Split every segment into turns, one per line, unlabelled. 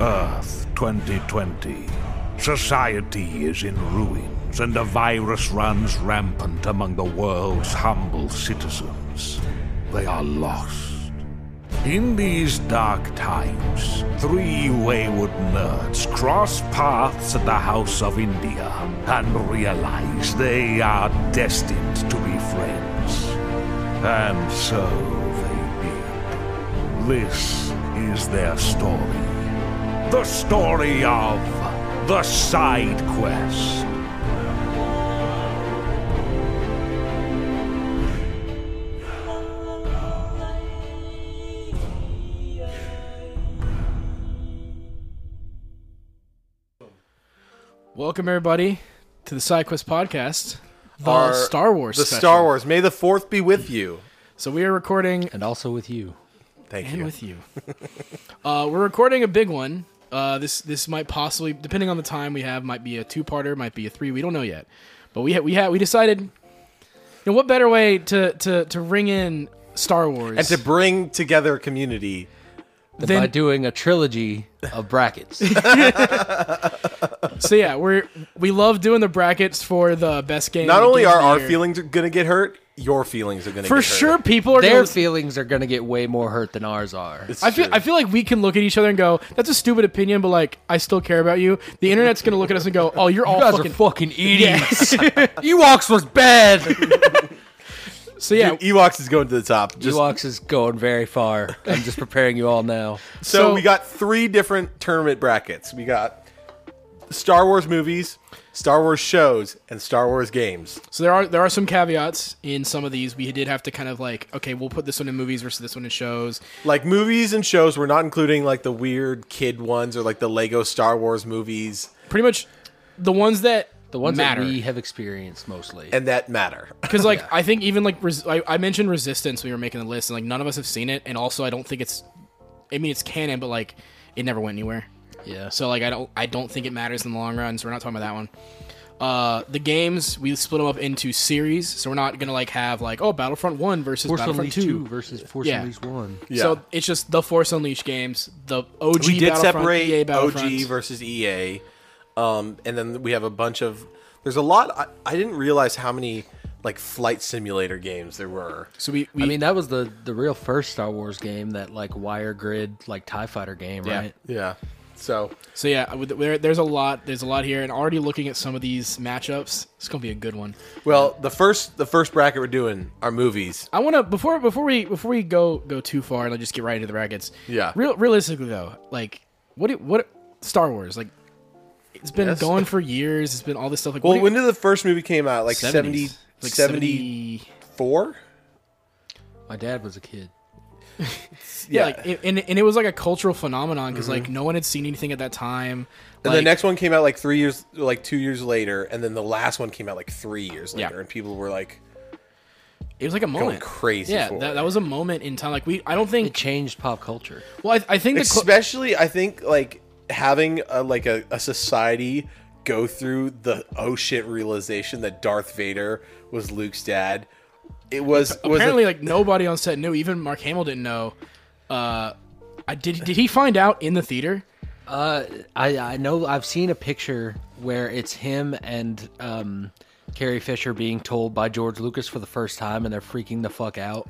Earth 2020. Society is in ruins, and a virus runs rampant among the world's humble citizens. They are lost. In these dark times, three wayward nerds cross paths at the House of India and realize they are destined to be friends. And so they be. This is their story. The story of the side quest.
Welcome everybody to the SideQuest podcast, the
our-
Star Wars,
The
special.
Star Wars. May the fourth be with you.
So we are recording
and also with you.
Thank
and
you.
with you. uh, we're recording a big one. Uh, this this might possibly, depending on the time we have, might be a two parter, might be a three. We don't know yet, but we ha- we ha- we decided. You know, what better way to to to ring in Star Wars
and to bring together a community.
Then-
by doing a trilogy of brackets.
so yeah, we're we love doing the brackets for the best game.
Not
and
only
games
are
of the
our
year.
feelings going to get hurt, your feelings are going to
for
get
sure
hurt.
people are
Their
gonna,
feelings are going to get way more hurt than ours are.
It's
I feel
true.
I feel like we can look at each other and go, "That's a stupid opinion," but like I still care about you. The internet's gonna look at us and go, "Oh, you're all
you guys
fucking."
are fucking idiots. Ewoks was bad.
so yeah,
Dude, Ewoks is going to the top. Just,
Ewoks is going very far. I'm just preparing you all now.
so,
so-
we got three different tournament brackets. We got Star Wars movies, Star Wars shows, and Star Wars games.
so there are there are some caveats in some of these. We did have to kind of like, okay, we'll put this one in movies versus this one in shows.
Like movies and shows, we're not including like the weird kid ones or like the Lego Star Wars movies,
Pretty much, the ones that
The ones
matter.
that we have experienced mostly.
and that matter.
because like I think even like res- I, I mentioned Resistance when we were making the list, and like none of us have seen it, and also I don't think it's, I mean it's canon, but like it never went anywhere.
yeah. So
So like I don't I don't think it matters in the long run. So we're not talking about that one. Uh, the games we split them up into series, so we're not gonna like have like oh Battlefront One versus
Force
Battlefront
Unleashed 2.
Two.
versus Force
Yeah.
Unleashed 1.
So
Yeah.
it's just the Force Unleashed games, the OG.
we did
Battlefront, EA
separate
Battlefront.
OG versus EA, um, and then we have a bunch of. There's a lot. I, I didn't realize how many like flight simulator games there were.
So we, we
I mean, that was the, the real first Star Wars game, that like wire grid, like TIE fighter game,
Yeah.
right?
Yeah. So
so yeah, with- there, there's a lot there's a lot here, and already looking at some of these matchups, it's gonna be a good one.
well, the first the first bracket we're doing are movies.
I want to before before we before we go go too far and I just get right into the brackets.
Yeah.
Real realistically though, like what do- what Star Wars like it's been
Yes.
going for years. It's been all this stuff like
Well,
what do
when
you-
did the first movie came out? Like 70,
70s, like
74?
70
My dad was a kid.
yeah, like it, and and it was like a cultural phenomenon because like no one had seen anything at that time.
Mm-hmm. and the
Like,
next one came out like three years, like two years later, and then the last one came out like three years
Yeah.
later, and people were like,
it was like a moment
crazy
Yeah,
for
that,
it.
that was a moment in time. Like we, I don't
It
think.
changed pop culture.
Well, I, I think the cl-
especially i think like having a, like a, a society go through the oh shit realization that darth vader was luke's dad it was was
apparently
a,
like nobody on set knew. Even Mark Hamill didn't know. Uh, I did. Did he find out in the theater?
Uh, I I know I've seen a picture where it's him and um, Carrie Fisher being told by George Lucas for the first time, and they're freaking the fuck out.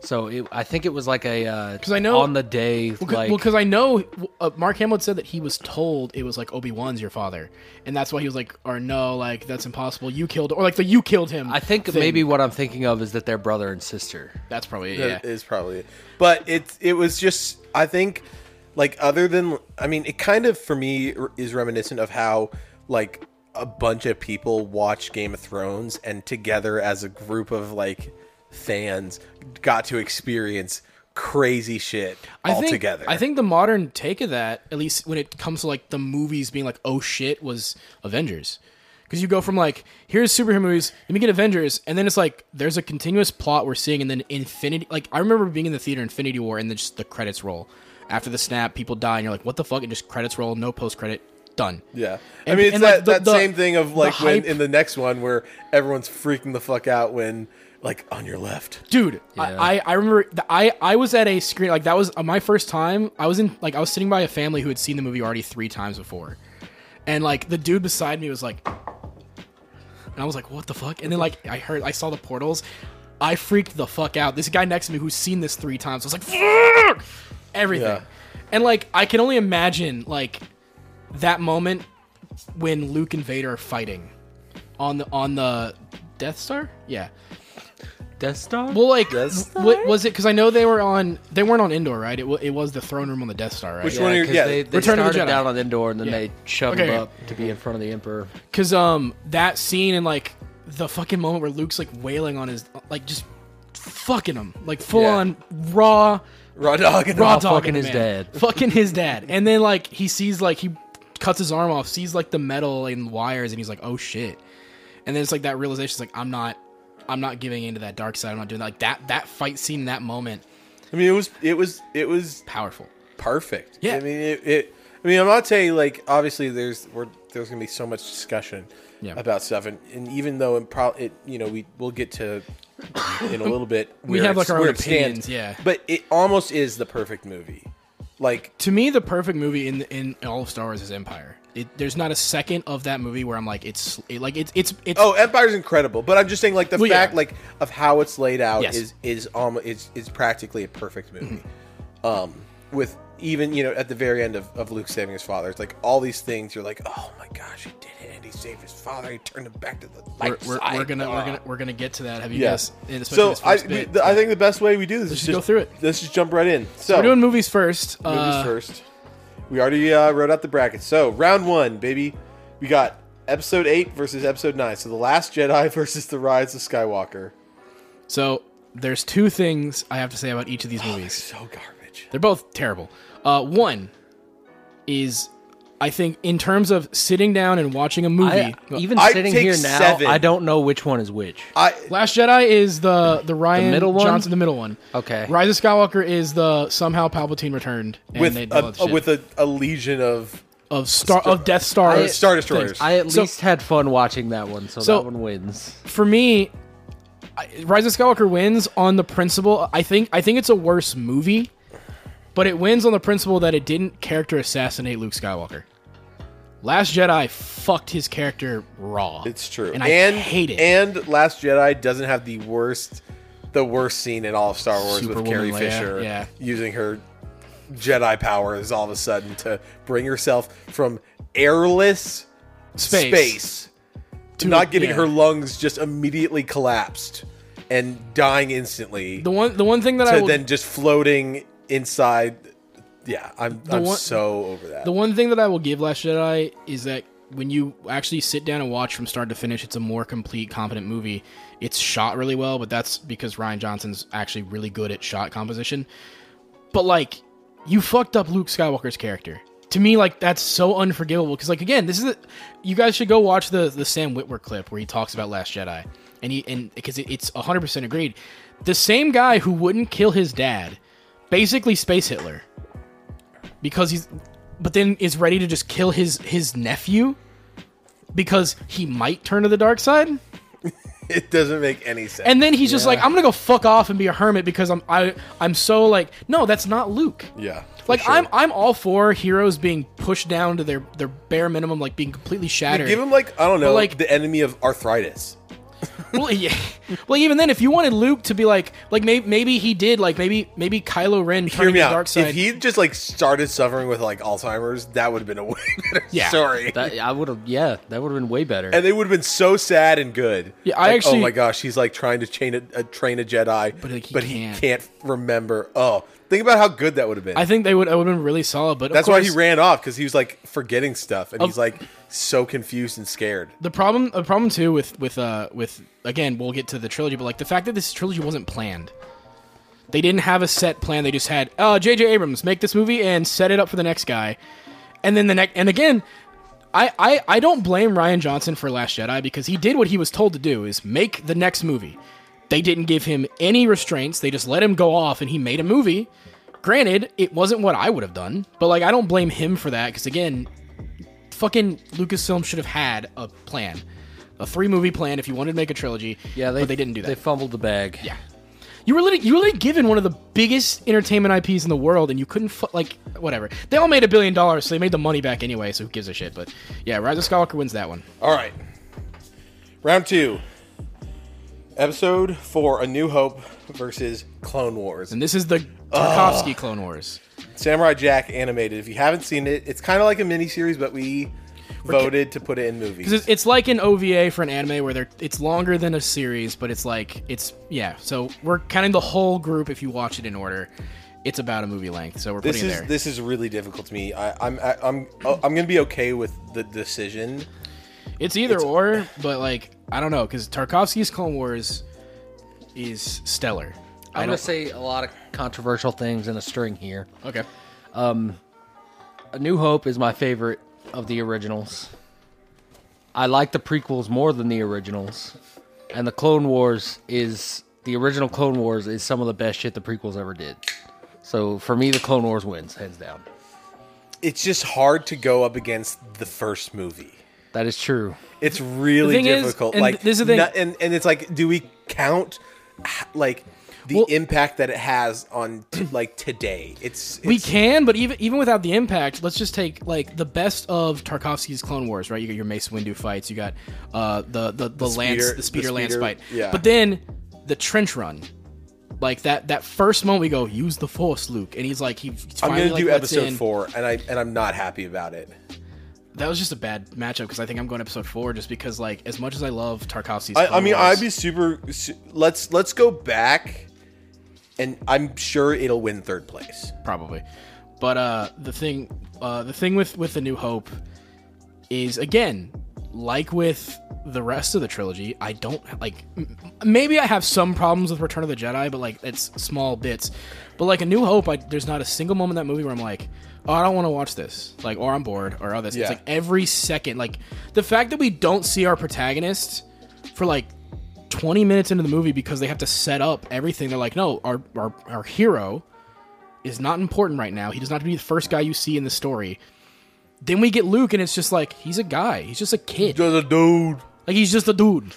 So it, I think it was like a uh,
'Cause I know-
on the day like
Well, because I know uh, Mark Hamill had said that he was told it was like Obi Wan's your father, and that's why he was like, or no, like that's impossible. You killed, or like the you killed him.
I think
thing.
maybe what I'm thinking of is that they're brother and sister.
that's probably it, yeah.
That is probably it. but it it was just i think like other than i mean it kind of for me r- is reminiscent of how like a bunch of people watch game of thrones and together as a group of like fans got to experience crazy shit
I
all
think,
together
I think the modern take of that, at least when it comes to like the movies being like, oh shit, was Avengers. Because you go from like, here's superhero movies, let me get Avengers, and then it's like, there's a continuous plot we're seeing, and then Infinity. Like, I remember being in the theater, Infinity War, and then just the credits roll. After the snap, people die, and you're like, what the fuck? And just credits roll, no post credit, done.
Yeah, I
And-
mean it's
and,
that,
like, the-
that
the-
same thing of
the
like when
hype-
in the next one where everyone's freaking the fuck out when like on your left.
dude
Yeah.
I, I i remember the, i i was at a screen like that was uh, my first time i was in like i was sitting by a family who had seen the movie already three times before and like the dude beside me was like and i was like what the fuck and then like i heard i saw the portals i freaked the fuck out this guy next to me who's seen this three times was like fuck! everything
Yeah.
and like i can only imagine like that moment when luke and vader are fighting on the on the death star yeah
Death Star?
well, like,
Death
w- was it? Because I know they were on. They weren't on indoor, right? It, w- it was the throne room on the Death Star, right?
Which
yeah,
one are you-
'cause
yeah.
they, they
Return of the
started
Jedi.
down on indoor and then
Yeah.
they shoved
Okay.
him up to be in front of the Emperor.
Because um, that scene and like the fucking moment where Luke's like wailing on his, like just fucking him, like full
Yeah.
on raw,
Raw dog and
raw
Raw
dog
fucking
his
his dad.
fucking his dad, and then like he sees like he cuts his arm off, sees like the metal and wires, and he's like, oh shit, and then it's like that realization, it's like I'm not, I'm not giving into that dark side, I'm not doing that. Like that that fight scene, that moment,
I mean, it was it was it was
powerful.
perfect.
Yeah.
I mean, it. it I mean, I'm not saying like obviously there's we're, there's gonna be so much discussion
Yeah.
about stuff, and, and even though it probably it, you know we we'll get to in a little bit.
We
where
have,
it's-
like, our own
where it stands,
opinions, yeah.
But it almost is the perfect movie. Like
to me the perfect movie in in all of Star Wars is Empire. It, there's not a second of that movie where I'm like it's it, like it's it's it's
oh, Empire's incredible, but I'm just saying like the
Well, yeah.
fact like of how it's laid out
Yes.
is is almost is is practically a perfect movie.
Mm-hmm.
Um, with even you know at the very end of, of Luke saving his father, it's like all these things. You're like, oh my gosh, he did it, and he saved his father. He turned him back to the light
we're, we're,
side.
we're gonna
Ah.
we're gonna we're gonna get to that. Have you
Yes.
guys? And especially
So
this
I
first
we,
bit.
the, I think the best way we do this is
just
just
go through it.
Let's just jump right in. So
we're doing movies first.
movies
Uh,
first. We already uh, wrote out the brackets. So round one, baby, we got episode eight versus episode nine. So the Last Jedi versus the Rise of Skywalker.
So there's two things I have to say about each of these
Oh,
movies.
So garbage.
They're both terrible. Uh, one is, I think, in terms of sitting down and watching a movie.
I, even
I'd
sitting
take
here now,
seven.
I don't know which one is which.
I
Last Jedi is the the Ryan
middle one?
Johnson, the middle one.
Okay.
Rise of Skywalker is the somehow Palpatine returned and
with
they did all
a,
that
a,
shit.
with a, a legion of
of star of Death Star
I-
Star Destroyers.
I at
So-
least had fun watching that one, so,
So-
that one wins.
for me, I- Rise of Skywalker wins on the principle. I think I think it's a worse movie, but it wins on the principle that it didn't character assassinate Luke Skywalker. Last Jedi fucked his character raw.
it's true,
and I hate it.
And Last Jedi doesn't have the worst, the worst scene in all of Star Wars with
Superwoman
Carrie
Leia,
Fisher
yeah.
using her Jedi powers all of a sudden to bring herself from airless
Space.
space to not getting
yeah.
her lungs just immediately collapsed and dying instantly
the one the one thing that I
to
will,
then just floating inside. Yeah, I'm I'm
one-
so over that.
the one thing that I will give Last Jedi is that when you actually sit down and watch from start to finish, it's a more complete, competent movie. It's shot really well, but that's because Ryan Johnson's actually really good at shot composition. But like, you fucked up Luke Skywalker's character. To me, like that's so unforgivable. Because like again, this is a, you guys should go watch the the Sam Witwer clip where he talks about Last Jedi, and he and because it, it's hundred percent agreed. The same guy who wouldn't kill his dad, basically Space Hitler because he's but then is ready to just kill his his nephew because he might turn to the dark side
it doesn't make any sense.
and then he's just like i'm gonna go fuck off and be a hermit because i'm I, i'm so like no that's not luke
yeah, for
like
sure.
i'm i'm all for heroes being pushed down to their their bare minimum like being completely shattered
Give him like I don't know,
like-
like the enemy of arthritis.
well, yeah. well even then if you wanted luke to be like like maybe maybe he did like maybe maybe kylo ren
Hear
turning
me
to the
out.
dark side
If he just like started suffering with like Alzheimer's, that would have been a way better
Yeah.
story.
That I would have, yeah, that would have been way better.
and they would have been so sad and good.
Yeah, I
Like,
actually-
Oh my gosh, he's like trying to chain a, a train a Jedi, but,
like, he can't.
remember. Oh, think about how good that would have been.
i think they would it would have been really solid but of
That's why he
course-
ran off because he was like forgetting stuff, and he's like so confused and scared.
the problem the problem too with with uh with again we'll get to the trilogy but like the fact that this trilogy wasn't planned they didn't have a set plan they just had uh jj abrams make this movie and set it up for the next guy and then the next and again I, I i don't blame ryan johnson for last jedi because he did what he was told to do is make the next movie they didn't give him any restraints they just let him go off and he made a movie granted it wasn't what i would have done but like i don't blame him for that because again fucking Lucasfilm should have had a plan. a three movie plan if you wanted to make a trilogy.
Yeah, they,
but they didn't do that.
They fumbled the bag.
yeah, you were literally, you were literally given one of the biggest entertainment IPs in the world, and you couldn't fu- like whatever. They all made a billion dollars, so they made the money back anyway. So who gives a shit? But yeah, Rise of Skywalker wins that one.
All right. Round two. Episode four: A New Hope versus Clone Wars.
And this is the Tarkovsky Clone Wars.
Samurai Jack animated. If you haven't seen it, it's kind of like a miniseries, but we voted to put it in movies.
Because it's like an OVA for an anime where they're, it's longer than a series, but it's like it's yeah. So we're counting the whole group if you watch it in order. It's about a movie length, so we're
this
putting it
is
there.
this is really difficult to me. I, I'm I, I'm oh, I'm gonna be okay with the decision.
it's either or, but like I don't know because Tarkovsky's Clone Wars is stellar. I don't
I'm gonna say a lot of controversial things in a string here.
okay.
A New Hope is my favorite of the originals. I like the prequels more than the originals, and the Clone Wars is the original Clone Wars is some of the best shit the prequels ever did. So for me, the Clone Wars wins hands down.
It's just hard to go up against the first movie.
That is true.
It's really
The thing is-
difficult.
and
like
this is the thing-
no- and and it's like, do we count h- like the
Well-
impact that it has on t- like today? It's, it's
We can, but even even without the impact, let's just take like the best of Tarkovsky's Clone Wars, right? You got your Mace Windu fights, you got uh, the the the, lance,
speeder-
the speeder
the
lance
speeder-
fight,
yeah.
But then the trench run, like that that first moment we go, use the Force, Luke, and he's like, he
I'm
finally
gonna
like,
do
lets
episode
in-
four, and I and I'm not happy about it.
That was just a bad matchup because I think I'm going episode four just because like as much as I love Tarkovsky's,
I, I
Clone
mean,
Wars,
I'd be super. su- Let's let's go back, and I'm sure it'll win third place.
probably. But uh, the thing, uh, the thing with with the New Hope is again, like with the rest of the trilogy, I don't like. m- Maybe I have some problems with Return of the Jedi, but like it's small bits. But like a New Hope, I, there's not a single moment in that movie where I'm like, oh, I don't want to watch this, like, or I'm bored, or all this. It's
Yeah.
like every second, like the fact that we don't see our protagonist for like 20 minutes into the movie because they have to set up everything. They're like, no, our our, our hero is not important right now. He does not have to be the first guy you see in the story. Then we get Luke, and it's just like he's a guy. He's just a kid.
Just a dude.
Like he's just a dude.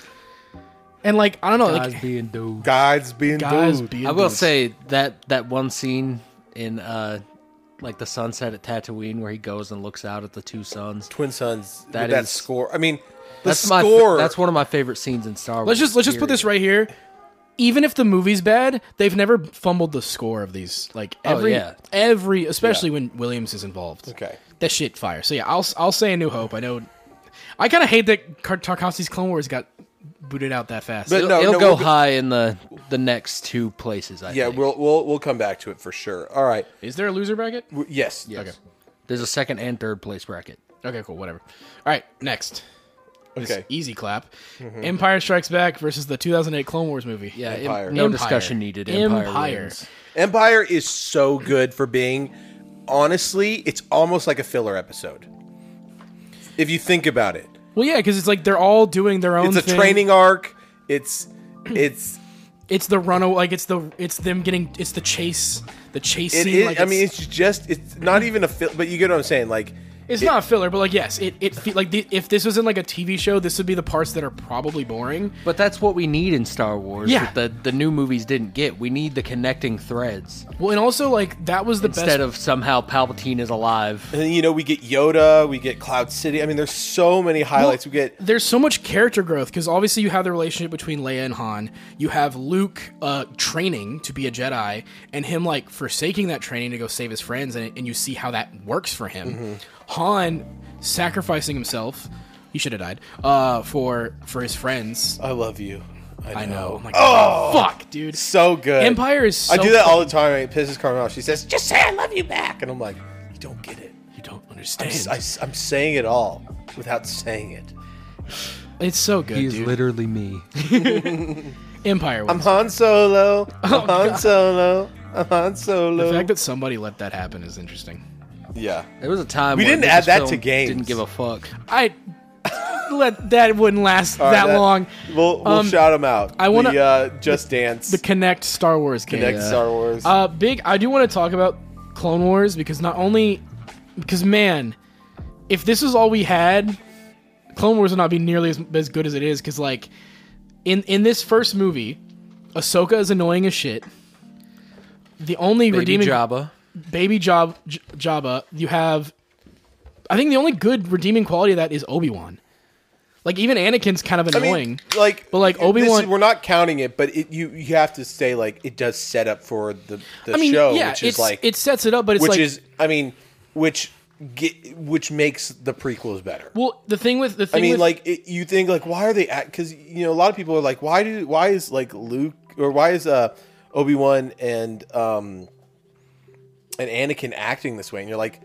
And like I don't know,
Guys
like
being dudes.
Guys being
guys
dude.
being
I will
dudes.
say that that one scene in uh like the sunset at Tatooine where he goes and looks out at the two suns.
twin sons. with That,
That is-
score. I mean, the
That's my
score.
that's one of my favorite scenes in Star Wars.
let's just let's just put
period.
this right here. Even if the movie's bad, they've never fumbled the score of these. Like
Oh,
every
yeah.
every, especially when Williams is involved.
Okay.
that shit fire. So yeah, I'll I'll say a New Hope. I know. I kind of hate that Kar- Tarkovsky's Clone Wars got booted out that fast.
But-
It'll,
No,
it'll
no,
go
we'll go-
high in the the next two places. I
Yeah,
think.
we'll we'll we'll come back to it for sure. All right.
is there a loser bracket?
W- Yes. yes.
Okay.
there's a second and third place bracket.
Okay, cool, whatever. All right, next. This
Okay. Mm-hmm.
easy clap. Empire Strikes Back versus the 2008 Clone Wars movie.
Yeah,
Im- Empire.
no
Empire.
discussion needed. Empire. wins.
Empire is so good for being. Honestly, it's almost like a filler episode. If you think about it,
Well, yeah, because it's like they're all doing their own.
it's a
thing.
training arc. It's it's
It's the runaway. Like it's the it's them getting. It's the chase. The chase
it
scene.
is.
like
I mean, it's just it's not even a fill, but you get what I'm saying. Like
it's not filler, but like yes, it it fe- like the, if this was in like a TV show, this would be the parts that are probably boring.
But that's what we need in Star Wars.
Yeah.
that the the new movies didn't get. We need the connecting threads
Well, and also like that was the
instead
best.
of somehow Palpatine is alive.
and then, you know, we get Yoda, we get Cloud City. I mean, there's so many highlights. we get
There's so much character growth because obviously you have the relationship between Leia and Han. You have Luke uh, training to be a Jedi, and him like forsaking that training to go save his friends, and, and you see how that works for him.
Mm-hmm.
Han sacrificing himself. He should have died uh, for for his friends.
I love you.
I know. Oh, my God. fuck, dude.
So good.
Empire is. So
I do that all the time. and It pisses Carmen off. She says, "Just say I love you back," and I'm like, "You don't get it.
You don't understand.
I, am saying it all without saying it."
it's so good, dude.
literally me.
Empire.
I'm
Wins.
Han Solo. I'm Han Solo. I'm Han Solo.
Oh, The fact that somebody let that happen is interesting.
yeah.
There was a time
We
where
didn't add that
Lucasfilm
to games.
Didn't give a fuck.
I let that wouldn't last
All right,
that, long.
We'll, we'll
Um,
shout him out. I want
wanna-
to uh, just dance.
The Connect Star Wars game.
Connect Star Wars.
Uh, big. I do want to talk about Clone Wars because not only because man, if this is all we had, Clone Wars would not be nearly as, as good as it is because like in in this first movie, Ahsoka is annoying as shit. The only
Baby
redeeming
Jabba.
baby Job J- Jabba, you have. I think the only good redeeming quality of that is Obi Wan. Like even Anakin's kind of
I mean,
annoying.
like,
But, like,
this is-
Obi-Wan-
we're not counting it, but it, you you have to say like it does set up for the the
I mean,
show,
yeah,
which
it's,
is like
it sets it up, but it's
which
like
is I mean, which ge- which makes the prequels better.
well, the thing with the
I
thing
mean,
with,
like it, you think like why are they because you know a lot of people are like why do why is like Luke or why is uh Obi Wan and um and Anakin acting this way and you're like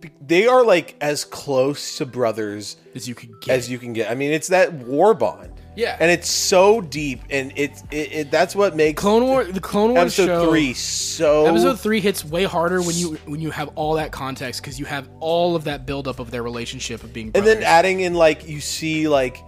be- they are like as close to brothers
as you could get.
as you can get. I mean, it's that war bond.
Yeah.
and it's so deep, and it's it, it that's what makes
Clone War, the Clone Wars
episode
show,
three oh. so
Episode three hits way harder when you when you have all that context because you have all of that buildup of their relationship of being
and
brothers.
then adding in like you see like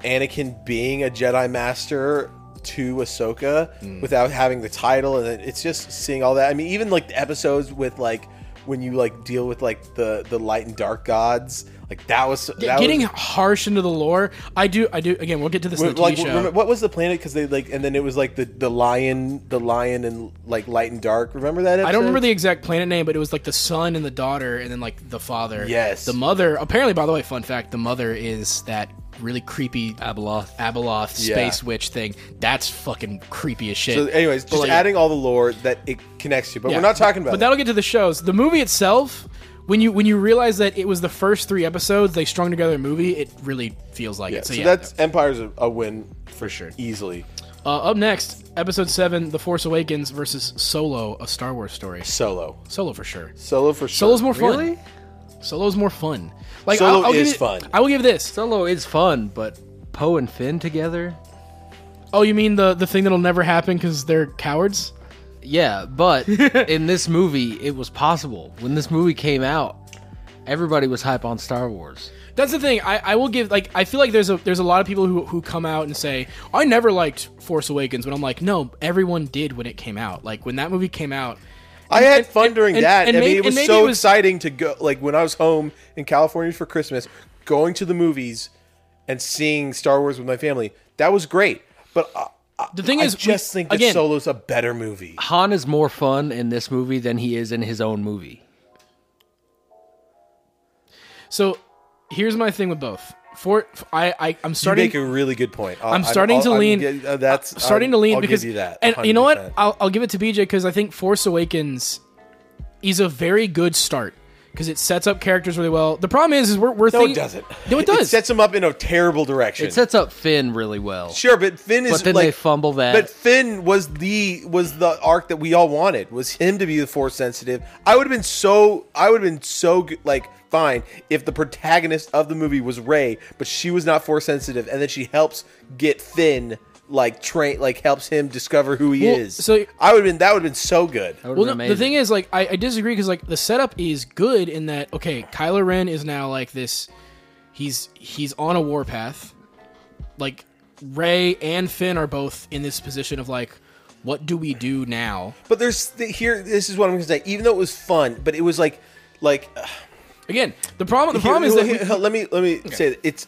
Anakin being a Jedi Master to Ahsoka without having the title, and then it's just seeing all that. I mean, even like the episodes with like when you like deal with like the the light and dark gods, like that was that
getting
was,
harsh into the lore. I do, I do. Again, we'll get to this in the
like
TV show.
remember, what was the planet? Because they like, and then it was like the the lion, the lion, and like light and dark. Remember that? Episode?
I don't remember the exact planet name, but it was like the son and the daughter, and then like the father.
Yes.
The mother, apparently, by the way, fun fact: the mother is that really creepy
Abeloth.
Abeloth
Yeah.
space witch thing. That's fucking creepy as shit.
So, anyways, just
like-
adding all the lore that it connects to, but we're not talking about.
But
that.
that'll get to the shows. The movie itself, when you when you realize that it was the first three episodes they strung together a movie, it really feels like
Yeah,
it.
so
So, yeah,
that's Empire's a, a win
for sure.
easily.
Uh, up next, episode seven: The Force Awakens versus Solo, a Star Wars story.
Solo,
Solo for sure.
solo for sure.
Solo's more fun.
Really?
Solo's more fun. Like
Solo
I'll, I'll give
is
you-
fun.
I will give this.
Solo is fun, but Poe and Finn together?
Oh, you mean the the thing that'll never happen because they're cowards?
Yeah, but in this movie, it was possible. When this movie came out, everybody was hype on Star Wars.
That's the thing. I, I will give like I feel like there's a there's a lot of people who who come out and say I never liked Force Awakens, but I'm like no, everyone did when it came out. Like when that movie came out,
I had fun
and-
during
and-
that.
and
I mean,
maybe-
it was
and maybe
so
it was-
exciting to go. Like when I was home in California for Christmas, going to the movies and seeing Star Wars with my family. That was great. But I,
the thing
I
is we-
just think that
again
Solo's a better movie.
Han is more fun in this movie than he is in his own movie.
so. Here's my thing with both. For I, I I'm
You
starting
make a really good point. I-
I'm starting
I'll-
to
I'm
lean.
get- uh, that's
I'm starting
I'll-
to lean
I'll
because
give you that.
And you know what?
100%.
I'll, I'll give it to BJ because I think Force Awakens is a very good start because it sets up characters really well. The problem is, is we're, we're
No,
thinking
it doesn't.
No, it does.
It sets him up in a terrible direction.
It sets up Finn really well.
Sure, but Finn is.
But then
like,
they fumble that.
But Finn was the was the arc that we all wanted. Was him to be the force sensitive. I would have been so. I would have been so good, like fine if the protagonist of the movie was Ray, but she was not force sensitive, and then she helps get Finn like train like helps him discover who he
Well,
is.
so-
I would have been that would have been so good.
That
well,
would've
no,
been
the
amazing.
thing is, like, I, I disagree because like the setup is good in that okay, Kylo Ren is now like this. He's he's on a warpath. Like Ray and Finn are both in this position of like, what do we do now?
But there's th- here. This is what I'm going to say. Even though it was fun, but it was like like
Again, the problem the problem is that we-
Here- let me let me say that it's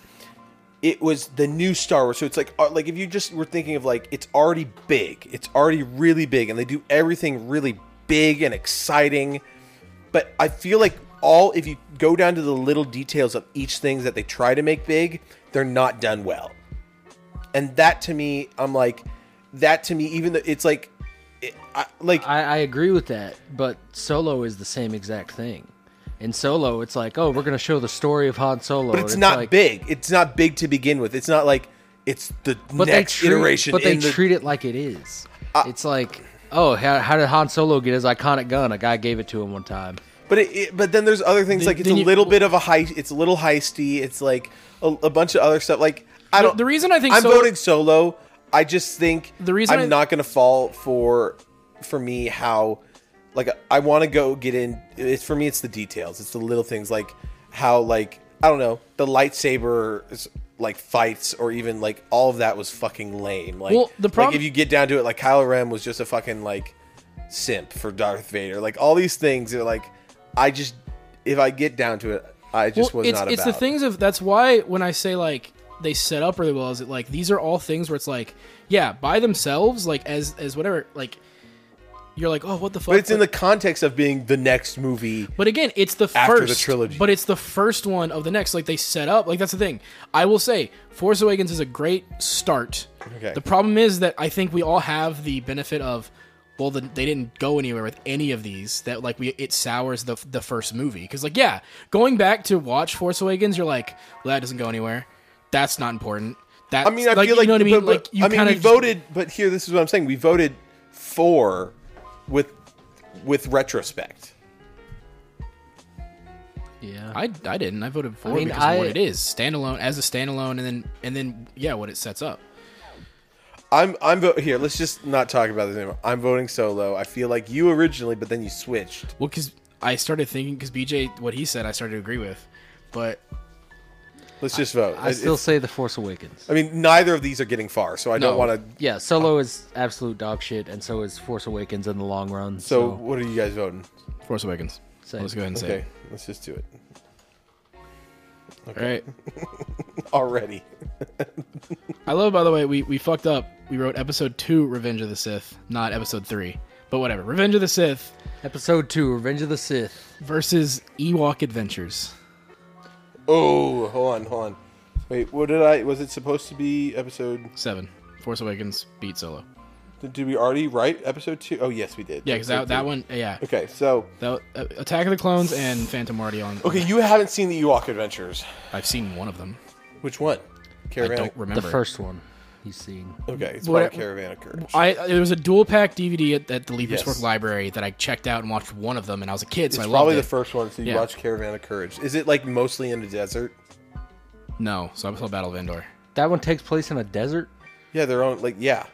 it was the new Star Wars, so it's like uh, like if you just were thinking of like it's already big, it's already really big, and they do everything really big and exciting. But I feel like all if you go down to the little details of each things that they try to make big, they're not done well and that to me i'm like that to me even though it's like it, I, like
I, I agree with that, but Solo is the same exact thing. In Solo, it's like, oh, we're going to show the story of Han Solo.
but
and
it's, not
like-
big it's not big to begin with it's not like it's the
But
next
they treat,
iteration
But they
in the,
treat it like it is. it's like, oh, how, how did Han Solo get his iconic gun? A guy gave it to him one time.
But it, it- but then there's other things like it's a
then you-
little bit of a heist. It's a little heisty. It's like a, a bunch of other stuff. Like I
The-
don't.
the reason I think
I'm
Solo-
voting solo. I just think
The reason
I'm
I-
not going to fall for for me how like I want to go get in. It's for me. It's the details. It's the little things like how like I don't know the lightsaber like fights or even like all of that was fucking lame. Like
Well, the
like
problem-
if you get down to it, like Kylo Ren was just a fucking like simp for Darth Vader. Like all these things are like I just if I get down to it, I just
well,
was
it's,
not
it's
about.
the things of that's why when i say like they set up really well is it like these are all things where it's like yeah by themselves like as as whatever like you're like oh what the fuck
But it's in the context of being the next movie.
But again, it's the
After the
first
trilogy.
But it's the first one of the next. Like they set up. Like that's the thing. I will say, Force Awakens is a great start.
Okay.
The problem is that I think we all have the benefit of, well, the, they didn't go anywhere with any of these. That like we it sours the the first movie because like yeah, going back to watch Force Awakens, you're like, well, that doesn't go anywhere. That's not important. That
I mean, I feel
you
like,
know what I mean.
but- but-
like you
I mean,
kind
we
of
voted, but here, this is what I'm saying: we voted for with with retrospect.
Yeah.
I, I didn't. I voted for
I mean,
because
I-
of what it is standalone as a standalone, and then and then yeah, what it sets up.
I'm I'm vo- here. Let's just not talk about this anymore. I'm voting solo. I feel like you originally, but then you switched.
Well, because I started thinking, because BJ, what he said, I started to agree with. But
Let's just vote.
I
It-
still
it's-
say The Force Awakens.
I mean, neither of these are getting far, so I
No.
don't want to.
Yeah,
Uh,
Solo is absolute dog shit, and so is Force Awakens in the long run.
So,
So,
what are you guys voting?
Force Awakens.
Same.
Let's go ahead and say
Okay,
it.
let's just do it
All right.
already.
I love, by the way, we, we fucked up. We wrote episode two, Revenge of the Sith, not episode three. But whatever. Revenge of the Sith
Episode Two: Revenge of the Sith.
versus Ewok Adventures.
Oh, hold on, hold on. Wait, what did I? Was it supposed to be episode?
Seven. Force Awakens beat Solo.
Did we already write episode two? Oh, yes, we did.
Yeah, because
Episode
that, that
two.
one, yeah.
Okay, so
That, uh, Attack of the Clones and Phantom already on.
okay, you haven't seen the Ewok Adventures.
I've seen one of them.
Which one?
I
Caravan.
don't remember.
The first one he's seen.
Okay, it's
What-
called Caravan of Courage.
I there was a dual pack DVD at, at the Leapers
Yes.
Fork Library that I checked out and watched one of them, and I was a kid, so
it's
I
probably
loved
the
it.
first one. So you
Yeah.
watch Caravan of Courage. Is it like mostly in the desert?
No, so I saw Battle of Endor.
That one takes place in a desert.
Yeah, their own. Like yeah.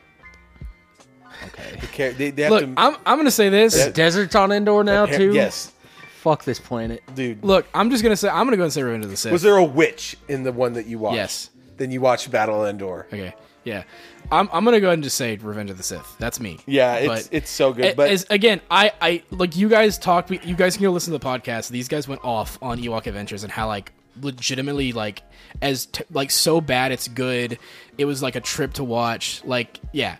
Okay. they, they have
Look,
to.
I'm, I'm gonna say this.
Yeah.
Deserts on Endor now too.
Yes,
Fuck this planet.
dude.
Look, I'm just gonna say I'm gonna go and say Revenge of the Sith.
Was there a witch in the one that you watched?
Yes.
Then you watched Battle of Endor.
okay, yeah, I'm, I'm gonna go ahead and just say Revenge of the Sith. That's me.
Yeah, it's
But-
it's so good.
A-
But
as- again, I, I like you guys talked. We, you guys can go listen to the podcast. These guys went off on Ewok Adventures and how like legitimately like as t- like so bad it's good. It was like a trip to watch. Like yeah,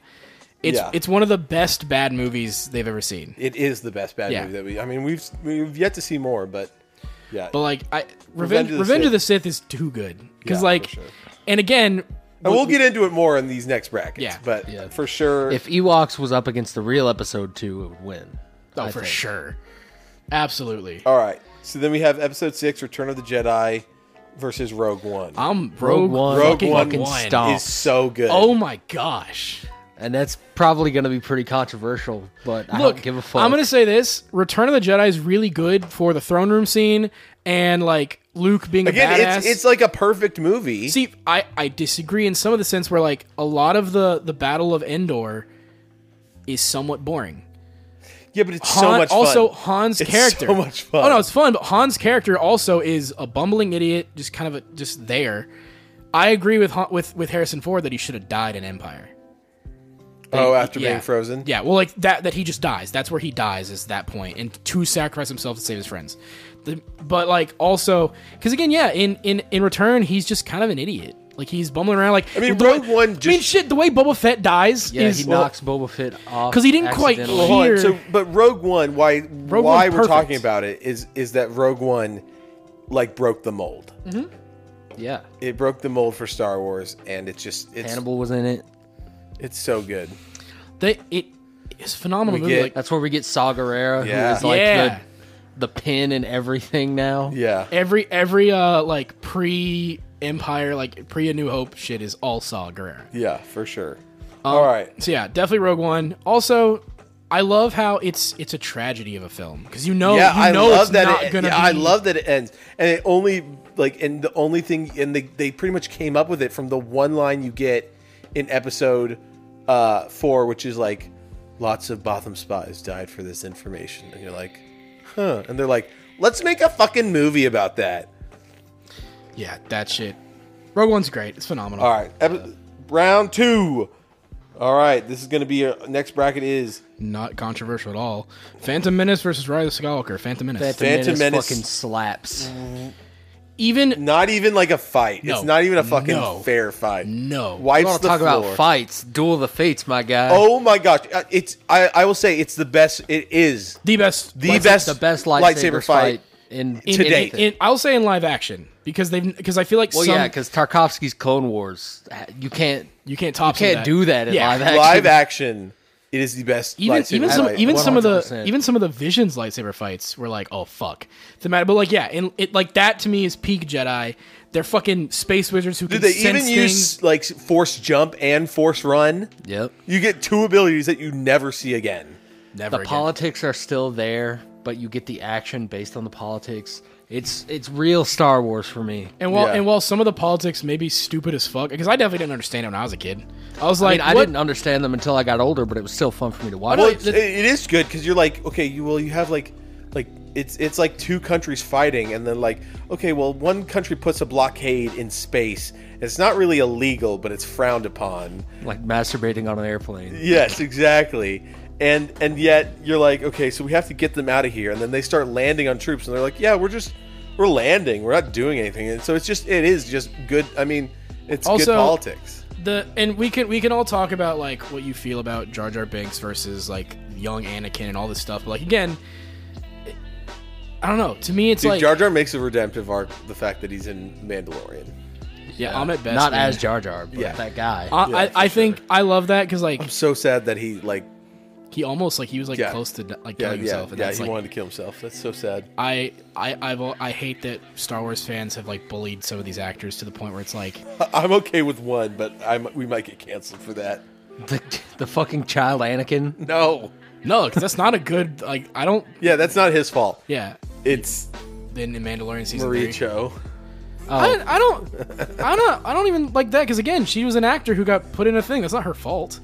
it's
Yeah.
it's one of the best bad movies they've ever seen.
it is the best bad
Yeah.
movie that we. I mean, we've we've yet to see more, but yeah.
But like I Revenge Revenge of the, Sith. is too good because
Yeah,
like
for sure.
and again.
and we'll get into it more in these next brackets.
Yeah.
But
Yeah.
for sure,
If Ewoks was up against the real Episode Two, it would win.
Oh,
I
for
think.
sure. Absolutely.
Oh,
All right. So then we have episode six, Return of the Jedi versus Rogue One.
I'm Rogue,
One.
Rogue
Rogue
One.
One
stomp.
is so good.
Oh my gosh.
and that's probably going to be pretty controversial. But I
Look,
don't give a fuck.
I'm going to say this Return of the Jedi is really good for the throne room scene and like Luke being a
Again,
badass.
it's it's like a perfect movie.
See, I, I disagree in some of the sense where like a lot of the, the Battle of Endor is somewhat boring.
yeah, but it's so
Han-
much
also
fun.
Han's
It's
character.
so much fun.
Oh no, it's fun, but Han's character also is a bumbling idiot, just kind of a, just there. I agree with Han, with with Harrison Ford that he should have died in Empire.
oh, after
Yeah.
being frozen.
Yeah, well, like that that he just dies. That's where he dies is that point, and to sacrifice himself to save his friends. The, but like also because again, yeah, in in in return, he's just kind of an idiot. Like he's bumbling around. Like
I mean,
the way-
Rogue One
I mean,
just-
shit. The way Boba Fett dies
yeah,
is
he
well-
knocks Boba Fett off
'Cause he didn't quite-
accidentally.
Well, hold on.
Here-
So, but Rogue One, why why
One's
we're talking
perfect.
about it is is that Rogue One like broke the mold.
Mm-hmm.
yeah,
It broke the mold for Star Wars, and it's just it's
Hannibal was in it.
it's so good.
they, it is a phenomenal
We
movie.
get-
like,
That's where we get Saw Gerrera,
Yeah.
who is like
Yeah.
the the pin and everything now.
Yeah,
every every uh like pre Empire like pre A New Hope shit is all Saw Gerrera.
yeah, for sure.
Um,
All right,
So yeah, definitely Rogue One. Also, I love how it's it's a tragedy of a film because you know
yeah,
Oh, you
I
know
love
it's
that.
not
it,
gonna.
yeah, I
be-
love that it ends, and it only like and the only thing and they they pretty much came up with it from the one line you get in episode uh four, which is like, lots of Botham spies died for this information, and you're like, huh, and they're like, let's make a fucking movie about that.
Yeah, that shit. Rogue One's great. It's phenomenal.
All right, epi- round two. All right, this is going to be our next bracket is
Not controversial at all. Phantom Menace versus Rise of Skywalker. Phantom Menace.
Phantom,
Phantom
Menace,
Menace-
fucking slaps.
even
Not even like a fight.
No.
It's not even a fucking
No.
fair fight.
No.
I
Wipes
want
the
to talk
floor.
about fights, duel of the fates, my guy.
Oh my gosh! Uh, It's I, I will say it's the best. It is
the best
the
lightsaber-
best
the best lightsaber,
lightsaber
fight
fight.
in
in,
today.
in- in- I'll say in live action because they've because I feel like
Well,
some,
yeah, because Tarkovsky's Clone Wars, you can't
you can't top
can't do that in
yeah.
live action.
Live action. It is the best.
even
lightsaber
even some
fight.
even some of the
100%.
even some of the visions lightsaber fights were like oh fuck the matter but like yeah and it like that to me is peak Jedi they're fucking space wizards who
Did
can
they
sense
even use
things
like force jump and force run?
Yep.
You get two abilities that you never see again.
never
The
again.
politics are still there, but you get the action based on the politics. It's it's real Star Wars for me.
and while
Yeah.
and while some of the politics may be stupid as fuck because I definitely didn't understand it when I was a kid I was
I
like
mean, I
what-
didn't understand them until I got older, but it was still fun for me to watch.
Well,
Wait,
it's,
the-
it is good because you're like, okay, you well, you have like, like it's it's like two countries fighting, and then like, okay, well, one country puts a blockade in space. It's not really illegal, but it's frowned upon.
like masturbating on an airplane.
Yes, exactly. And and yet you're like, okay, so we have to get them out of here, and then they start landing on troops, and they're like, yeah, we're just we're landing, we're not doing anything, and so it's just it is just good. I mean, it's
Also-
good politics.
the and we can we can all talk about like what you feel about Jar Jar Binks versus like young Anakin and all this stuff but like again it- I don't know to me it's
Dude,
like
Jar Jar makes a redemptive arc the fact that he's in Mandalorian.
yeah, I'm at best
Not
man.
as Jar Jar, but
Yeah. Uh,
that guy.
I, I,
Yeah, for
I think I love that because like
I'm so sad that he like
he almost like he was like
Yeah.
close to like
yeah
killing
yeah
himself and
yeah
that's
he
like
wanted to kill himself. That's so sad.
I I I've, al- I hate that Star Wars fans have like bullied some of these actors to the point where it's like
I'm okay with one, but I'm we might get canceled for that.
the, the fucking child Anakin.
No,
no 'cause that's not a good like I don't
yeah, that's not his fault.
yeah
It's
then in Mandalorian season
Marie
three
Cho.
I, I don't I don't I don't even like that because again she was an actor who got put in a thing that's not her fault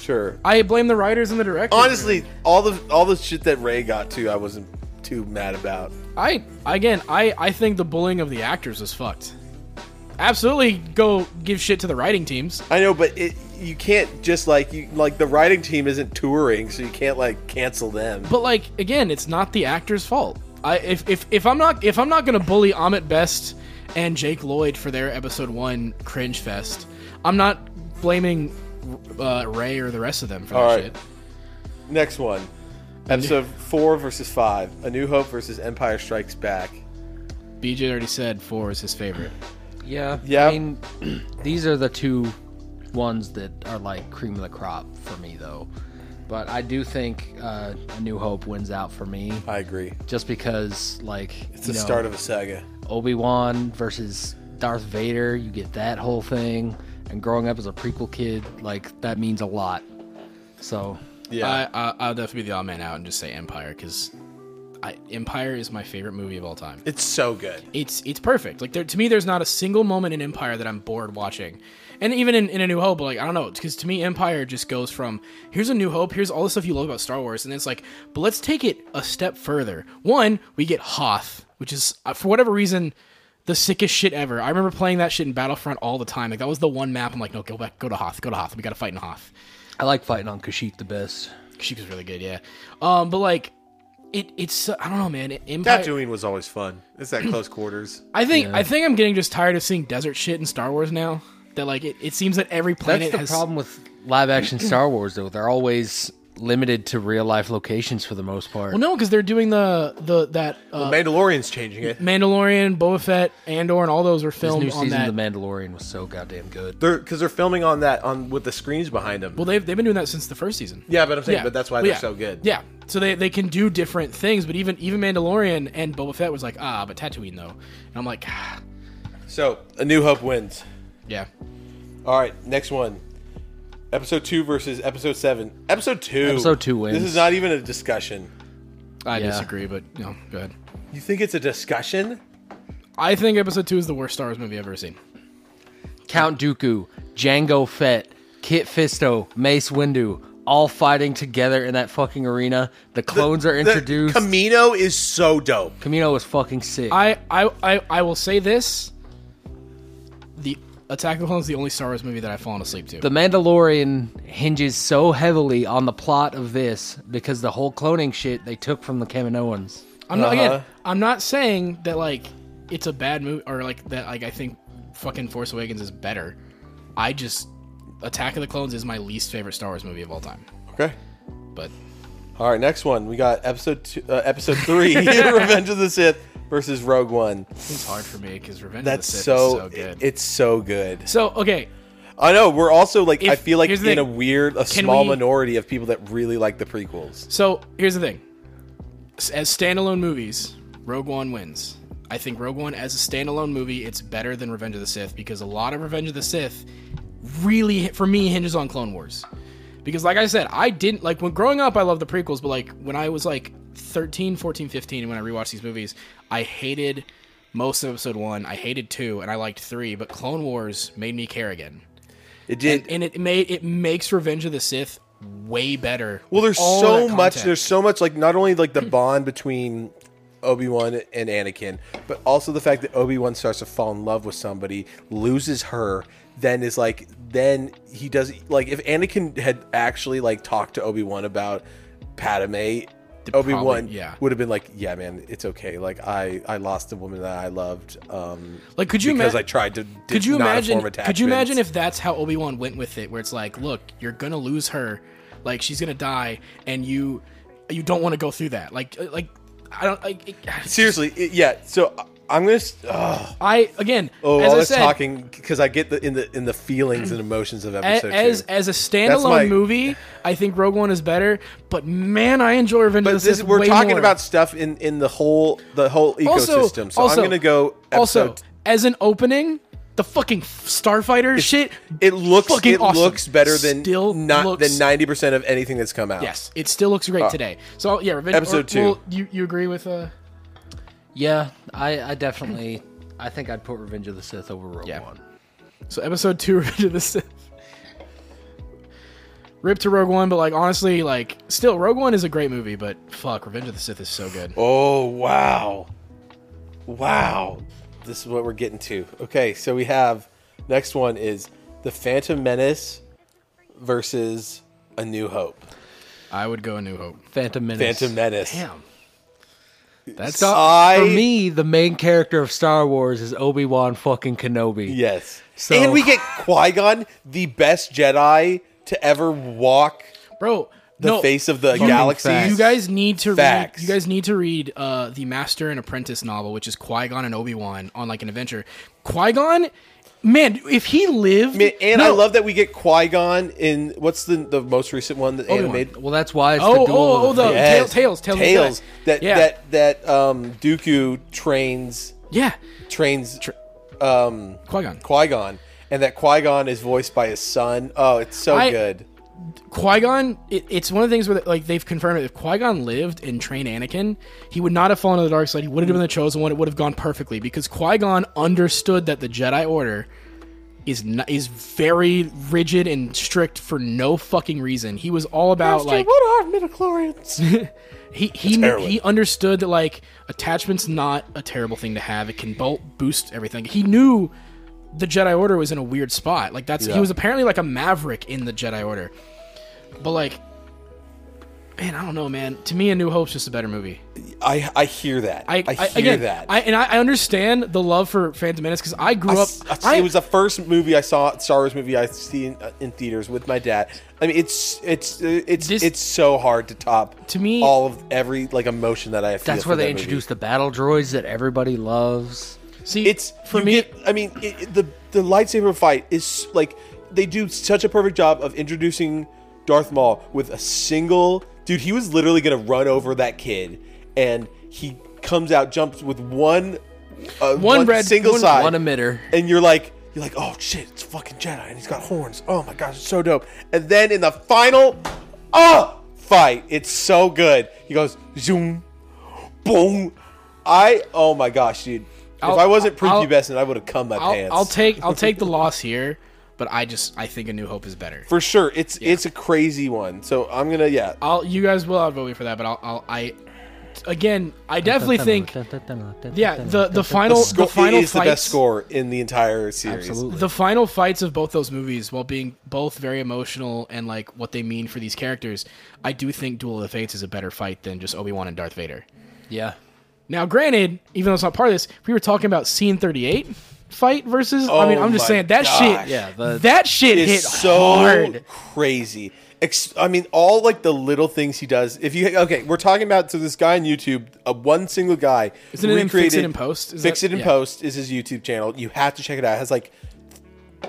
Sure.
I blame the writers and the directors
Honestly, all the all the shit that Ray got to, I wasn't too mad about.
I again I I think the bullying of the actors was fucked absolutely go give shit to the writing teams
I know, but it, you can't just like you like the writing team isn't touring, so you can't like cancel them.
But like again, it's not the actor's fault. I if if, if I'm not if I'm not gonna bully Amit Best and Jake Lloyd for their episode one cringe fest, I'm not blaming uh, Ray or the rest of them for
All
that
right.
shit.
Next one, episode four versus five: A New Hope versus Empire Strikes Back.
BJ already said four is his favorite.
Yeah.
Yeah.
I mean, these are the two ones that are like cream of the crop for me, though. But I do think uh, A New Hope wins out for me,
I agree.
just because like
It's the start of a saga.
Obi Wan versus Darth Vader. You get that whole thing, and growing up as a prequel kid, like that means a lot. So
Yeah.
I, I I'll definitely be the odd man out and just say Empire because. I, Empire is my favorite movie of all time.
It's so good.
It's it's perfect. Like there, to me, there's not a single moment in Empire that I'm bored watching, and even in, in A New Hope, like I don't know, because to me, Empire just goes from here's a New Hope, here's all the stuff you love about Star Wars, and it's like, but let's take it a step further. One, we get Hoth, which is uh, for whatever reason the sickest shit ever. I remember playing that shit in Battlefront all the time. Like that was the one map I'm like, no, go back, go to Hoth, go to Hoth. We got to fight in Hoth.
I like fighting on Kashyyyk the best.
She was really good, yeah. Um, but like. It, it's I don't know, man. Empire,
Tatooine was always fun. It's that close quarters.
I think I think I'm getting just tired of seeing desert shit in Star Wars now. That like it, it seems that every
That's
planet
the
has
problem with live action Star Wars, though. They're always limited to real life locations for the most part.
Well, no, because they're doing the the that uh,
Mandalorian's changing it.
Mandalorian, Boba Fett, Andor, and all those were
This
filmed
new
on
season
that.
of The Mandalorian was so goddamn good.
They're because they're filming on that on with the screens behind them.
well, they've they've been doing that since the first season.
yeah, but I'm saying,
Yeah.
but that's why
Well,
they're
yeah.
so good.
Yeah. So they, they can do different things, but even even Mandalorian and Boba Fett was like ah, but Tatooine though, and I'm like, ah,
So A New Hope wins.
yeah,
All right, next one. Episode two versus episode seven. Episode two.
Episode two wins.
This is not even a discussion.
I
Yeah.
disagree, but no, go ahead.
You think it's a discussion?
I think Episode Two is the worst Star Wars movie I've ever seen.
Count Dooku, Django Fett, Kit Fisto, Mace Windu, all fighting together in that fucking arena. The clones are
The
introduced.
Camino is so dope.
Camino was fucking sick.
I, I, I, I will say this: the Attack of the Clones is the only Star Wars movie that I've fallen asleep to.
the Mandalorian hinges so heavily on the plot of this because the whole cloning shit they took from the Kaminoans.
I'm not again.
Uh-huh.
I'm not saying that like it's a bad movie or like that like I think fucking Force Awakens is better. I just Attack of the Clones is my least favorite Star Wars movie of all time.
Okay.
But
All right, next one. We got episode two, uh, episode three, Revenge of the Sith versus Rogue One.
it's hard for me because Revenge
That's
of the Sith
so,
is so good.
it- it's so good.
so okay,
I know we're also like I
If-
feel like
here's
in
the
a
thing.
weird, a small
we-
minority of people that really like the prequels.
so here's the thing: S- as standalone movies, Rogue One wins. I think Rogue One as a standalone movie, it's better than Revenge of the Sith because a lot of Revenge of the Sith really for me hinges on Clone Wars. Because like I said, I didn't like when growing up I loved the prequels, but like when I was like 13, 14, 15 and when I rewatched these movies, I hated most of episode 1, I hated 2 and I liked 3, but Clone Wars made me care again.
It did.
and it made it makes Revenge of the Sith way better.
well, there's
All of
so
that
much.
content.
There's so much like not only like the bond between Obi Wan and Anakin, but also the fact that Obi Wan starts to fall in love with somebody, loses her, then is like then he does like if Anakin had actually like talked to Obi Wan about Padme. Obi
probably-
Wan
yeah.
would have been like, yeah, man, it's okay. Like I, I lost the woman that I loved. Um,
Like, could you
because
ima-
I tried to
could you
not
imagine
form
could you imagine
attachments.
if that's how obi-wan went with it where it's like look you're gonna lose her like she's gonna die and you you don't want to go through that like uh, like i don't like it-
Seriously, it- yeah. So I- I'm gonna. s- ugh.
i again
oh,
as
all
i
this
said
talking because I get the in the in the feelings and emotions of
a-
episode
as
two.
as a standalone
my-
movie i think rogue one is better but man i enjoy revenge
but
of the
this,
Sith
we're
way
talking
more.
about stuff in in the whole the whole ecosystem.
also,
so
also,
I'm gonna go. Episode,
also as an opening the fucking starfighter shit
it looks
fucking
it
awesome.
looks better than
Still
not
looks-
than ninety percent of anything that's come out.
yes it still looks great today so yeah revenge
Uh, Episode
or-
two.
well, you you agree with uh
Yeah, I, I definitely. I think I'd put Revenge of the Sith over Rogue
Yeah.
One.
So episode two, Revenge of the Sith. Rip to Rogue One, but like honestly, like still Rogue One is a great movie, but fuck, Revenge of the Sith is so good.
Oh wow, wow! This is what we're getting to. Okay, so we have next one is the Phantom Menace versus A New Hope.
I would go A New Hope.
Phantom Menace.
Phantom Menace.
Damn, that's
I
For me, the main character of Star Wars is Obi Wan fucking Kenobi.
yes.
So-
And we get Qui Gon, the best Jedi to ever walk
bro.
the
no,
face of the
Fucking
galaxy.
facts.
You guys need to
Facts.
read. You guys need to read uh, the Master and Apprentice novel, which is Qui Gon and Obi Wan on like an adventure. Qui Gon, man, if he lived,
Man, and I
No.
love that we get Qui Gon in what's the the most recent one that
Obi-Wan.
animated.
Well, that's why it's
Oh,
the duel.
oh,
of
oh, the- Tails- Tails, Tails of the
Tails.
Jedi.
That
Yeah.
that that um, Dooku trains
yeah,
trains um,
Qui Gon.
Qui Gon, and that Qui Gon is voiced by his son. Oh, it's so
I-
good.
Qui Gon, it, it's one of the things where like they've confirmed it. If Qui Gon lived and trained Anakin, he would not have fallen to the dark side. He would have been the chosen one. It would have gone perfectly because Qui Gon understood that the Jedi Order is not, is very rigid and strict for no fucking reason. He was all about like
what are midichlorians?
he he
heroin.
he understood that like attachment's not a terrible thing to have. It can bo- boost everything. He knew the Jedi Order was in a weird spot. Like that's
Yeah.
he was apparently like a maverick in the Jedi Order. But like man, I don't know, man. To me A New Hope's just a better movie.
I I hear that. I,
I, I,
hear
again,
that.
I and I, I understand the love for Phantom Menace cuz I grew up
I s-
I,
it was the first movie I saw Star Wars movie I seen uh, in theaters with my dad. I mean, it's it's uh, it's
This-
it's so hard to top
To me-
all of every like emotion that I feel.
That's
for
where they
that movie.
introduced the battle droids that everybody loves.
see
It's
for
you
me
get- I mean, it, it- the the lightsaber fight is like they do such a perfect job of introducing Darth Maul with a single dude. He was literally gonna run over that kid, and he comes out, jumps with one. Uh,
One red-
single
one-
side,
One emitter.
and you're like you're like oh shit it's fucking jedi and he's got horns oh my gosh it's so dope and then in the final oh fight it's so good he goes zoom boom i oh my gosh dude if
I'll-
i wasn't
I'll-
prepubescent i would have come my
I'll,
pants
I'll take I'll take the loss here, but I just I think A New Hope is better.
for sure it's it's a crazy one so i'm gonna yeah
I'll you guys will outvote me for that, but I'll, I'll I again I definitely think yeah the the final the,
score
final
is the best
fights
score in the entire series
Absolutely.
the final fights of both those movies while being both very emotional and like what they mean for these characters I do think Duel of the Fates is a better fight than just Obi Wan and Darth Vader
Yeah.
Now, granted, even though it's not part of this, if we were talking about scene 38 fight versus, I mean,
Oh
I'm just
my
saying that
gosh.
shit,
Yeah, the-
that shit
It
hit
is so
hard.
crazy. Ex- I mean, all like the little things he does. If you okay, we're talking about so this guy on YouTube, uh, one single guy.
Isn't it in Fix It
recreated-
and Post? Is
Fix
that-
it and
yeah.
post is his YouTube channel. You have to check it out. It has like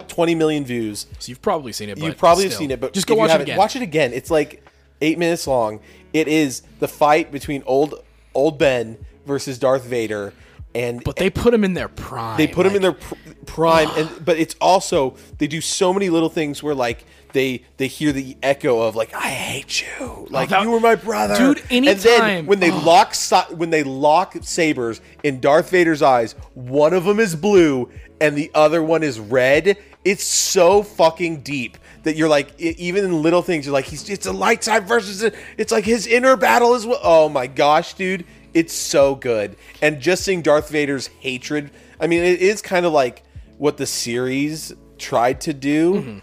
twenty million views.
So you've probably seen it.
you
but
probably have
still.
seen it, but
just go
if you
watch it
haven't,
again.
Watch it again. It's like eight minutes long. It is the fight between old old Ben versus Darth Vader, and
But they put him in their prime.
they put him in their pr- prime and but it's also they do so many little things where like they they hear the echo of like i hate you like
that-
you were my brother
Dude,
and then
anytime-
when they lock si- when they lock sabers in darth vader's eyes one of them is blue and the other one is red it's so fucking deep that you're like e- even in little things you're like he's it's a light side versus it. it's like his inner battle is well oh my gosh dude it's so good and just seeing darth vader's hatred i mean it is kind of like what the series tried to do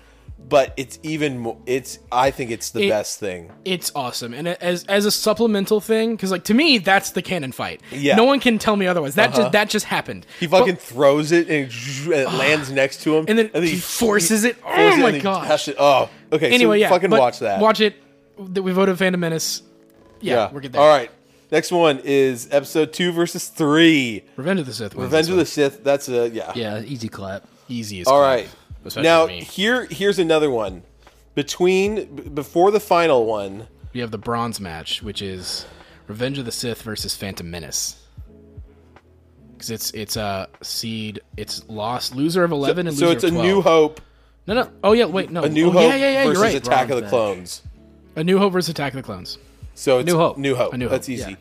but it's even more it's i think it's the
Mm-hmm. It-
best thing
It's awesome, and as as a supplemental thing, because like to me, that's the cannon fight.
Yeah. Uh-huh.
no one can tell me otherwise. That just that just happened.
he fucking throws it and, it- and it lands next to him
and then he
he-
forces it.
he throws
Oh
it
my
and he
gosh!
has to- oh okay
Anyway,
so
yeah,
fucking
but
watch that
Watch it. That we voted Phantom Menace. Yeah, we're good. There.
all right next one is episode two versus three
Revenge of the Sith. wins
revenge
this
of the sith that's a yeah
Yeah, easy clap.
one. easiest.
All
clap.
right.
Especially
now
me.
here here's another one. Between b- before the final one,
We have the bronze match, which is Revenge of the Sith versus Phantom Menace. Because it's it's a uh, seed. It's lost loser of eleven and
so
loser
it's a
of 12.
New Hope,
No, no. Oh yeah, wait, no.
a New
oh,
Hope
yeah, yeah, yeah,
versus
you're right.
Attack of the
Bronze match.
Clones.
A New Hope versus Attack of the Clones.
So it's
New Hope.
New Hope.
A New
That's
Hope,
easy.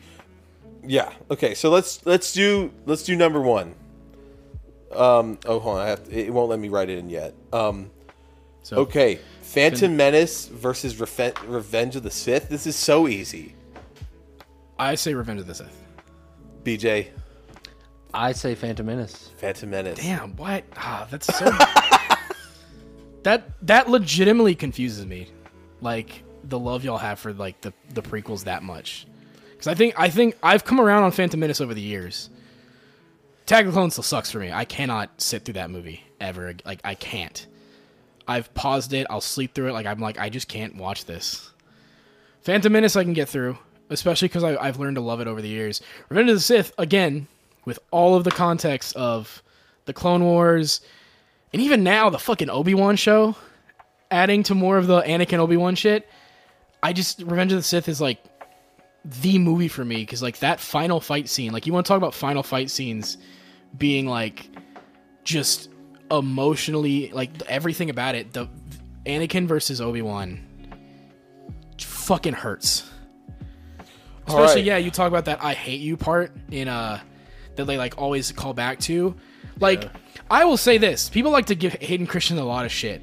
Yeah. Okay. So let's let's do let's do number one. Um. Oh, hold on. I have to, it won't let me write it in yet. Um.
So
Okay. Phantom Menace versus Refe- Revenge of the Sith. This is so easy.
I say Revenge of the Sith.
BJ.
I say Phantom Menace.
Phantom Menace.
Damn, what? Ah, that's so. that that legitimately confuses me, like the love y'all have for like the the prequels that much, because I think I think I've come around on Phantom Menace over the years. Tag of the Clone still sucks for me. I cannot sit through that movie ever. ag- Like I can't. I've paused it. I'll sleep through it. Like I'm like I just can't watch this. Phantom Menace I can get through, especially because I've learned to love it over the years. Revenge of the Sith again, with all of the context of the Clone Wars, and even now the fucking Obi Wan show, adding to more of the Anakin Obi Wan shit. I just Revenge of the Sith is like the movie for me because like that final fight scene, like you want to talk about final fight scenes being like just emotionally like everything about it. The Anakin versus Obi Wan fucking hurts. Especially
right.
yeah, you talk about that I hate you part in uh that they like always call back to. Like I will say this, people like to give Hayden Christian a lot of shit.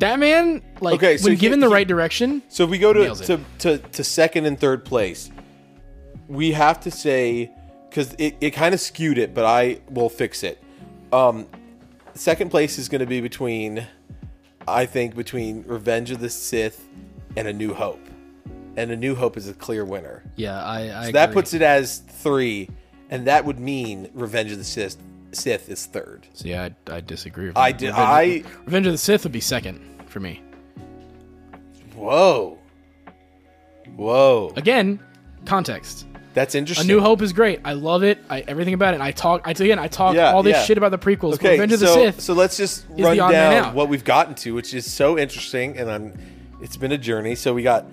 That man, like
Okay, so
when
he-
given the
he-
right direction,
So if we go to
Nails it.
to, to to second and third place, we have to say because it, it kind of skewed it, but I will fix it. Um, second place is going to be between, I think, between Revenge of the Sith and A New Hope, and A New Hope is a clear winner.
Yeah, I. I
That
agree.
puts it as three, and that would mean Revenge of the Sith Sith is third.
See, I, I disagree. With
I
that.
did. I
Revenge, Revenge of the Sith would be second for me.
whoa, whoa.
Again, context.
That's
A
interesting.
New Hope is great. I love it. I everything about it. I talk. I again. I talk
Yeah,
all this
yeah.
shit about the prequels. but
Okay,
Revenge of the
so,
Sith.
So let's just
the
run
odd man
down
out.
what we've gotten to, which is so interesting, and I'm. It's been a journey. So we got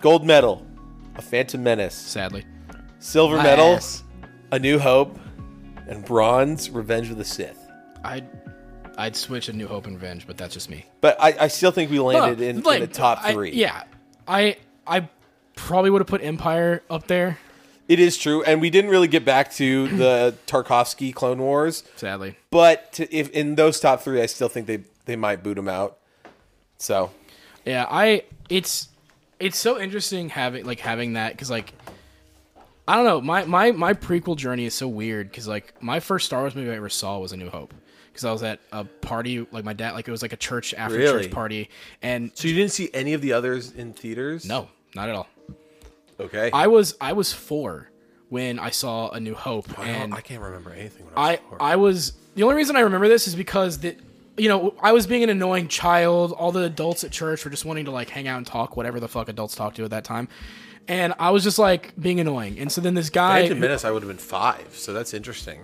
gold medal, a Phantom Menace,
sadly,
silver
My
medal,
ass.
a New Hope, and bronze, Revenge of the Sith.
I'd I'd switch A New Hope and Revenge, but that's just me.
But I, I still think we landed
Huh,
in, in
like,
the top
I-
three.
yeah, I I probably would have put Empire up there.
it is true, and we didn't really get back to the Tarkovsky Clone Wars,
Sadly,
but to, if in those top three, I still think they they might boot them out. So
Yeah, I it's it's so interesting having like having that because like I don't know my my my prequel journey is so weird because like my first Star Wars movie I ever saw was A New Hope because I was at a party like my dad like it was like a church after
Really?
church party and
so you didn't see any of the others in theaters?
no not at all
Okay.
I was I was four when I saw A New Hope, and
Oh, I can't remember anything. When I,
I I was the only reason I remember this is because the you know I was being an annoying child. All the adults at church were just wanting to like hang out and talk whatever the fuck adults talk to at that time, and I was just like being annoying. And so then this guy,
Phantom Menace, I would have been five, so that's interesting.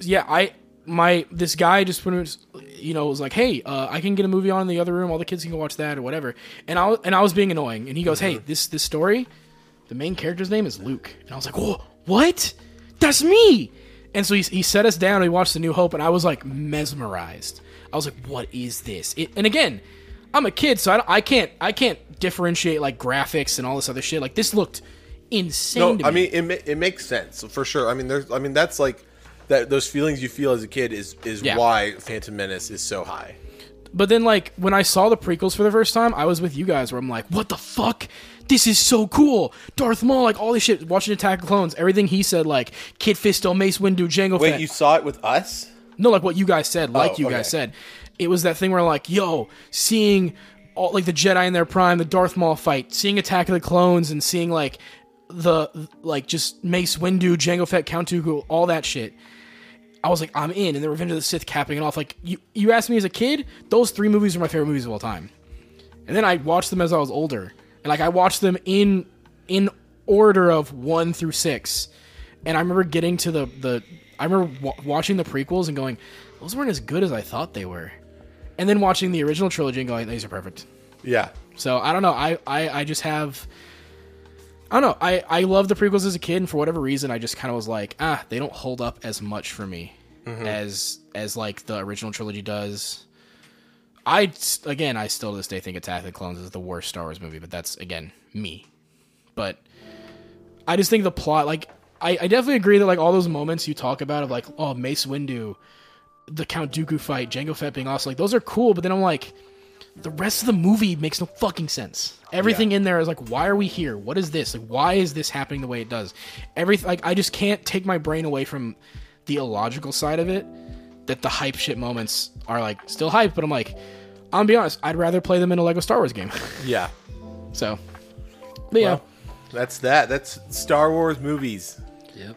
yeah, I my this guy just when it was, you know was like, hey, uh, I can get a movie on in the other room. All the kids can go watch that or whatever. And I was- and I was being annoying. And he goes,
Mm-hmm.
hey, this this story, the main character's name is Luke. And I was like, whoa, what? That's me. And so he, he set us down. and We watched The New Hope, and I was like mesmerized. I was like, what is this? It, and again. I'm a kid, so I, don't- I can't I can't differentiate like graphics and all this other shit. Like this looked insane.
No,
to
I
me.
mean it. ma- It makes sense for sure. I mean, there's. I mean, that's like that. Those feelings you feel as a kid is is
Yeah.
why Phantom Menace is so high.
But then, like, when I saw the prequels for the first time, I was with you guys where I'm like, what the fuck? This is so cool. Darth Maul, like, all this shit. Watching Attack of the Clones, everything he said, like, Kid Fisto, Mace Windu, Jango
Wait,
Fett.
you saw it with us?
No, like what you guys said, like
Oh,
you
okay.
guys said. It was that thing where like, yo, seeing all like the Jedi in their prime, the Darth Maul fight, seeing Attack of the Clones, and seeing like the like just Mace Windu, Jango Fett, Count Dooku, all that shit. I was like, I'm in, and then Revenge of the Sith capping it off. Like you, you asked me as a kid, those three movies are my favorite movies of all time. And then I watched them as I was older, and like I watched them in in order of one through six and I remember getting to the the I remember wa watching the prequels and going, those weren't as good as I thought they were, and then watching the original trilogy and going, these are perfect.
Yeah.
So I don't know. I I, I just have. I don't know. I, I love the prequels as a kid, and for whatever reason, I just kind of was like, ah, they don't hold up as much for me as as like the original trilogy does. I s- again, I still to this day think Attack of the Clones is the worst Star Wars movie, but that's again me. But I just think the plot, like, I, I definitely agree that like all those moments you talk about of like, oh, Mace Windu, the Count Dooku fight, Jango Fett being awesome, like those are cool. But then I'm like, the rest of the movie makes no fucking sense. Everything in there is like, why are we here? What is this? Like, why is this happening the way it does? Everything, like, I just can't take my brain away from the illogical side of it. That the hype shit moments are like still hype, but I'm like, I'm gonna be honest, I'd rather play them in a Lego Star Wars game.
Yeah.
so, but yeah.
Well, that's that. That's Star Wars movies.
Yep.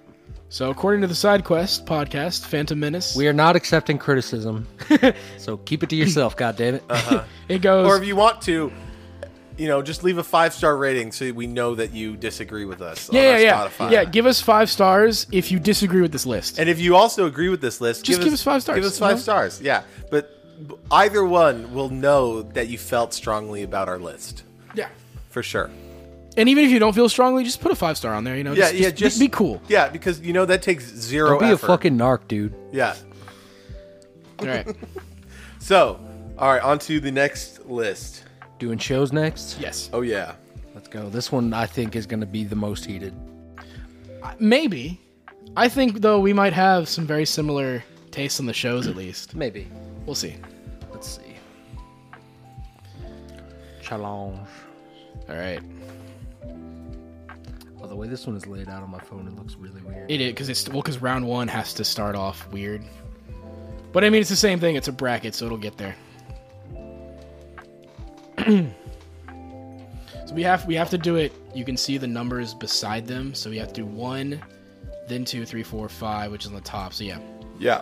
So, according to the Side Quest podcast, Phantom Menace,
We are not accepting criticism, so keep it to yourself. God damn it.
it goes.
Or if you want to, you know, just leave a five star rating so we know that you disagree with us. on
yeah,
our
yeah, yeah,
Spotify.
yeah. Give us five stars if you disagree with this list.
And if you also agree with this list,
Just give us five stars,
Give us
you
5
know?
stars. Yeah, but b- either one will know that you felt strongly about our list
yeah.
for sure.
And even if you don't feel strongly, just put a five star on there. You know,
Yeah,
just,
yeah.
be-
Just
be, cool.
Yeah, because you know that takes 0
Don't be a
effort.
fucking narc, dude.
yeah.
All right.
So, all right, on to the next list.
Doing shows next.
yes.
Oh yeah,
Let's go. This one I think is going to be the most heated.
Maybe. I think though we might have some very similar tastes on the shows. At least
Maybe.
we'll see.
Let's see. Challenge.
All right.
By the way, this one is laid out on my phone. It looks really weird.
It is because it's well because round one has to start off weird. But I mean, it's the same thing. It's a bracket, so it'll get there. so we have we have to do it. You can see the numbers beside them. So we have to do one, then two, three, four, five, which is on the top. So yeah.
yeah.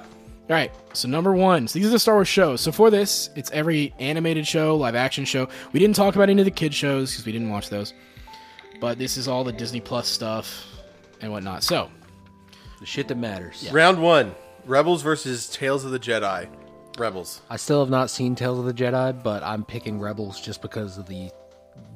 All right, so number one. So these are the Star Wars shows. So for this, it's every animated show, live action show. We didn't talk about any of the kid shows because we didn't watch those. But this is all the Disney Plus stuff and whatnot. So
the shit that matters.
Round one: Rebels versus Tales of the Jedi. Rebels.
I still have not seen Tales of the Jedi, but I'm picking Rebels just because of the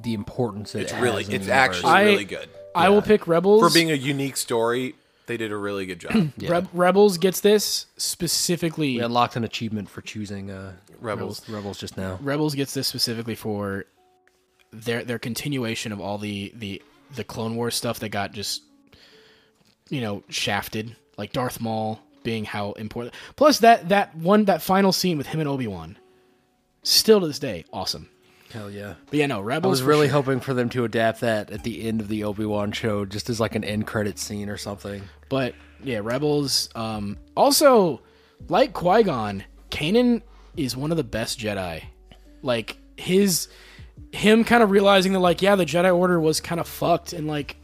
the importance it
It's
has
really,
in the
it's
universe.
actually
I-
really good
I will pick Rebels.
for being a unique story. They did a really good job.
Reb- Rebels gets this specifically.
We unlocked an achievement for choosing uh,
Rebels.
Rebels just now.
Rebels gets this specifically for their their continuation of all the the the Clone Wars stuff that got just you know shafted, like Darth Maul being how important. Plus that that one that final scene with him and Obi Wan, still to this day, awesome.
Hell yeah!
But yeah, no
I
Rebels
was
for
really
sure.
hoping for them to adapt that at the end of the Obi Wan show, just as like an end credit scene or something.
But yeah, Rebels. Um, also, like Qui Gon, Kanan is one of the best Jedi. Like his, him kind of realizing that like yeah, the Jedi Order was kind of fucked, and like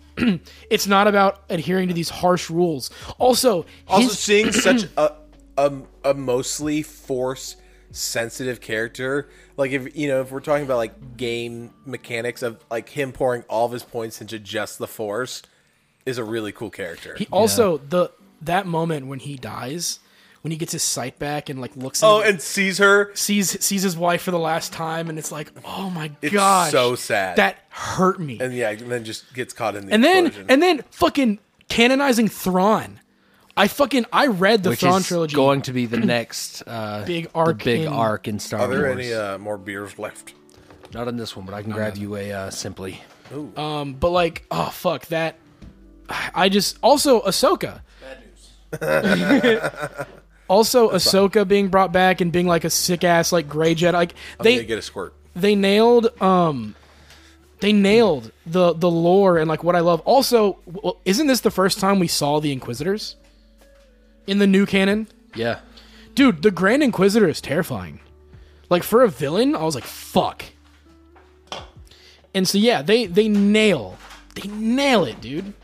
it's not about adhering to these harsh rules. Also,
Also,
his-
seeing such a, a a mostly force sensitive character, like if you know, if we're talking about like game mechanics of like him pouring all of his points into just the force, is a really cool character.
he also the that moment when he dies, when he gets his sight back and like looks.
oh,
into-
and sees her.
sees sees his wife for the last time, and it's like, oh my
It's
gosh,
so sad.
That hurt me.
And yeah, and then just gets caught in the
and then
explosion.
and then fucking canonizing Thrawn. I fucking I read the
which
Thrawn
is
trilogy.
going to be the next uh,
Big arc
the big
in-
arc in Star
are there
Wars.
any uh, more beers left?
Not in this one, but I can grab you a uh, simply.
um, but like, oh fuck that. I just also Ahsoka. also Ahsoka being brought back and being like a sick ass like gray Jedi. Like
They
they
get a squirt.
they nailed um they nailed the the lore and like what I love. Also, w- isn't this the first time we saw the Inquisitors in the new canon?
Yeah,
Dude, the Grand Inquisitor is terrifying. Like for a villain, I was like, fuck. And so yeah, they they nail, they nail it, dude.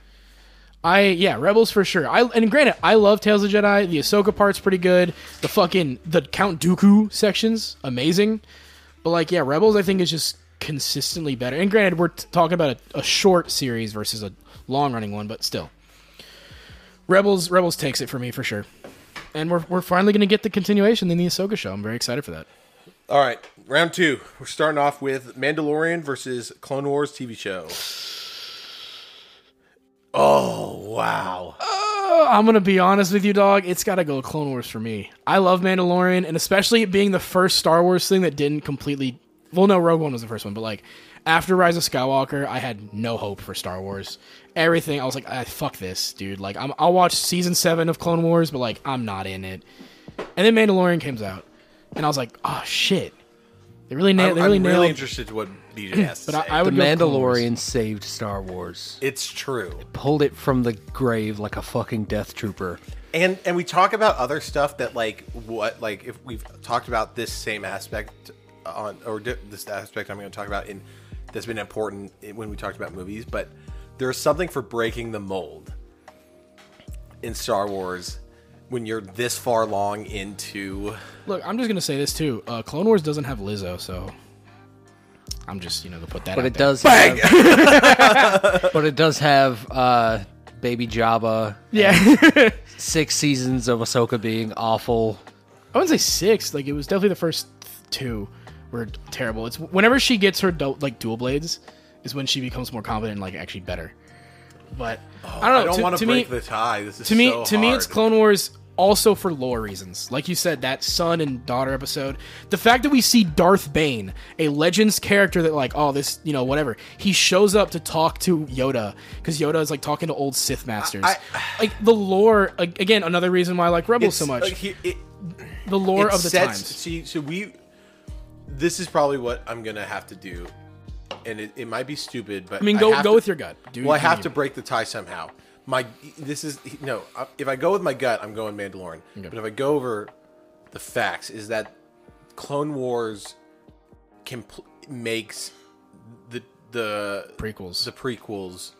I yeah, Rebels for sure. I and granted, I love Tales of the Jedi. The Ahsoka part's pretty good. The fucking the Count Dooku sections amazing. But like yeah, Rebels I think is just consistently better. And granted, we're t- talking about a, a short series versus a long running one, but still. Rebels Rebels takes it for me for sure. And we're, we're finally going to get the continuation in the Ahsoka show. I'm very excited for that.
All right, round two. We're starting off with Mandalorian versus Clone Wars TV show. Oh wow!
Uh, I'm going to be honest with you, dog. It's got to go Clone Wars for me. I love Mandalorian, and especially it being the first Star Wars thing that didn't completely. Well, no, Rogue One was the first one, but like after Rise of Skywalker, I had no hope for Star Wars. Everything, I was like, ah, fuck this, dude. Like, I'm, I'll watch season seven of Clone Wars, but like, I'm not in it. And then Mandalorian comes out, and I was like, oh, shit. They really, na-
I'm,
they really
I'm
nailed
really interested to what DJ has to
But I,
say.
I
the
would go Clone Wars.
Mandalorian saved Star Wars.
it's true.
Pulled it from the grave like a fucking death trooper.
and and we talk about other stuff that like what like if we've talked about this same aspect on or di- this aspect I'm going to talk about in that's been important in- when we talked about movies, but there's something for breaking the mold in Star Wars when you're this far long into
Look, I'm just gonna say this too. Uh, Clone Wars doesn't have Lizzo, so I'm just you know gonna put that.
But
out
it
there.
does. Have, but it does have uh, Baby Jabba.
Yeah,
Six seasons of Ahsoka being awful.
I wouldn't say six. Like it was definitely the first two were terrible. It's whenever she gets her du- like dual blades is when she becomes more confident and like actually better. But I don't know.
Oh, I don't
Oh, to,
want
to
to break
me,
the tie. This is
to me
so
to me it's
hard.
Clone Wars also for lore reasons. Like you said that son and daughter episode, the fact that we see Darth Bane, a legends character that like oh this, you know, whatever. He shows up to talk to Yoda cuz Yoda is like talking to old Sith masters. like the lore a- again another reason why I like Rebels so
It's,
much.
like, he- it-
the lore
it
of the
sets-
times.
See, so we. This is probably what I'm gonna have to do, and it, it might be stupid, but
I mean go go with your gut. Do
well, I
you
have
need.
to break the tie somehow. My this is no. I- If I go with my gut, I'm going Mandalorian. But if I go over the facts, is that Clone Wars compl- makes the the
Prequels.
the prequels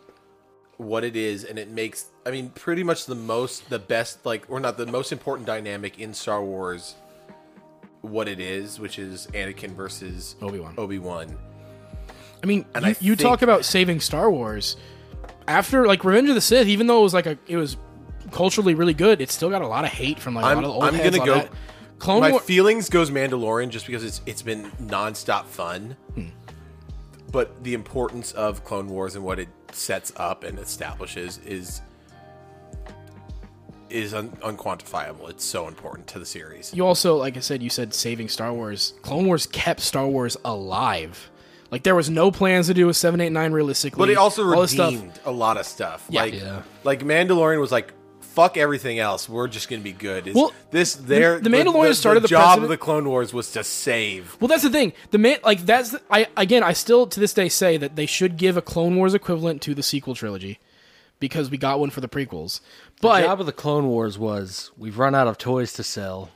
what it is, and it makes I mean pretty much the most the best like or not the most important dynamic in Star Wars what it is, which is Anakin versus
Obi-Wan.
Obi Wan.
I mean,
And
you,
I
you talk
think-
about saving Star Wars after like Revenge of the Sith, even though it was like a it was culturally really good, it still got a lot of hate from like a lot
I'm-
of the old
I'm
heads
gonna
on
go-
that. Clone
my
War.
feelings goes Mandalorian just because it's it's been nonstop fun. But the importance of Clone Wars and what it sets up and establishes is is un- unquantifiable. It's so important to the series.
you also, like I said, you said saving Star Wars. Clone Wars kept Star Wars alive. Like there was no plans to do a seven, eight, nine realistically.
But it also
all this stuff.
redeemed a lot of stuff.
Yeah.
Like
Yeah.
like Mandalorian was like fuck everything else. We're just gonna be good. Is
Well,
this their
the Mandalorian started the
job
precedent-
of the Clone Wars was to save.
Well, that's the thing. The man, like that's the, I again, I still to this day say that they should give a Clone Wars equivalent to the sequel trilogy because we got one for the prequels. But
the job of the Clone Wars was we've run out of toys to sell.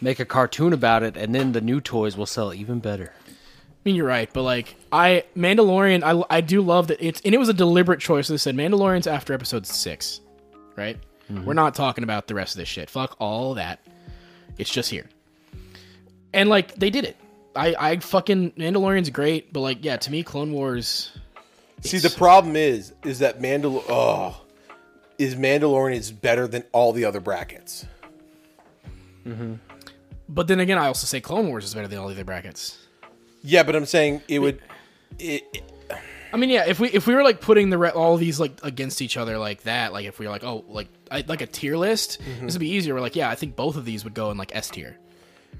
Make a cartoon about it, and then the new toys will sell even better.
mean, you're right, but like I Mandalorian, I I do love that it's and it was a deliberate choice. They said Mandalorian's after episode six, right? We're not talking about the rest of this shit. Fuck all that. It's just here, and like they did it. I I fucking Mandalorian's great, but like yeah, to me, Clone Wars.
See, the problem is, is that Mandal oh, is Mandalorian is better than all the other brackets.
But then again, I also say Clone Wars is better than all the other brackets.
Yeah, but I'm saying it would. It, it-
I mean, yeah. If we if we were like putting the re- all these like against each other like that, like if we were like oh like I, like a tier list, this would be easier. We're like, yeah, I think both of these would go in like S tier.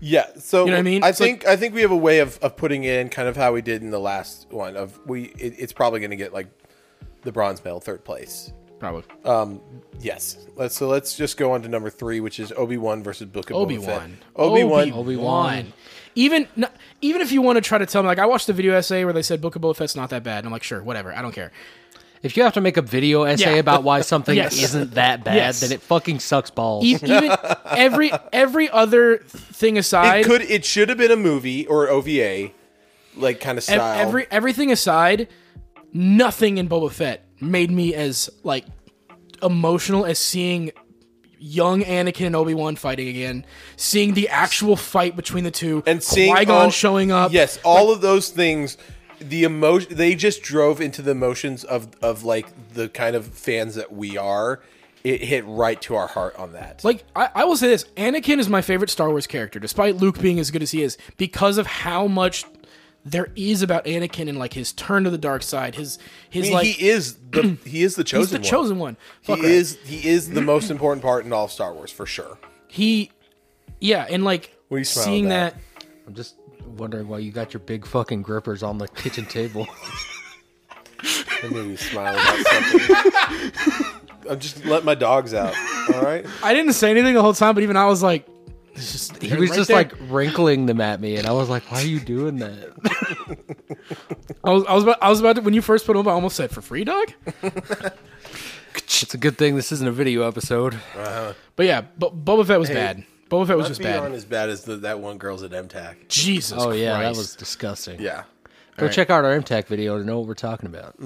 yeah, so
You know what I mean?
I
It's like-
think I think we have a way of, of putting in kind of how we did in the last one. Of we, it, it's probably going to get like the bronze medal, third place.
Probably
Yes. Let's, so let's just go on to number three, which is Obi Wan versus Book of
Obi
Obi
Wan.
Obi Wan.
Obi-Wan.
Even n- even if you want to try to tell me, like I watched the video essay where they said Book of Boba Fett's not that bad, and I'm like, sure, whatever, I don't care.
If you have to make a video essay
Yeah.
about why something
Yes.
isn't that bad,
Yes.
then it fucking sucks balls.
E- Even every every other thing aside,
It could. It should have been a movie or OVA, like kind of
ev-
style.
every everything aside, nothing in Boba Fett made me as like emotional as seeing young Anakin and Obi Wan fighting again, seeing the actual fight between the two,
and seeing
Qui Gon
all-
showing up.
Yes, all of those things. The emotion they just drove into the emotions of of like the kind of fans that we are. It hit right to our heart on that.
Like I, I will say this, Anakin is my favorite Star Wars character, despite Luke being as good as he is, because of how much there is about Anakin and like his turn to the dark side, his his
I mean,
like
he is the he is the chosen.
he's the
one.
chosen one.
He
Fuck right.
is he is the most important part in all of Star Wars for sure.
he, yeah, and like
What are you smiling
seeing
at?
that.
I'm just wondering why you got your big fucking grippers on the kitchen table.
I knew he was smiling about something. I'm just let my dogs out. All right.
I didn't say anything the whole time, but even I was like, it's just,
he was just like wrinkling them at me, and I was like, "Why are you doing that?"
I was, I was about, I was about to, when you first put him up, I almost said for free, dog.
it's a good thing this isn't a video episode.
But yeah, but Boba Fett was bad. Boba Fett was just
Beyond
bad.
as bad as the, that one girl's at MTAC.
Jesus.
Oh yeah,
Christ.
that was disgusting.
Yeah. Mm-hmm.
Go check out our MTech video to know what we're talking about.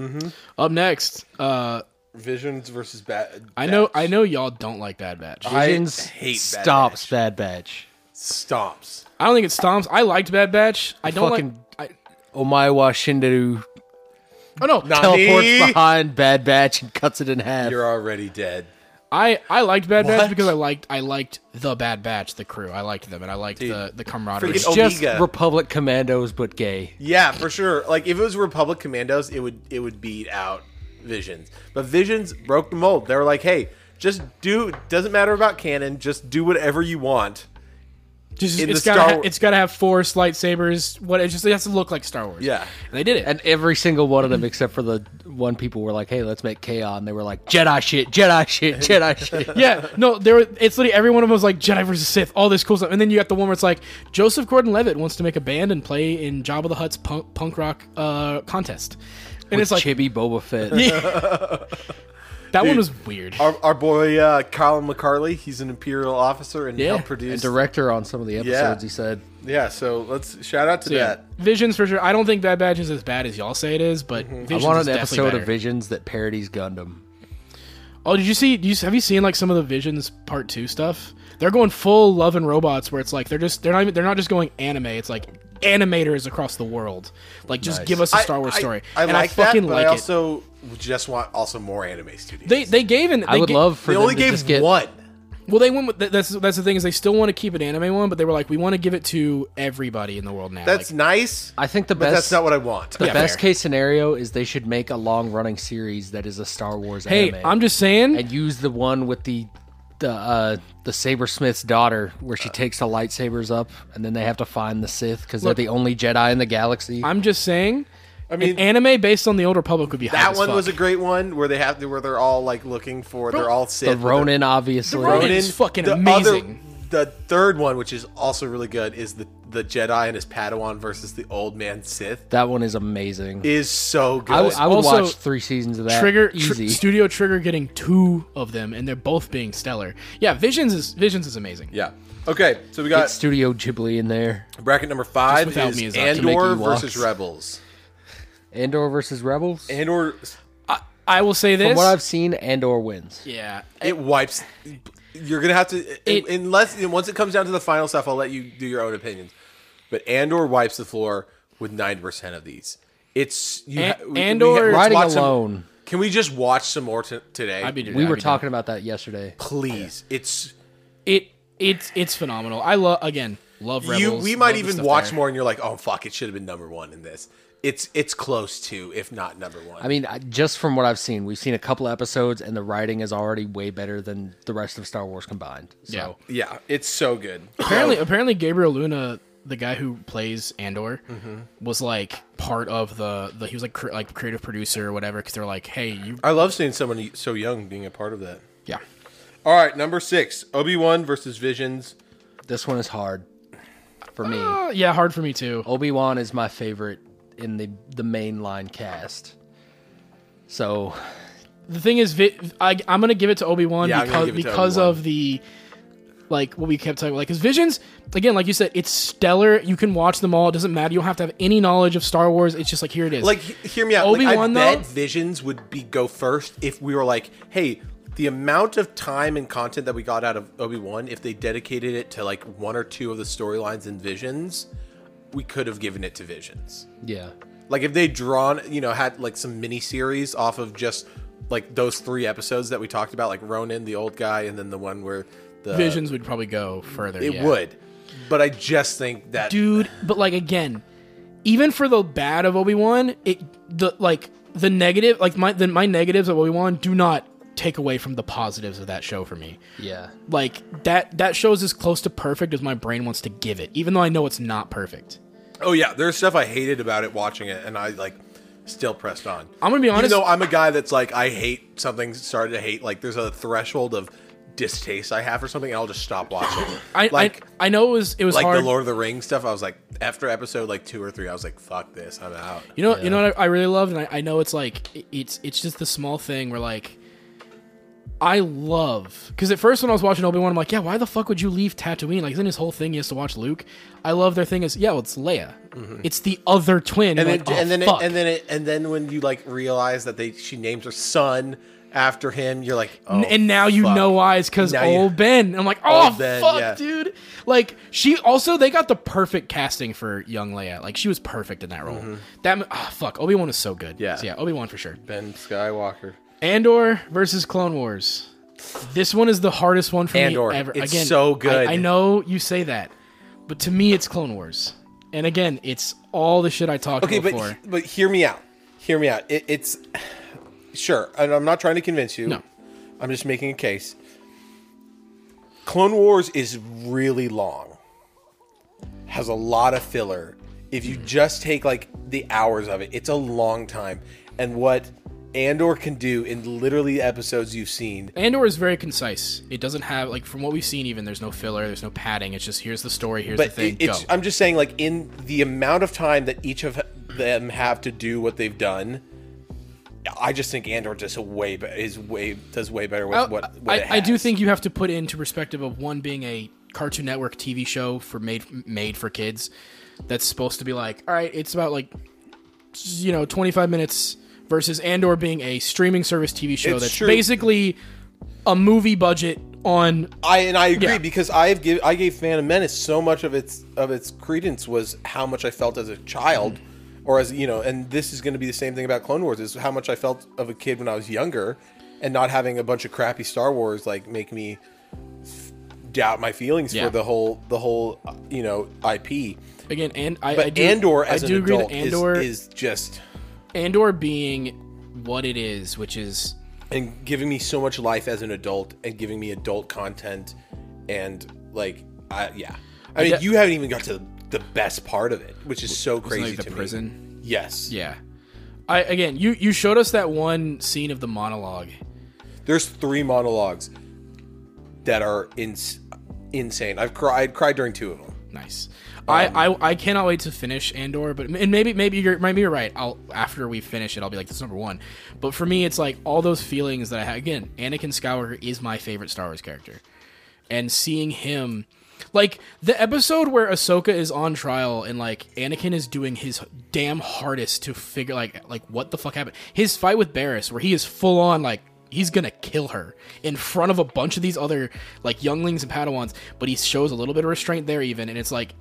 up next. Uh,
Visions versus Bad.
I know, I know, y'all don't like Bad Batch.
Visions
hate Bad
stops Bad Batch.
Stomps.
I don't think it stomps. I liked Bad Batch. I don't
Fucking-
like. I,
Omaiwa Shinderu
oh no,
Not- Me?
teleports behind Bad Batch and cuts it in half.
You're already dead.
I I liked Bad
What?
Batch because I liked I liked the Bad Batch, the crew. I liked them and I liked the the camaraderie.
Freaking-
it's just
Omega.
Republic Commandos, but gay.
Yeah, for sure. Like if it was Republic Commandos, it would it would beat out Visions. But Visions broke the mold. They were like, "Hey, just do doesn't matter about canon, just do whatever you want."
Just,
in
it's
the
gotta
Star
ha-
Wa-
it's gotta have force lightsabers. What it just it has to look like Star Wars.
Yeah.
and they did it.
And every single one of them, except for the one people, were like, "Hey, let's make K-On!" They were like, "Jedi shit, Jedi shit, Jedi shit."
yeah, no, there. were- It's literally every one of them was like Jedi versus Sith, all this cool stuff, and then you got the one where it's like Joseph Gordon-Levitt wants to make a band and play in Jabba the Hutt's punk, punk rock uh, contest, and it's like
Chibi Boba Fett.
that one was weird.
Our, our boy uh, Colin McCarley, he's an Imperial officer and
Yeah,
helped produce.
And director on some of the episodes,
Yeah.
he said,
yeah, so let's shout out to
So, yeah,
that.
Visions for sure. I don't think Bad Batch is as bad as y'all say it is, but
Mm-hmm.
Visions
"I want
is
an
definitely
episode
better.
of Visions that parodies Gundam."
Oh, did you see? Do you, have you seen like some of the Visions Part Two stuff? They're going full Love and Robots, where it's like they're just they're not even, they're not just going anime. It's like animators across the world. Like, just give us a Star Wars
I- I-
story.
I,
and
like
I fucking
that, but
like
I
it.
also just want also more anime studios.
They they gave an. They
I would
ga-
love for
They
them
only
to
gave
just get
one.
Well, they went with th- that's that's the thing is they still want to keep an anime one, but they were like, we want to give it to everybody in the world now.
That's
like,
nice.
I think the
but that's
best-
not what I want.
The
Yeah,
best
fair.
case scenario is they should make a long running series that is a Star Wars
hey,
anime.
I'm just saying.
and use the one with the the uh, the sabersmith's daughter where
Uh.
she takes the lightsabers up and then they have to find the Sith because they're
Look-
the only Jedi in the galaxy.
I'm just saying. I mean,
mean-
anime based on the Old Republic would be
That one was a great one where they have to, where they're all like looking for they're all Sith.
the
but they're-
Ronin, obviously.
Ronin- is fucking amazing.
Other, the third one, which is also really good, is the the Jedi and his Padawan versus the old man Sith.
That one is amazing.
Is so good.
I, w- I would
Also,
watch three seasons of that.
Trigger tr-
Uh, easy.
Studio Trigger getting two of them, and they're both being stellar. Yeah, Visions is Visions is amazing.
yeah. Okay, so we
Get
got
Studio Ghibli in there.
bracket number five
without
is
Miyazaki.
Andor
Make Ewoks.
versus Rebels.
Andor versus Rebels.
Andor,
I will say this.
From what I've seen, Andor wins.
yeah,
it wipes. You're gonna have to
It-
unless once it comes down to the final stuff, I'll let you do your own opinions. But Andor wipes the floor with ninety percent of these. It's you.
An-
ha- we- we
Andor-
ha- let's
Riding
watch some-
alone.
can we just watch some more t- today?
I'd be doing
We
I'd
were
be doing-
talking about that yesterday.
please. It's
It it's it's phenomenal. I love again love Rebels.
you. We might
love the
even
stuff
watch
there.
more, and you're like, oh fuck, it should have been number one in this. It's it's close to, if not number one.
I mean, I- just from what I've seen, we've seen a couple episodes, and the writing is already way better than the rest of Star Wars combined. So
Yeah.
yeah, it's so good.
Apparently, apparently Gabriel Luna, the guy who plays Andor,
Mm-hmm.
was like part of the the he was like cre- like creative producer or whatever. Because they're like, hey, you
I love seeing someone so young being a part of that.
yeah.
All right, number six, Obi Wan versus Visions.
this one is hard for me.
Uh, yeah, hard for me too.
Obi Wan is my favorite in the the mainline cast. So
The thing is, Vi- I, am gonna give it to Obi Wan
Yeah, I'm gonna
because
give it to
because
Obi-Wan.
of the like what we kept talking about. Like his visions, again, like you said, it's stellar. You can watch them all. It doesn't matter. You don't have to have any knowledge of Star Wars. It's just like here it is.
Like, he- hear me out. Like, I
Obi-Wan,
bet
though?
Visions would be go first if we were like, hey, the amount of time and content that we got out of Obi Wan, if they dedicated it to like one or two of the storylines in Visions, we could have given it to Visions.
yeah,
Like if they drawn, you know, had like some mini series off of just like those three episodes that we talked about, like Ronan, the old guy, and then the one where the
visions would probably go further.
uh, It
yeah.
would, but I just think that
dude. But like again, even for the bad of Obi Wan, it the like the negative, like my the, my negatives of Obi Wan do not take away from the positives of that show for me.
yeah.
Like that that show's as close to perfect as my brain wants to give it, even though I know it's not perfect.
Oh yeah, there's stuff I hated about it watching it, and I like still pressed on.
I'm gonna be honest.
Even though I'm a guy that's like I hate something, started to hate. Like there's a threshold of distaste I have for something, and I'll just stop watching.
I,
like
I I know it was it was
like
hard.
the Lord of the Rings stuff. I was like after episode like two or three, I was like fuck this, I'm out.
You know, you know what I, I really loved, and I, I know it's like it- it's it's just the small thing where like I love because at first when I was watching Obi Wan, I'm like, yeah, why the fuck would you leave Tatooine? Like, isn't his whole thing he has to watch Luke? I love their thing is yeah, well, it's Leia, it's the other twin,
Mm-hmm. And
You're
then,
like, "Oh,
and then, it,
fuck."
and then, it, and then, when you like realize that they she names her son after him, you're like, oh,
N- and now you
fuck.
know why it's because
Now you-
old Ben. And I'm like, oh
Old Ben,
fuck,
yeah.
dude. Like she also they got the perfect casting for young Leia. Like she was perfect in that role. That oh, fuck Obi Wan is so good.
Mm-hmm. Yeah.
So, yeah, Obi Wan for sure.
Ben Skywalker.
Andor versus Clone Wars. This one is the hardest one for
Andor.
me ever.
It's
again,
so good.
I, I know you say that, but to me, it's Clone Wars. And again, it's all the shit I talked
Okay,
about
but
before.
but hear me out. Hear me out. It, it's sure, and I'm not trying to convince you.
No.
I'm just making a case. Clone Wars is really long. Has a lot of filler. If you just take like the hours of it, it's a long time. And what Andor can do in literally the episodes you've seen
Andor is very concise. It doesn't have like from what we've seen. Even there's no filler. There's no padding. It's just here's the story. Here's
but
the thing.
it- it's,
go.
I'm just saying, like in the amount of time that each of them have to do what they've done, I just think Andor does a way be- is way does way better with
Oh, I-
what, what
I,
it
I do
has.
think you have to put into perspective of one being a Cartoon Network TV show for made made for kids. That's supposed to be like, all right, it's about like you know 25 minutes versus Andor being a streaming service TV show
It's
that's
true.
basically a movie budget on
I and I agree
Yeah.
because I've give I gave Phantom Menace so much of its of its credence was how much I felt as a child,
Mm-hmm.
or as you know, and this is going to be the same thing about Clone Wars is how much I felt of a kid when I was younger, and not having a bunch of crappy Star Wars like make me f- doubt my feelings
Yeah.
for the whole the whole uh, you know IP.
again and I,
But
I do,
Andor as
I do
an
agree
adult
that Andor
is, is just
Andor being what it is, which is
and giving me so much life as an adult and giving me adult content and like I yeah. I mean,
de-
you haven't even got to the best part of it, which is so crazy
like the
to me.
prison.
Yes.
Yeah. I again, you you showed us that one scene of the monologue.
There's three monologues that are in insane. I've cried cried during two of them.
Nice. I, I I cannot wait to finish Andor, but and maybe maybe you're maybe you're right. I'll after we finish it, I'll be like this is number one. But for me, it's like all those feelings that I had. Again, Anakin Skywalker is my favorite Star Wars character, and seeing him, like the episode where Ahsoka is on trial and like Anakin is doing his damn hardest to figure like like what the fuck happened. His fight with Barris, where he is full on like he's gonna kill her in front of a bunch of these other like younglings and padawans but he shows a little bit of restraint there even and it's like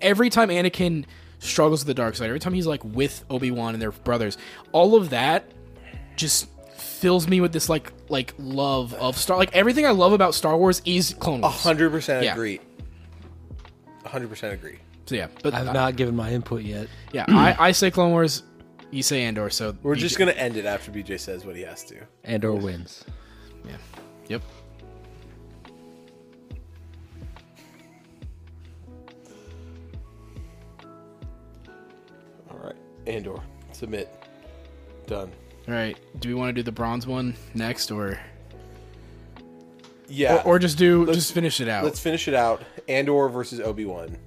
every time anakin struggles with the dark side every time he's like with obi-wan and their brothers all of that just fills me with this like like love of star like everything i love about star wars is clone
A
wars
hundred percent
Yeah.
agree. A hundred percent agree.
so yeah but
I've not given my input yet.
yeah I, I say clone wars you say andor so
We're just gonna end it after BJ says what he has to.
Andor wins.
yeah yep
All right, Andor, submit. Done.
all right do we want to do the bronze one next or
Yeah.
or just do just finish it out
let's finish it out. Andor versus Obi Wan.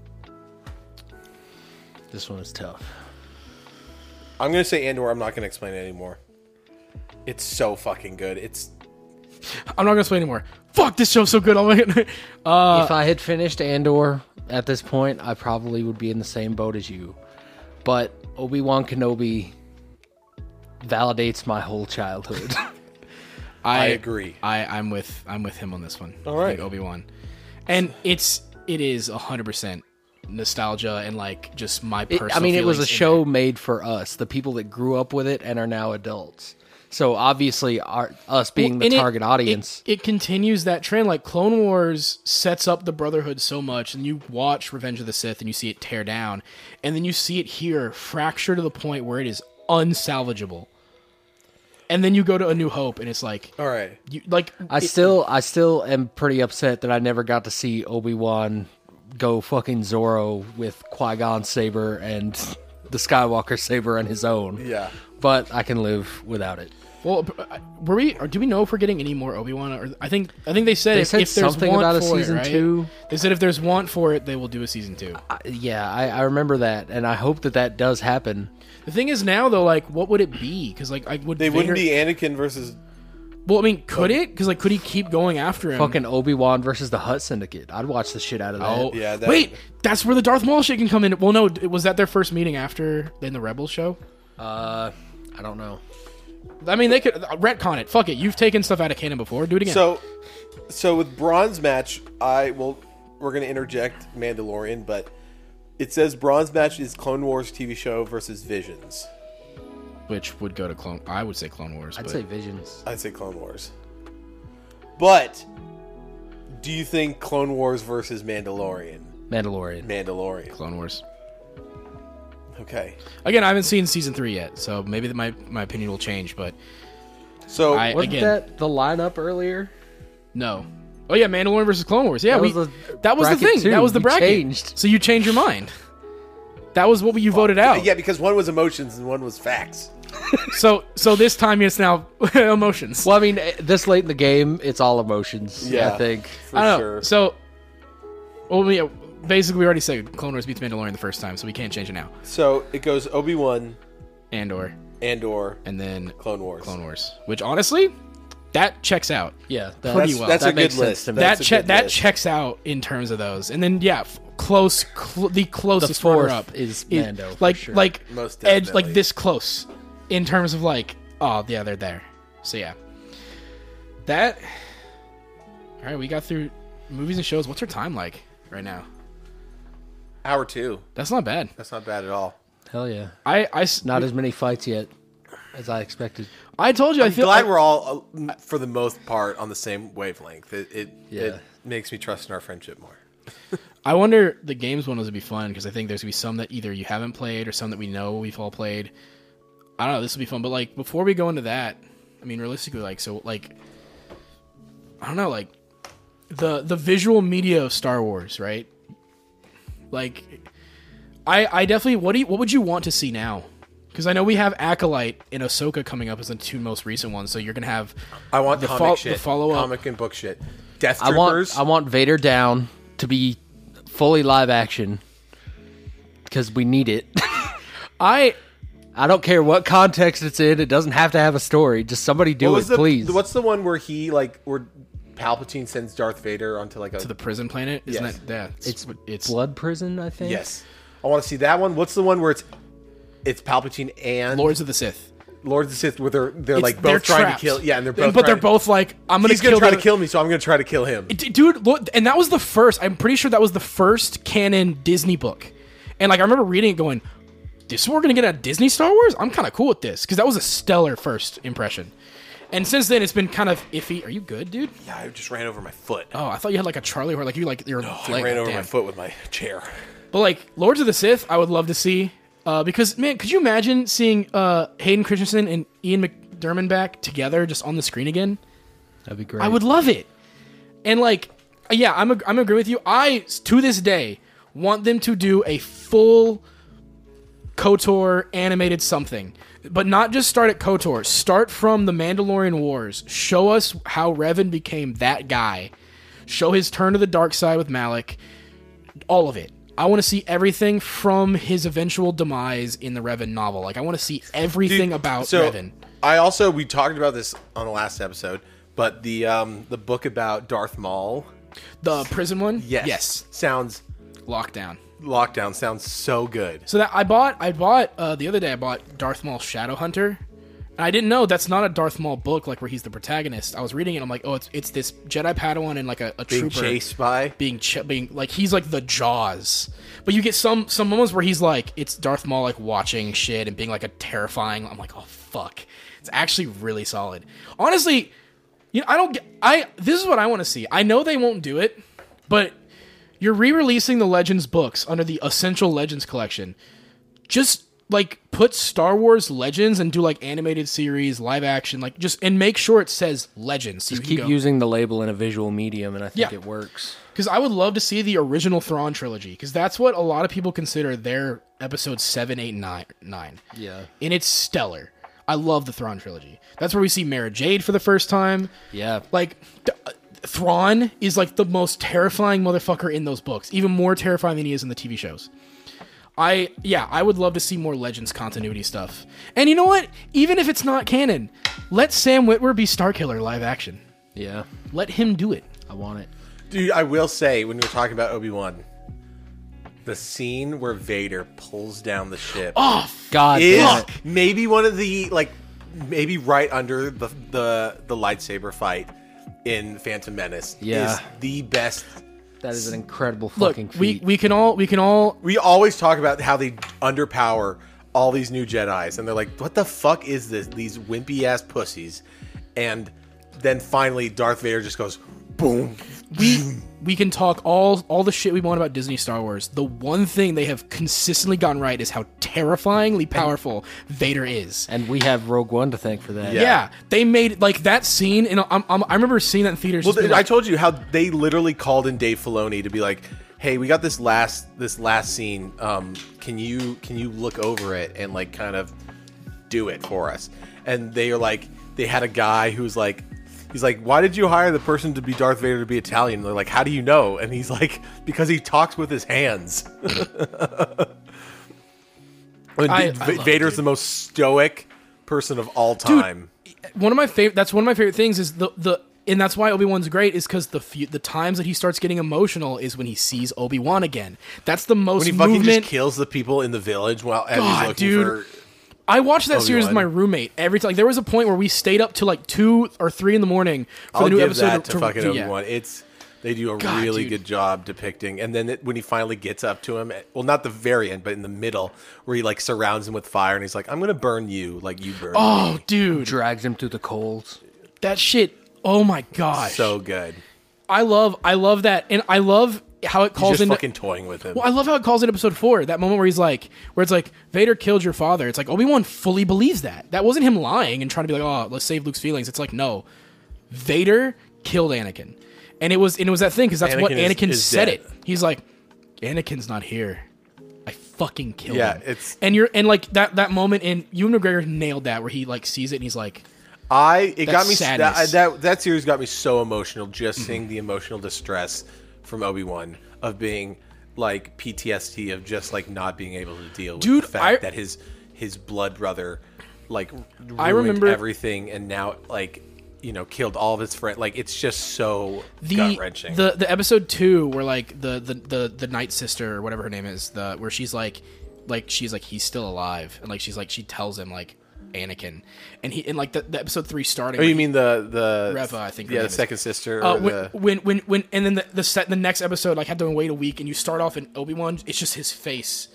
This one is tough.
I'm gonna say Andor. I'm not gonna explain it anymore. It's so fucking good. It's
I'm not gonna explain anymore. Fuck, this show's so good. I'm like, uh,
if I had finished Andor at this point, I probably would be in the same boat as you. But Obi Wan Kenobi validates my whole childhood.
I agree.
I, I'm with I'm with him on this one. All
right.
Obi Wan, and it's it is hundred percent nostalgia and like just my
It-
personal.
I mean, it was a
feelings in
show made for us, the people that grew up with it and are now adults. So obviously, our, us being
And
the
it-
target
it-
audience,
It, continues that trend. Like Clone Wars sets up the Brotherhood so much, and you watch Revenge of the Sith and you see it tear down, and then you see it here fracture to the point where it is unsalvageable. And then you go to A New Hope, and it's like,
all right.
you like
I still, I still am pretty upset that I never got to see Obi Wan go fucking Zorro with Qui Gon saber and the Skywalker saber on his own.
Yeah.
but I can live without it.
Well, p- uh, were we? Or do we know if we're getting any more Obi Wan? Or I think I think they said,
They
if,
said
if there's
something
want
about a
for it,
season
right?
two.
They said if there's want for it, they will do a season two.
I, yeah, I, I remember that, and I hope that that does happen.
The thing is now though, like, what would it be? Because like, I would
They
Vader-
wouldn't be Anakin versus.
Well, I mean, could it? Because like, could he keep going after him?
Fucking Obi Wan versus the Hut Syndicate. I'd watch the shit out of that.
Oh
Yeah, that-
wait, that's where the Darth Maul shit can come in. Well, no, d- was that their first meeting after in the Rebels show?
Uh, I don't know.
I mean, they could uh, retcon it. Fuck it, you've taken stuff out of canon before. Do it again.
So, so with bronze match, I will. We're gonna interject Mandalorian, but it says bronze match is Clone Wars TV show versus Visions.
which would go to Clone? I would say Clone Wars.
I'd
but
say Visions.
I'd say Clone Wars. But do you think Clone Wars versus Mandalorian?
Mandalorian.
Mandalorian.
Clone Wars.
Okay.
Again, I haven't seen season three yet, so maybe that my my opinion will change. But
So
I-
Wasn't
Again.
that the lineup earlier?
no, oh yeah, Mandalorian versus Clone Wars. Yeah,
That
we,
was the
that was the
bracket
thing.
too.
That was the
We
bracket.
changed.
So you changed your mind. That was what you voted out.
yeah, because one was emotions and one was facts.
So so this time it's now emotions.
Well, I mean, eh, this late in the game, it's all emotions.
Yeah.
I think.
For
I don't know.
sure.
So, well, we, basically we already said Clone Wars beats Mandalorian the first time, so we can't change it now.
So it goes Obi Wan,
Andor,
Andor,
and then
Clone Wars.
Clone Wars, which honestly, that checks out.
Yeah, that,
Pretty
That's,
well.
that's
That
a
makes
good
sense
list.
to me.
that
That's a
che-
good
that
list.
checks out in terms of those. And then yeah, f- close cl- the closest
fourth
runner up
is Mando, for
like
sure.
like
Most
edge like
definitely.
this close in terms of like oh yeah they're there. So yeah, that. All right, we got through movies and shows. What's our time like right now?
Hour two.
That's not bad.
That's not bad at all.
Hell yeah!
I I s-
Not as many fights yet as I expected.
I told you i feel
Glad
I-
we're all, uh, for the most part, on the same wavelength. It it,
Yeah.
it makes me trust in our friendship more.
I wonder the games one was gonna be fun because I think there's gonna be some that either you haven't played or some that we know we've all played. I don't know. This will be fun, but like before we go into that, I mean, realistically, like so, like I don't know, like the the visual media of Star Wars, right? Like, I I definitely what do you, what would you want to see now? Because I know we have Acolyte and Ahsoka coming up as the two most recent ones, so you're gonna have
I want
The
comic
fol- the
shit.
follow-up.
Comic and book shit. Death
I
Troopers.
want I want Vader down. to be fully live action because we need it.
I
I don't care what context it's in. It doesn't have to have a story. Just somebody do
What
it,
was the,
please.
What's the one where he like where Palpatine sends Darth Vader onto like a
to the prison planet. Isn't
Yes.
that that?
it's
what-
it's blood prison, I think.
yes? I want to see that one. What's the one where it's it's Palpatine and Lord,
Lords of the Sith.
Lords of the Sith where they're they're
It's-
like both
they're
trying
trapped.
to kill. Yeah, and they're both
but they're
trying-
both like I'm gonna
He's gonna
kill
try
the-
to kill me, so I'm gonna try to kill him.
D- dude look, and that was the first i'm pretty sure that was the first canon disney book and like i remember reading it going this is what we're gonna get out of disney star wars i'm kind of cool with this because that was a stellar first impression and since then it's been kind of iffy are you good dude
Yeah, I just ran over my foot.
oh i thought you had like a charlie or like you like your
I
leg
ran over
Damn.
my foot with my chair.
but like lords of the sith i would love to see uh, because man could you imagine seeing uh, hayden christensen and ian mcdermott back together just on the screen again
That'd be great.
I would love it. And like, yeah, I'm ag- I'm agree with you. I to this day want them to do a full Kotor animated something, but not just start at Kotor. Start from the Mandalorian Wars. Show us how Revan became that guy. Show his turn to the dark side with Malik. All of it. I want to see everything from his eventual demise in the Revan novel. Like I want to see everything
Dude,
about
so
Revan.
I also we talked about this on the last episode, but the um the book about Darth Maul.
The prison one?
Yes. Sounds
Lockdown.
lockdown sounds so good.
So that I bought, I bought uh, the other day. I bought Darth Maul Shadowhunter. And I didn't know that's not a Darth Maul book, like where he's the protagonist. I was reading it. I'm like, oh, it's it's this Jedi Padawan and like a, a
Being
trooper
chased by
being ch- being like he's like the Jaws. But you get some some moments where he's like it's Darth Maul like watching shit and being like a terrifying. I'm like, oh fuck, it's actually really solid. Honestly, you know, I don't. get- I this is what I want to see. I know they won't do it, but you're re-releasing the Legends books under the Essential Legends collection. Just like put Star Wars Legends and do like animated series, live action, like just and make sure it says Legends. So you
Just
can
keep
go-
using the label in a visual medium, and I think
Yeah.
it works.
because I would love to see the original Thrawn trilogy, because that's what a lot of people consider their episodes seven, eight, and nine. nine.
Yeah.
And it's stellar. I love the Thrawn trilogy. That's where we see Mara Jade for the first time.
Yeah.
Like, th- uh, Thrawn is like the most terrifying motherfucker in those books, even more terrifying than he is in the TV shows. I, yeah, I would love to see more Legends continuity stuff. And you know what? Even if it's not canon, let Sam Witwer be Starkiller live action.
Yeah.
Let him do it.
I want it.
Dude, I will say when we were talking about Obi-Wan, the scene where Vader pulls down the ship
Oh,
God
is
damn it.
maybe one of the like maybe right under the the, the lightsaber fight in Phantom Menace
Yeah.
is the best
That is an incredible
look,
fucking
we,
feat.
we can all we can all
we always talk about how they underpower all these new Jedi's, and they're like, "What the fuck is this? These wimpy ass pussies," and then finally Darth Vader just goes, "Boom!"
we we can talk all all the shit we want about Disney Star Wars. The one thing they have consistently gotten right is how terrifyingly powerful Vader is.
and we have Rogue One to thank for that.
Yeah. they made like that scene, and I'm, I'm, I remember seeing that in theaters.
Well,
just being
I
like,
told you how they literally called in Dave Filoni to be like, "Hey, we got this last this last scene. Um, can you can you look over it and like kind of do it for us?" And they are like, they had a guy who's like. He's like, why did you hire the person to be Darth Vader to be Italian? And they're like, how do you know? And he's like, because he talks with his hands. And
I-
dude,
I
Va-
love
Vader's the most stoic person of all time.
one of my favorite. That's one of my favorite things is the the. And that's why Obi Wan's great is because the few, the times that he starts getting emotional is when he sees Obi Wan again. That's the most
when he fucking
movement.
just kills the people in the village while as
God,
he's looking
dude.
for
I watched that series with my
Obi-Wan.
roommate every time. Like, there was a point where we stayed up till like two or three in the morning for
I'll
the new
give
episode
that to, fucking
yeah.
Obi-Wan. It's they do a
God,
really
dude.
good job depicting, and then it, when he finally gets up to him, at- well, not the very end, but in the middle, where he like surrounds him with fire, and he's like, "I'm gonna burn you, like you burn." me."
Oh, dude,
Drags him through the coals.
that shit. Oh my gosh.
so good.
I love, I love that, and I love how it
He's
calls
just
into.
fucking toying with him.
Well, I love how it calls in episode four. That moment where he's like, where it's like Vader killed your father. It's like Obi Wan fully believes that. That wasn't him lying and trying to be like, oh, let's save Luke's feelings. It's like no, Vader killed Anakin, and it was and it was that thing because that's what
Anakin is-
Anakin
is
said
dead.
it. He's like, Anakin's not here. I fucking killed
Yeah,
him.
it's-
and you're and like that that moment in Ewan McGregor nailed that where he like sees it and he's like,
I it got me that,
sadness.
that that series got me so emotional just seeing the emotional distress from Obi Wan of being like PTSD of just like not being able to deal with
Dude,
the fact
I-
that his his blood brother like ruined
I remember-
everything and now like you know killed all of his friends. Like it's just so gut wrenching.
The the episode two where like the, the the the night sister or whatever her name is, the where she's like like she's like he's still alive and like she's like she tells him like Anakin and he and like the, the episode three starting.
Oh,
where
you
he-
mean the the
Reva, I think her
yeah
name
the
is.
second sister or
uh,
the-
when, when when when and then the the, set, the next episode like had to wait a week and you start off in Obi Wan. It's just his face,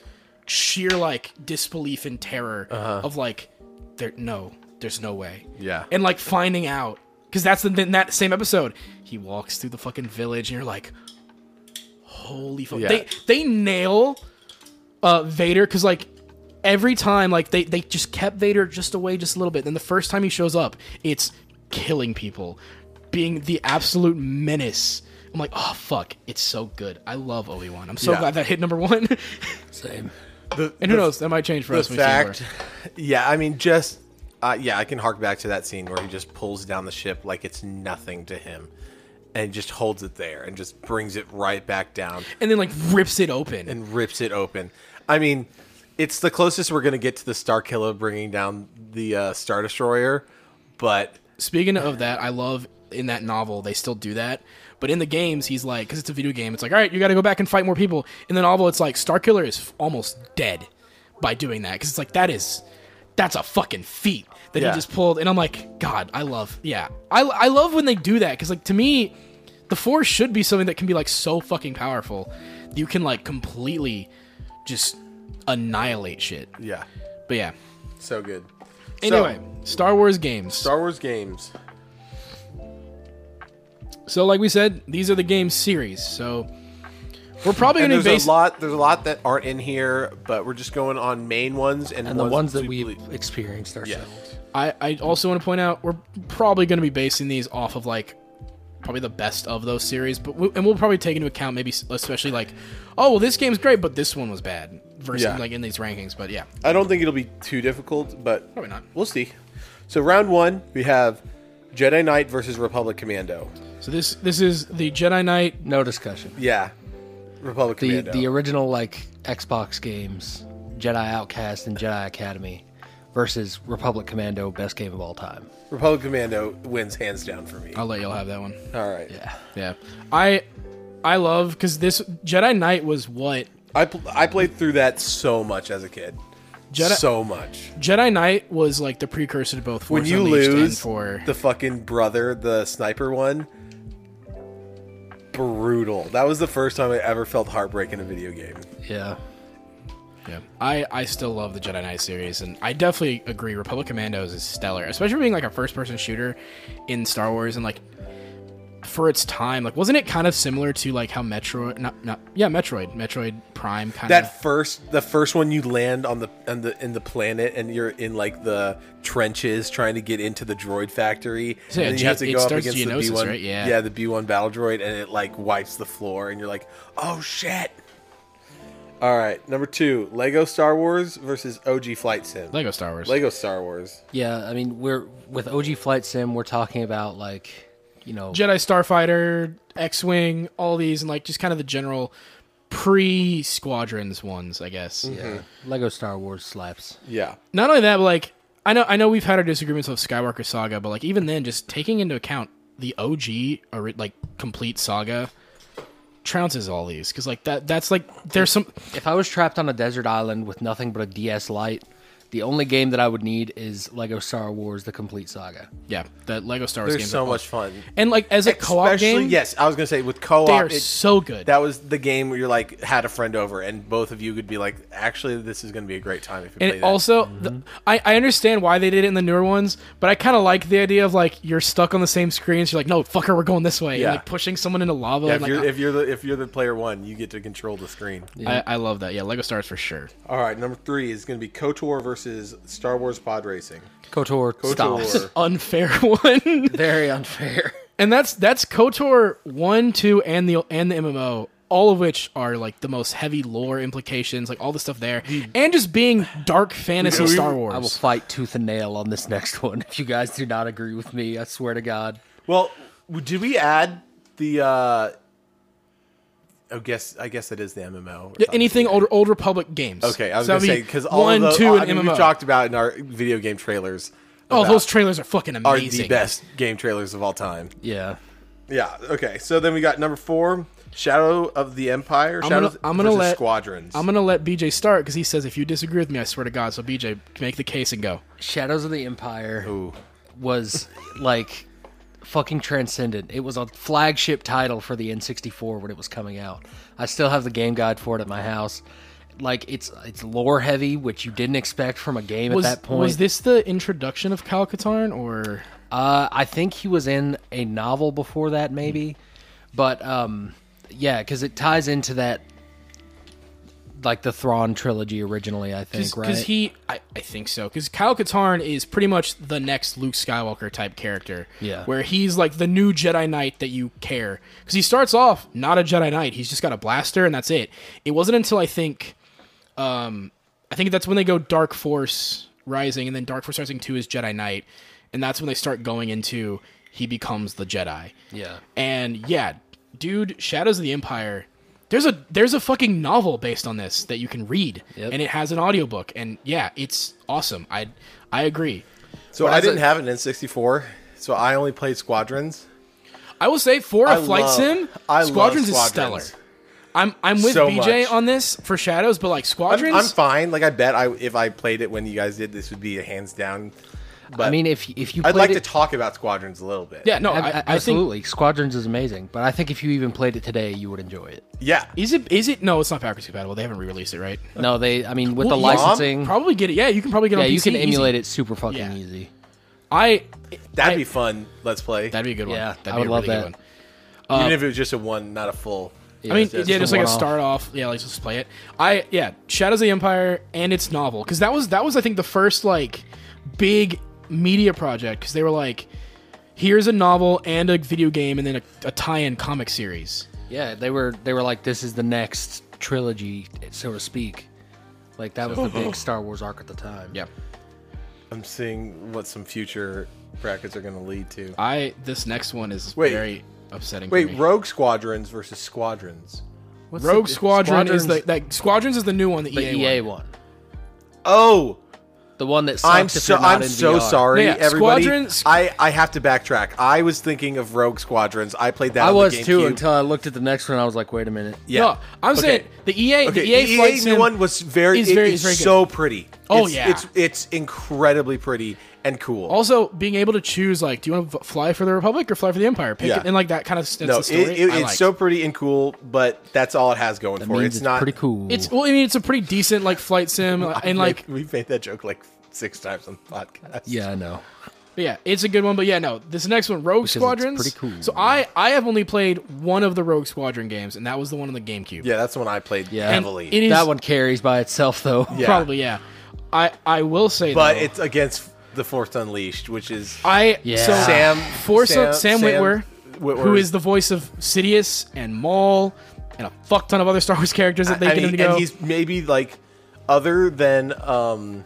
sheer like disbelief and terror of like there no there's no way
Uh-huh. Yeah.
and like finding out because that's the, in that same episode he walks through the fucking village and you're like holy fuck
Yeah.
they they nail uh Vader because like. Every time, like they, they just kept Vader just away just a little bit. Then the first time he shows up, it's killing people, being the absolute menace. I'm like, oh fuck, it's so good. I love Obi Wan. I'm so
Yeah.
glad that hit number one.
Same.
the,
And who
the-
knows? That might change for
the
us. when we see more.
fact yeah i mean just uh, yeah i can hark back to that scene where he just pulls down the ship like it's nothing to him and just holds it there and just brings it right back down
and then like rips it open.
and rips it open i mean it's the closest we're going to get to the star killer bringing down the uh, star destroyer but
Speaking of that, I love in that novel they still do that. But in the games, he's like, because it's a video game, it's like, all right, you got to go back and fight more people. In the novel, it's like Star Killer is f- almost dead by doing that because it's like that is that's a fucking feat that
Yeah.
he just pulled. And I'm like, God, I love, yeah, I I love when they do that because like to me, the Force should be something that can be like so fucking powerful, you can like completely just annihilate shit.
yeah
But yeah.
so good
Anyway,
so,
Star Wars games.
star wars games
so, like we said, these are the game series. So, we're probably
and
going to
there's
base.
a lot there's a lot that aren't in here but we're just going on main ones and,
And the ones that
we
we've experienced ourselves.
I, I also want to point out we're probably going to be basing these off of like probably the best of those series, but we, and we'll probably take into account maybe s- especially like, oh well, this game's great, but this one was bad versus
Yeah.
like in these rankings. But yeah,
I don't think it'll be too difficult, but
Probably not.
We'll see. So round one, we have Jedi Knight versus Republic Commando.
so this this is the Jedi Knight.
No discussion.
Yeah, Republic
the
Commando.
the original like Xbox games, Jedi Outcast and Jedi Academy, versus Republic Commando, best game of all time.
Republic Commando wins hands down for me.
I'll let y'all have that one.
All right.
Oh, Yeah, I I love because this Jedi Knight was what
I pl- I played through that so much as a kid.
Jedi-
so much.
Jedi Knight was like the precursor to both. Force
When you
Unleashed and
lose
for
the fucking brother, the sniper one, brutal. That was the first time I ever felt heartbreak in a video game.
Yeah.
Yeah, I, I still love the Jedi Knight series, and I definitely agree. Republic Commandos is stellar, especially for being like a first-person shooter in Star Wars, and like for its time, like wasn't it kind of similar to like how Metroid, not, not yeah, Metroid, Metroid Prime kind
that
of
first the first one you land on the on the in the planet and you're in like the trenches trying to get into the droid factory
So, yeah,
and then
Ge-
you have to
it
go up
starts
against
Geonosis,
the B1
right? Yeah.
the B1 battle droid and it like wipes the floor and you're like oh shit all right number 2 Lego Star Wars versus OG Flight Sim
Lego Star Wars.
Lego Star Wars
Yeah, I mean we're with OG Flight Sim, we're talking about like, you know,
Jedi Starfighter, X-wing, all these, and like just kind of the general pre-squadrons ones, I guess.
Mm-hmm.
yeah, Lego Star Wars slaps.
yeah
not only that, but like I know I know we've had our disagreements with Skywalker Saga, but like even then, just taking into account the OG or like complete saga trounces all these because like that that's like there's some
If I was trapped on a desert island with nothing but a DS Lite, the only game that I would need is Lego Star Wars: The Complete Saga.
yeah the Lego Star Wars
there's
games
so
are
much fun
and like as a co-op
Especially-
game
yes I was going to say with
they
co-op
are
it-
so good
that was the game where you're like had a friend over and both of you could be like actually this is going to be a great time if we
and
play
it
that.
also the,
Mm-hmm.
I, I understand why they did it in the newer ones but i kind of like the idea of like you're stuck on the same screen so you're like no fucker we're going this way
Yeah.
and like pushing someone into lava
Yeah,
and,
if
like,
you're
I-
if you're the if you're the player one, you get to control the screen.
I, I love that yeah lego stars for sure
All right, number three is going to be KOTOR versus Star Wars Pod Racing.
Kotor, stops.
KOTOR.
unfair one
Very unfair.
and that's that's Kotor one, two, and the and the MMO, all of which are like the most heavy lore implications, like all the stuff there, and just being dark fantasy
we-
Star
I will
Wars.
fight tooth and nail on this next one if you guys do not agree with me. I swear to God.
well, w- did we add the uh I guess I guess it is the MMO. or
Yeah,
something.
anything older old Republic games.
Okay, I was
So
gonna
that'd
say
be
because all
one,
of the,
two,
I
and
mean,
MMO.
we've talked about in our video game trailers.
oh,
about-
those trailers are fucking
are
amazing.
the best game trailers of all time.
Yeah.
Yeah. Okay. So then we got number four, Shadow of the Empire.
I'm
Shadow
gonna, I'm gonna
versus
let
Squadrons.
I'm gonna let BJ start because he says if you disagree with me, I swear to God. So BJ, make the case and go.
Shadows of the Empire was like fucking transcendent. It was a flagship title for the N64 when it was coming out. I still have the game guide for it at my house. Like it's it's lore heavy, which you didn't expect from a game
Was,
at that point.
was this the introduction of Kyle Katarn or
Uh, I think he was in a novel before that, maybe. But um, yeah, because it ties into that, like the Thrawn trilogy originally. I think
because
right.
he I, I think so because Kyle Katarn is pretty much the next Luke Skywalker type character.
Yeah.
where he's like the new Jedi Knight that you care because he starts off not a Jedi Knight. He's just got a blaster and that's it. It wasn't until I think, um, I think that's when they go Dark Force Rising and then Dark Force Rising Two is Jedi Knight, and that's when they start going into he becomes the Jedi.
yeah.
And yeah, dude, Shadows of the Empire. There's a there's a fucking novel based on this that you can read,
Yep.
and it has an audiobook. And yeah, it's awesome. I I agree.
so I
as a-
didn't have an N64, so I only played Squadrons.
I will say for a
I
flight
love-
sim,
I love
Squadrons, is stellar.
Squadrons.
I'm I'm with
So
BJ
much.
on this for Shadows, but like
I'm,
Squadrons,
I'm fine. Like I bet I if I played it when you guys did, this would be a hands down. But
I mean, if if you
I'd like
played it,
to talk about Squadrons a little bit.
yeah, no,
Ab-
I, I think
absolutely. Squadrons is amazing, but I think if you even played it today, you would enjoy it.
Yeah.
is it is it no, it's not backwards compatible. They haven't re-released it, right?
No, they. I mean, with
Well,
the
yeah,
licensing,
Probably get it. Yeah, you can probably get it
yeah,
on
you
PC
can
easy.
emulate it super fucking
Yeah.
easy.
I
That'd
I-
be fun. Let's play.
that'd be a good one.
Yeah,
that'd
I
be
would
a
love
really good
that.
one.
Even if it was just a one, not a full.
Yeah,
uh, I mean,
it's-
yeah,
it's
just
a
like a
one-off.
start off. Yeah, like just play it. I yeah, Shadows of the Empire and its novel because that was that was I think the first like big media project because they were like, here's a novel and a video game and then a, a tie-in comic series.
Yeah, they were they were like, this is the next trilogy, so to speak. Like that was the big Star Wars arc at the time.
Yeah,
I'm seeing what some future brackets are going to lead to.
I this next one is
Wait.
very upsetting. for
Wait,
me.
Rogue Squadrons versus Squadrons.
What's the-
Rogue Squadron is the
Squadrons-
that E Squadrons is the new one. The,
the
EA,
EA
one.
one.
Oh,
The one that sucks
I'm
if
so
you're not
I'm
in
so
VR.
sorry,
Yeah, yeah,
everybody.
Squadrons-
I I have to backtrack. I was thinking of Rogue Squadrons. I played that.
I
on the
was too
GameCube.
until I looked at the next one. I was like, wait a minute.
yeah.
No, I'm
Okay.
saying the EA
Okay,
the E EA,
the
flight
EA
sim
new one was very
is
it
very-
is
is very good.
so pretty.
Oh,
It's-
yeah.
it's it's incredibly pretty and cool.
Also, being able to choose like, do you want to fly for the Republic or fly for the Empire? Pick
Yeah.
it, and like that kind of that's
no,
the
it,
story.
it-
I
it's
liked.
so pretty and cool, but that's all it has going
That
for it.
means
It's,
it's
not
pretty cool.
It's well, I mean, it's a pretty decent like flight sim, and like
we've made that joke like six times on the podcast.
yeah, I know.
but yeah, it's a good one. But yeah, no, this next one, Rogue
it's
Squadrons,
pretty cool.
So I I have only played one of the Rogue Squadron games, and that was the one on the GameCube.
yeah, that's the one I played
Yeah. And
heavily.
it is
that one carries by itself though.
Yeah.
probably yeah. I I will say,
but
though,
it's against the Force Unleashed, which is
I
Yeah.
so
Sam-
Force
Sam-
Sam,
Sam
Witwer,
Witwer.
who is the voice of Sidious and Maul and a fuck ton of other Star Wars characters that they
I
get him to
mean,
go.
and he's maybe like other than um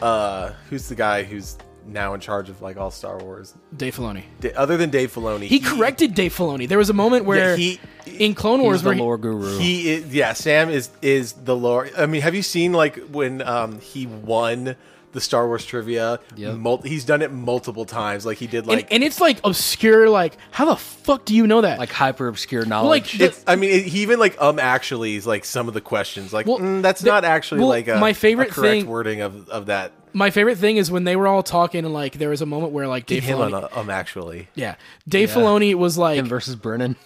uh who's the guy who's now in charge of like all Star Wars?
Dave Filoni.
Da- other than Dave Filoni,
He corrected Dave Filoni. There was a moment where
he-
in Clone Wars
He's the
where he-
lore guru.
He is yeah. Sam is is the lore. I mean, have you seen like when um he won the Star Wars trivia?
Yep.
Mul- he's done it multiple times. Like he did like.
and, and it's like obscure. Like, how the fuck do you know that?
like hyper obscure
Well, like
knowledge.
the-
it's, I mean, it, he even like um actually is like some of the questions like
Well,
mm, that's
the-
not actually
well,
like a,
my
a
favorite
correct
thing-
wording of of that
my favorite thing is when they were all talking and like there was a moment where like Dave
him
Filoni,
on a- um actually
yeah, Dave Filoni was like
Him versus Brennan.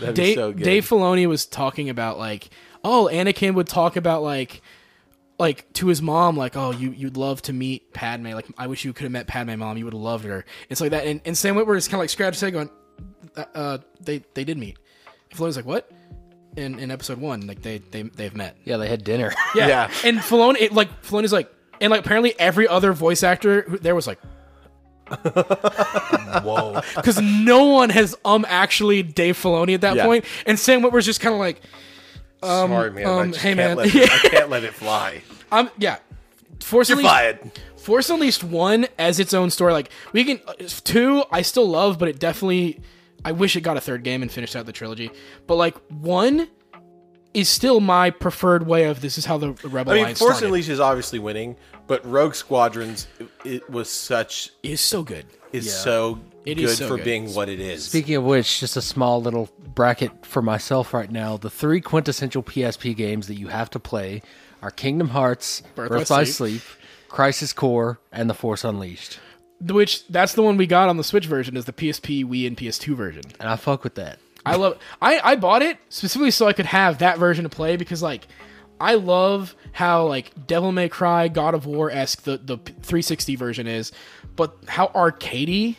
That'd be
Dave,
so good.
Dave Filoni was talking about like, oh, Anakin would talk about like, like to his mom, like, oh, you you'd love to meet Padme. Like, I wish you could have met Padme, mom. You would have loved her. It's like that. And, and Sam Witwer is kind of like scratch his head, going, uh, uh, they they did meet. And Filoni's like, what? In in episode one, like they they they've met.
Yeah, they had dinner.
Yeah.
Yeah.
And Filoni, it, like Filoni's like, and like apparently every other voice actor who, there was like,
Whoa.
because no one has um actually Dave Filoni at that
Yeah.
point. And Sam Witwer's just kind of like,
Sorry, man. I
um,
just
hey,
can't
man.
Let it, I can't let it fly.
I'm um, yeah. Force
You're
Unleashed-
fired.
uh, Force Unleashed one as its own story. Like we can two, I still love, but it definitely I wish it got a third game and finished out the trilogy. But like one is still my preferred way of this is how the Rebel
I mean,
Alliance
Force
started.
Unleashed is obviously winning, but Rogue Squadrons it, it was such
It is so good.
is so
It
good
is so
for
good.
being what it is.
Speaking of which, just a small little bracket for myself right now. The three quintessential PSP games that you have to play are Kingdom Hearts, Birth, by Sleep, Crisis Core, and The Force Unleashed.
Which that's the one we got on the Switch version is the PSP, Wii, and PS2 version.
And I fuck with that.
I love. I I bought it specifically so I could have that version to play because like. I love how like Devil May Cry, God of War esque the, the 360 version is, but how arcadey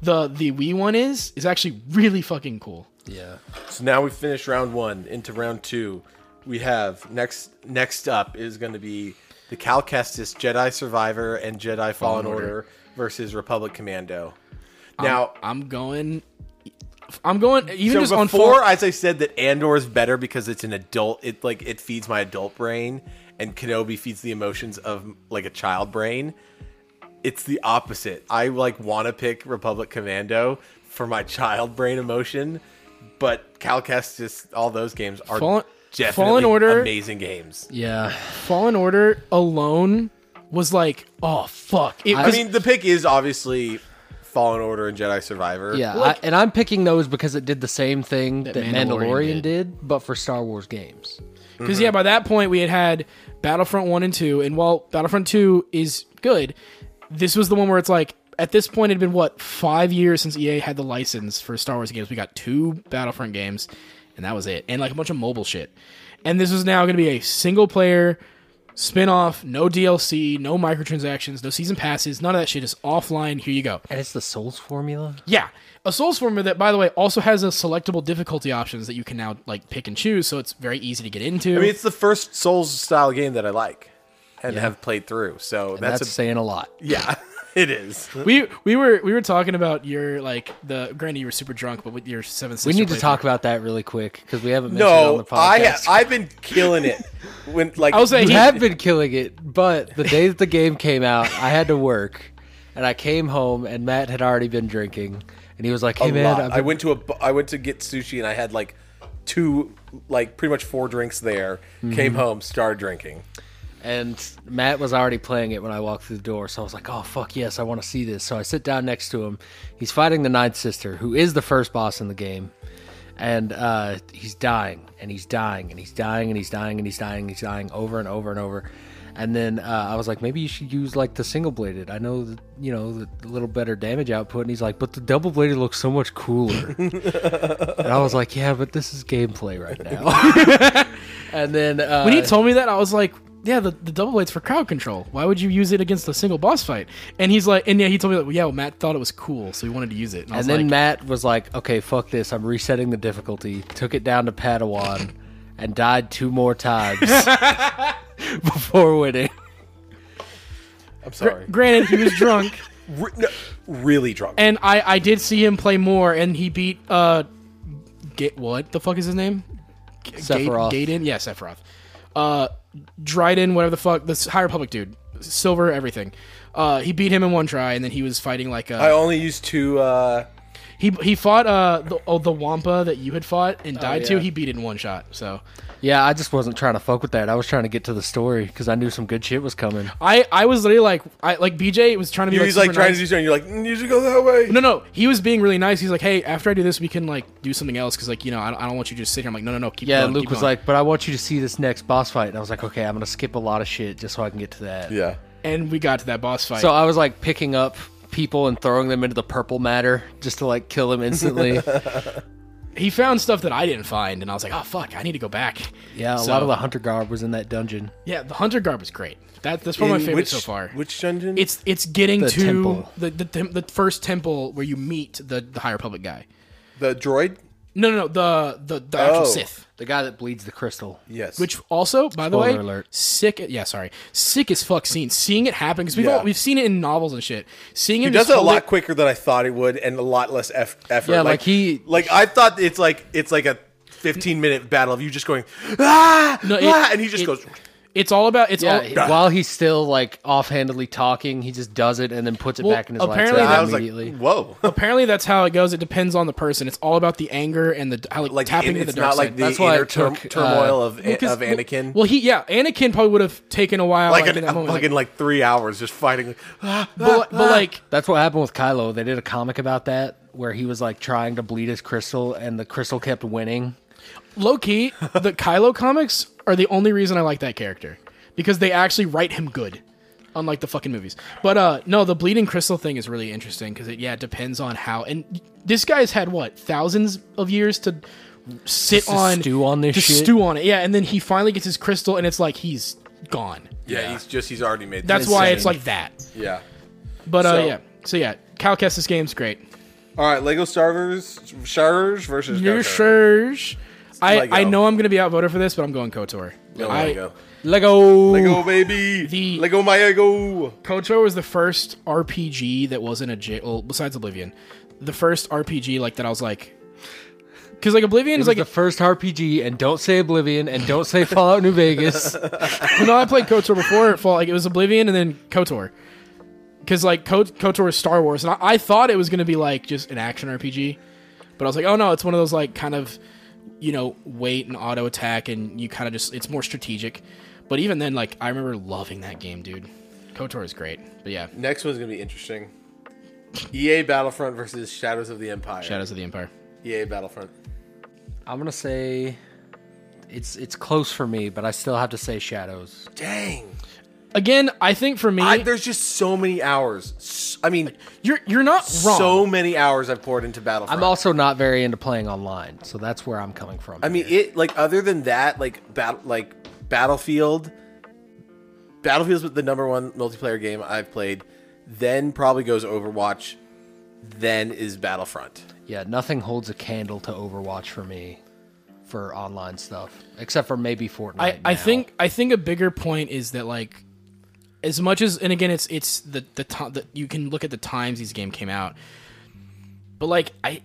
the the Wii one is is actually really fucking cool.
Yeah.
So now we finished round one into round two. We have next next up is going to be the Cal Kestis Jedi Survivor and Jedi Fallen, Order. Um, versus Republic Commando. Now,
I'm going. I'm going. Even
so
just
before
on four.
as I said that Andor is better because it's an adult. It like it feeds my adult brain, and Kenobi feeds the emotions of like a child brain. It's the opposite. I like want to pick Republic Commando for my child brain emotion, but Cal Kestis, all those games are
Fallen-
definitely
Fallen Order-
amazing games.
Yeah.
Fallen Order alone was like, oh fuck. It
I
was,
mean, the pick is obviously Fallen Order and Jedi Survivor.
Yeah.
Like-
I, and I'm picking those because it did the same thing that,
Mandalorian
Mandalorian,
did.
did. but for Star Wars games.
because yeah, by that point we had had Battlefront one and two, and while Battlefront two is good, this was the one where it's like at this point it had been what five years since EA had the license for Star Wars games. We got two Battlefront games, and that was it, and like a bunch of mobile shit. And this is now going to be a single player spin-off, no DLC, no microtransactions, no season passes, none of that shit is offline. Here you go.
And it's the Souls formula.
Yeah. A Souls formula that, by the way, also has a selectable difficulty options that you can now like pick and choose, so it's very easy to get into.
I mean, it's the first Souls style game that I like and have played through. So
That's,
that's, a,
saying a lot.
yeah, it is.
we we were we were talking about your like the granted you were super drunk, but with your seventh.
We need to talk about that really quick because we haven't mentioned it on the
No,
podcast.
I ha- I've been killing it when like
I was saying
you
he,
have been killing it, but the day that the game came out, I had to work, and I came home, and Matt had already been drinking, and he was like,
a
"Hey man,
lot.
I've
I
been-
went to a bu- I went to get sushi and I had like two like pretty much four drinks there.
Mm-hmm.
Came home, started drinking.
and Matt was already playing it when I walked through the door, so I was like, "Oh fuck yes, I want to see this." So I sit down next to him. He's fighting the Ninth Sister, who is the first boss in the game, and uh, he's dying, and he's dying, and he's dying, and he's dying, and he's dying, and he's dying over and over and over. And then uh, I was like, maybe you should use like the single bladed. I know that you know the the little better damage output. And he's like, but the double bladed looks so much cooler. and I was like, yeah, but this is gameplay right now. and then uh,
when he told me that I was like. Yeah, the, the double blades for crowd control. Why would you use it against a single boss fight? And he's like, and yeah, he told me like, well, yeah, well, Matt thought it was cool, so he wanted to use it. And, I was
And then
like,
Matt was like, "Okay, fuck this. I'm resetting the difficulty." Took it down to Padawan, and died two more times before winning.
I'm sorry,
granted, he was drunk,
Re- no, really drunk.
and I I did see him play more, and he beat uh, get what the fuck is his name? G-
Sephiroth.
Gate- Gaiden, yeah, Sephiroth. Uh, Dryden, whatever the fuck, this High Republic dude, Silver, everything. Uh, he beat him in one try, and then he was fighting like
I
a
only used two. Uh,
he he fought uh the, oh, the Wampa that you had fought
Oh,
and died to.
yeah.
He beat it in one shot. So
Yeah, I just wasn't trying to fuck with that. I was trying to get to the story because I knew some good shit was coming.
I I was literally like I like BJ was trying to be
he
like,
was like
super
trying
nice.
to do something. You're like, "Mm, you should go that way.
No, no, he was being really nice. He's like, "Hey, after I do this, we can like do something else because like you know I don't, I don't want you to just sit here." I'm like, "No, no, no, keep
Yeah,
going."
and Luke
keep
was
going."
like, "But I want you to see this next boss fight," and I was like, "Okay, I'm gonna skip a lot of shit just so I can get to that."
Yeah.
and we got to that boss fight.
So uh, I was like picking up people and throwing them into the purple matter just to like kill them instantly.
he found stuff that I didn't find, and I was like, "Oh fuck, I need to go back."
yeah, a
So-
lot of the hunter garb was in that dungeon.
yeah. The hunter garb was great. That that's one of my
In
favorites
which-
so far.
Which dungeon?
it's it's getting
The
to
temple.
the the, tem- the first temple where you meet the the higher public guy.
the droid.
No, no, no, the the, the actual
Oh.
Sith.
The guy that bleeds the crystal.
Yes.
Which also, by the way,
Spoiler alert.
sick. Yeah, sorry, sick as fuck. Scene, seeing it happen because we've
Yeah.
all, we've seen it in novels and shit. Seeing him
He does
just
it a
hold
lot quicker than I thought it would, and a lot less eff- effort.
Yeah, like he-
like I thought it's like it's like a fifteen minute battle of you just going ah,
No, it-
ah and he just
it-
goes
It's all about it's
Yeah,
all
he- while he's still like offhandedly talking, he just does it and then puts it
Well,
back in his
apparently
lightsaber
that-
I was like,
immediately.
whoa.
apparently that's how it goes. It depends on the person. It's all about the anger and the how, like,
like
tapping
in-
into
it's
the dark
not like
side.
the
That's why
inner
it took,
tur- turmoil
uh,
of
Well, 'cause-
of Anakin.
Well, he yeah, Anakin probably would have taken a while. Like,
like
in
an,
that moment, like-
fucking like three hours just fighting.
but, but like
That's what happened with Kylo. They did a comic about that where he was like trying to bleed his crystal and the crystal kept winning.
low key, the Kylo comics are the only reason I like that character because they actually write him good, unlike the fucking movies. But uh, no, the bleeding crystal thing is really interesting because it yeah it depends on how and this guy's had what thousands of years to sit
to
on
stew on this
to
shit.
stew on it yeah and then he finally gets his crystal and it's like he's gone.
yeah, he's just he's already made.
That's
this
why
decision.
it's like that.
yeah.
But uh,
So-
yeah, so yeah, Cal Kestis game's great.
All right, Lego Star Wars Charge versus
You're
Jar Jar.
sure? I,
Lego.
I know I'm gonna be outvoted for this, but I'm going Kotor.
Go
I-
Lego.
Lego.
Lego baby.
The-
Lego my ego.
KOTOR was the first RPG that wasn't a J. Well, besides Oblivion, the first RPG like that I was like, because like Oblivion is
It's like
like
the first RPG, and don't say Oblivion, and don't say Fallout New Vegas.
no, I played KOTOR before Fall. Like it was Oblivion and then KOTOR, because like Ko- KOTOR is Star Wars, and I, I thought it was gonna be like just an action RPG, but I was like, oh no, it's one of those like kind of you know wait and auto attack, and you kind of just it's more strategic. But even then, like I remember loving that game, dude. KOTOR is great, but yeah,
Next one's gonna be interesting. EA Battlefront versus Shadows of the Empire.
Shadows of the Empire.
EA Battlefront.
I'm gonna say it's it's close for me, but I still have to say Shadows. E
Dang.
Again, I think for me,
I, there's just so many hours. S- I mean,
You're you're not wrong.
so many hours I've poured into Battlefront.
I'm also not very into playing online, so that's where I'm coming from.
I mean, it like other than that, like battle, like Battlefield. Battlefield's the number one multiplayer game I've played. Then probably goes Overwatch. Then is Battlefront.
yeah, nothing holds a candle to Overwatch for me for online stuff, except for maybe Fortnite.
I, I
now.
think I think a bigger point is that like as much as and again it's it's the the time that you can look at the times these game came out. But like I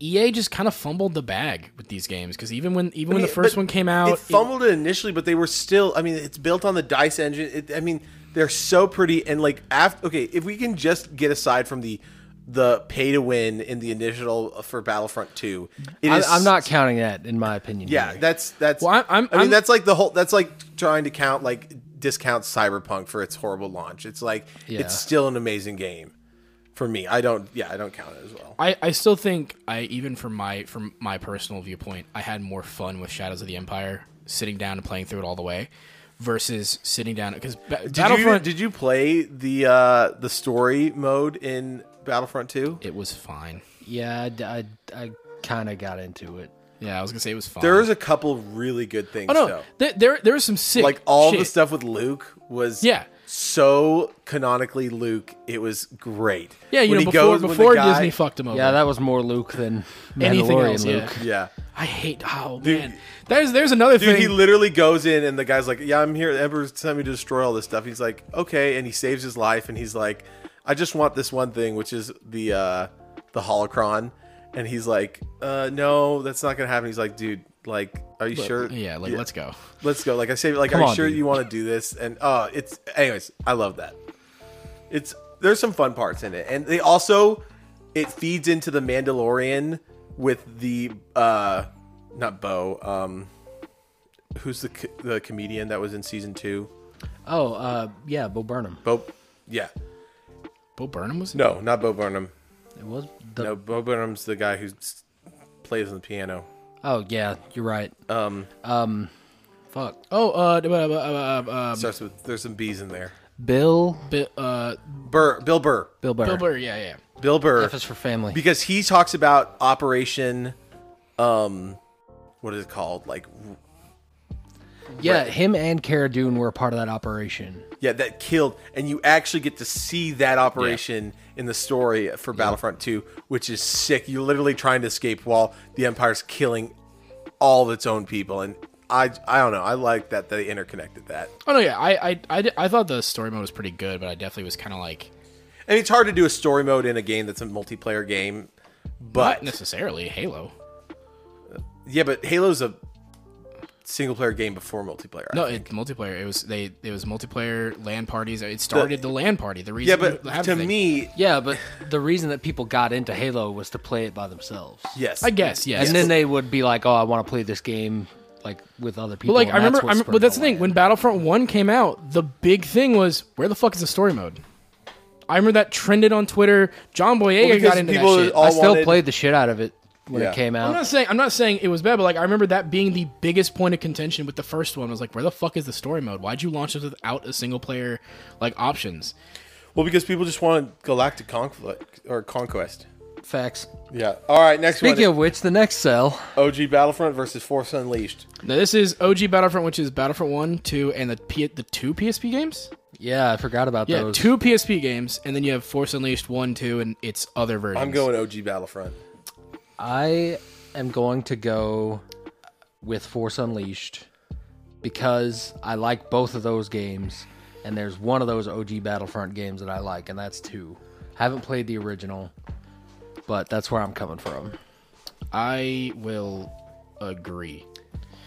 EA just kind of fumbled the bag with these games cuz even when even when the
Yeah,
first
but
one came out
it fumbled it initially, but they were still. I mean, it's built on the Dice engine. It, I mean, they're so pretty and like after. Okay, if we can just get aside from the the pay to win in the initial uh, for Battlefront Two, it
I,
is-
I'm not counting that in my opinion.
Yeah,
either.
that's that's.
Well, I'm- I'm-
I mean,
I'm-
that's like the whole. That's like trying to count like discount Cyberpunk for its horrible launch. It's like
Yeah.
it's still an amazing game for me. I don't. Yeah, I don't count it as well.
I, I still think I even from my from my personal viewpoint, I had more fun with Shadows of the Empire sitting down and playing through it all the way versus sitting down cuz
Did you,
Battlefront
did you play the uh, the story mode in Battlefront Two?
it was fine.
yeah, I d- I, kind of got into it.
Yeah, I was going to say it was fine.
There was a couple really good things.
Oh no,
though.
there, there there was some sick
like all the
shit.
stuff with Luke was
Yeah.
so canonically Luke. It was great.
Yeah, you
When he
know before
goes- when the
before
guy-
Disney fucked him over.
Yeah, that was more Luke than
Anything
Mandalorian
else, yeah.
Luke.
Yeah.
I hate. Oh man, there's there's another
Dude,
thing.
he literally goes in and the guy's like, "Yeah, I'm here. The Emperor sent me to destroy all this stuff." He's like, "Okay," and he saves his life. And he's like, "I just want this one thing, which is the uh, the holocron." And he's like, uh, "No, that's not gonna happen." He's like, "Dude, like, are you sure?
yeah, like let's go.
let's go. Like I say, like,
Come
are you
on,
sure
dude.
you want to do this?" And uh, it's anyways, I love that. It's there's some fun parts in it, and they also it feeds into the Mandalorian with the uh, not Bo, um, who's the co- the comedian that was in season two?
Oh, uh, yeah, Bo Burnham.
Bo, yeah,
Bo Burnham was.
no, not Bo Burnham.
It was the,
No, Bo Burnham's the guy who s- plays on the piano.
Oh yeah, you're right. Um, um, fuck.
Oh, uh, d- uh, uh, uh, uh,
Starts with there's some B's in there.
Bill,
Bi- uh,
Burr, Bill Burr,
Bill Burr.
Bill Burr. Yeah, yeah.
Bill Burr.
F is for family.
because he talks about operation um what is it called like
yeah, him and Cara Dune were a part of that operation.
yeah that killed and you actually get to see that operation in the story for battlefront 2 which is sick you're literally trying to escape while the empire's killing all of its own people and i i don't know i like that they interconnected that
Oh no, yeah. I I, I, di- I thought the story mode was pretty good, but I definitely was kind of like
and it's hard to do a story mode in a game that's a multiplayer game
not
but
necessarily Halo.
yeah but halo's a single player game before multiplayer. I
No,
think.
it multiplayer. It was they. It was multiplayer land parties. It started the, land party. The reason.
yeah,
you
but
have
to
the thing.
me,
Yeah, but the reason that people got into Halo was to play it by themselves.
yes,
I guess yes.
And then they would be like, "Oh, I want to play this game like with other people."
But like I
and that's
remember,
what
I remember- but
spurred
that's the
all
thing. When Battlefront One came out, the big thing was where the fuck is the story mode? I remember that trended on Twitter. John Boyega
because
got into that
people
shit.
that. I
all
still
wanted-
played the shit out of it when
Yeah.
it came
I'm
out.
not saying I'm not saying it was bad, but like I remember that being the biggest point of contention with the first one. I was like, where the fuck is the story mode? Why'd you launch this without a single player like options?
Well, because people just want galactic conflict or conquest.
Facts.
Yeah. All right. Next
Speaking
one.
of which, the next cell.
OG Battlefront versus Force Unleashed.
Now this is OG Battlefront, which is Battlefront One, Two, and the P- the two PSP games.
Yeah, I forgot about
Yeah,
those.
two PSP games, and then you have Force Unleashed One, Two, and its other versions.
I'm going OG Battlefront.
I am going to go with Force Unleashed because I like both of those games, and there's one of those OG Battlefront games that I like, and that's two. Haven't played the original, but that's where I'm coming from.
I will agree.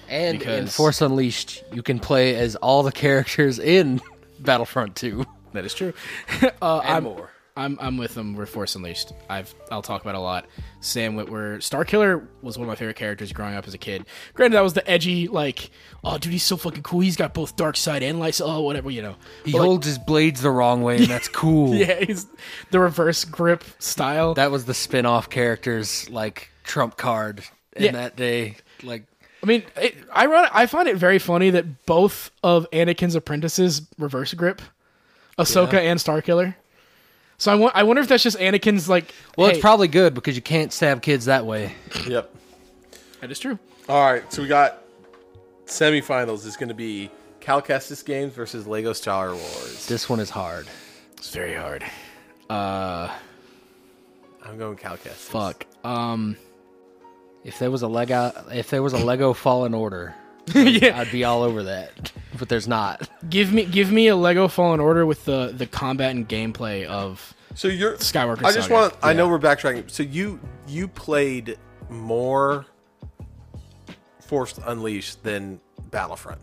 And in
Because-
Force Unleashed, you can play as all the characters in Battlefront 2
That is true. uh,
and
I'm,
more.
I'm I'm with them. We're Force Unleashed. I've I'll talk about it a lot. Sam Witwer, Star Killer was one of my favorite characters growing up as a kid. Granted, that was the edgy like, oh dude, he's so fucking cool. He's got both dark side and light. side. Oh whatever, you know.
He
But, like,
holds his blades the wrong way, and that's cool.
yeah, he's the reverse grip style.
That was the spin off character's like trump card in
Yeah.
that day. Like
I mean, it, ironic. I find it very funny that both of Anakin's apprentices reverse grip, Ahsoka and Star Killer. So I, wa- I wonder if that's just Anakin's like.
Well,
hey,
it's probably good because you can't stab kids that way.
Yep.
that is true.
All right. So we got semifinals. Is going to be Calcastus Games versus Lego Star Wars.
This one is hard.
It's very hard.
I'm going Calcastus.
Fuck. Um.
If there was a Lego, if there was a Lego Fallen Order,
yeah.
I'd be all over that. But there's not.
Give me give me a Lego Fallen Order with the the combat and gameplay of
So you're
Skywalker
I just
Saga.
want. I know we're backtracking. So you you played more Force Unleashed than Battlefront.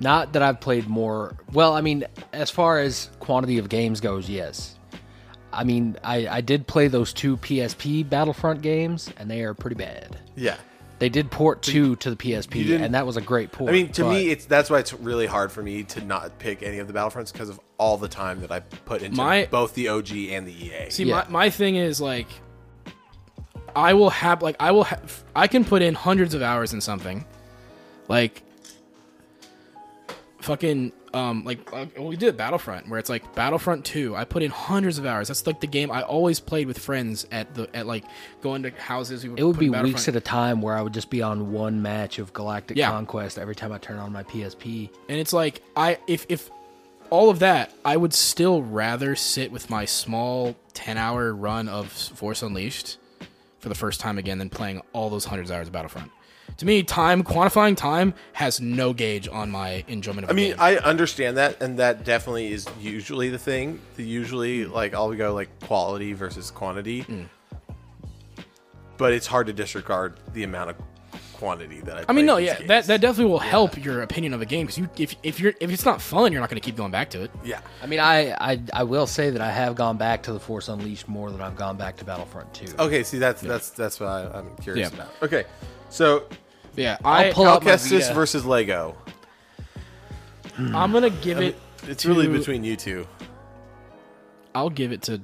Not that I've played more. Well, I mean, as far as quantity of games goes, yes. I mean, I, I did play those two PSP Battlefront games, and they are pretty bad.
Yeah.
They did port two to the PSP,
didn't-
and that was a great port.
I mean, to
but-
me, it's that's why it's really hard for me to not pick any of the Battlefronts because of all the time that I put into
My-
both the OG and the E EA.
See,
Yeah.
my, my thing is like, I will have like I will have I can put in hundreds of hours in something, like, fucking um like uh, we did Battlefront where it's like Battlefront Two. I put in hundreds of hours. That's like the game I always played with friends at the at like going to houses. We
It would
put
be
in
weeks
Battlefront.
at a time where I would just be on one match of Galactic
Yeah.
Conquest every time I turn on my PSP.
And it's like I if if all of that, I would still rather sit with my small 10-hour run of Force Unleashed for the first time again than playing all those hundreds of hours of Battlefront. To me, time quantifying time has no gauge on my enjoyment of
I mean,
game.
I understand that, and that definitely is usually the thing. The
Mm.
usually, like, I'll go like quality versus quantity, but it's hard to disregard the amount of quantity that I.
I mean,
play
no,
these
yeah,
games.
that, that definitely will help your opinion of a game because you if, if you're if it's not fun, you're not going to keep going back to it.
yeah.
I mean, I, I I will say that I have gone back to the Force Unleashed more than I've gone back to Battlefront 2.
Okay, see, that's that's that's what I, I'm curious
Yeah.
about. Okay, so
Yeah, I,
I'll pull out my
Alcestis
Vita.
versus Lego.
I'm gonna give it.
It's really
to-
between you two.
I'll give it to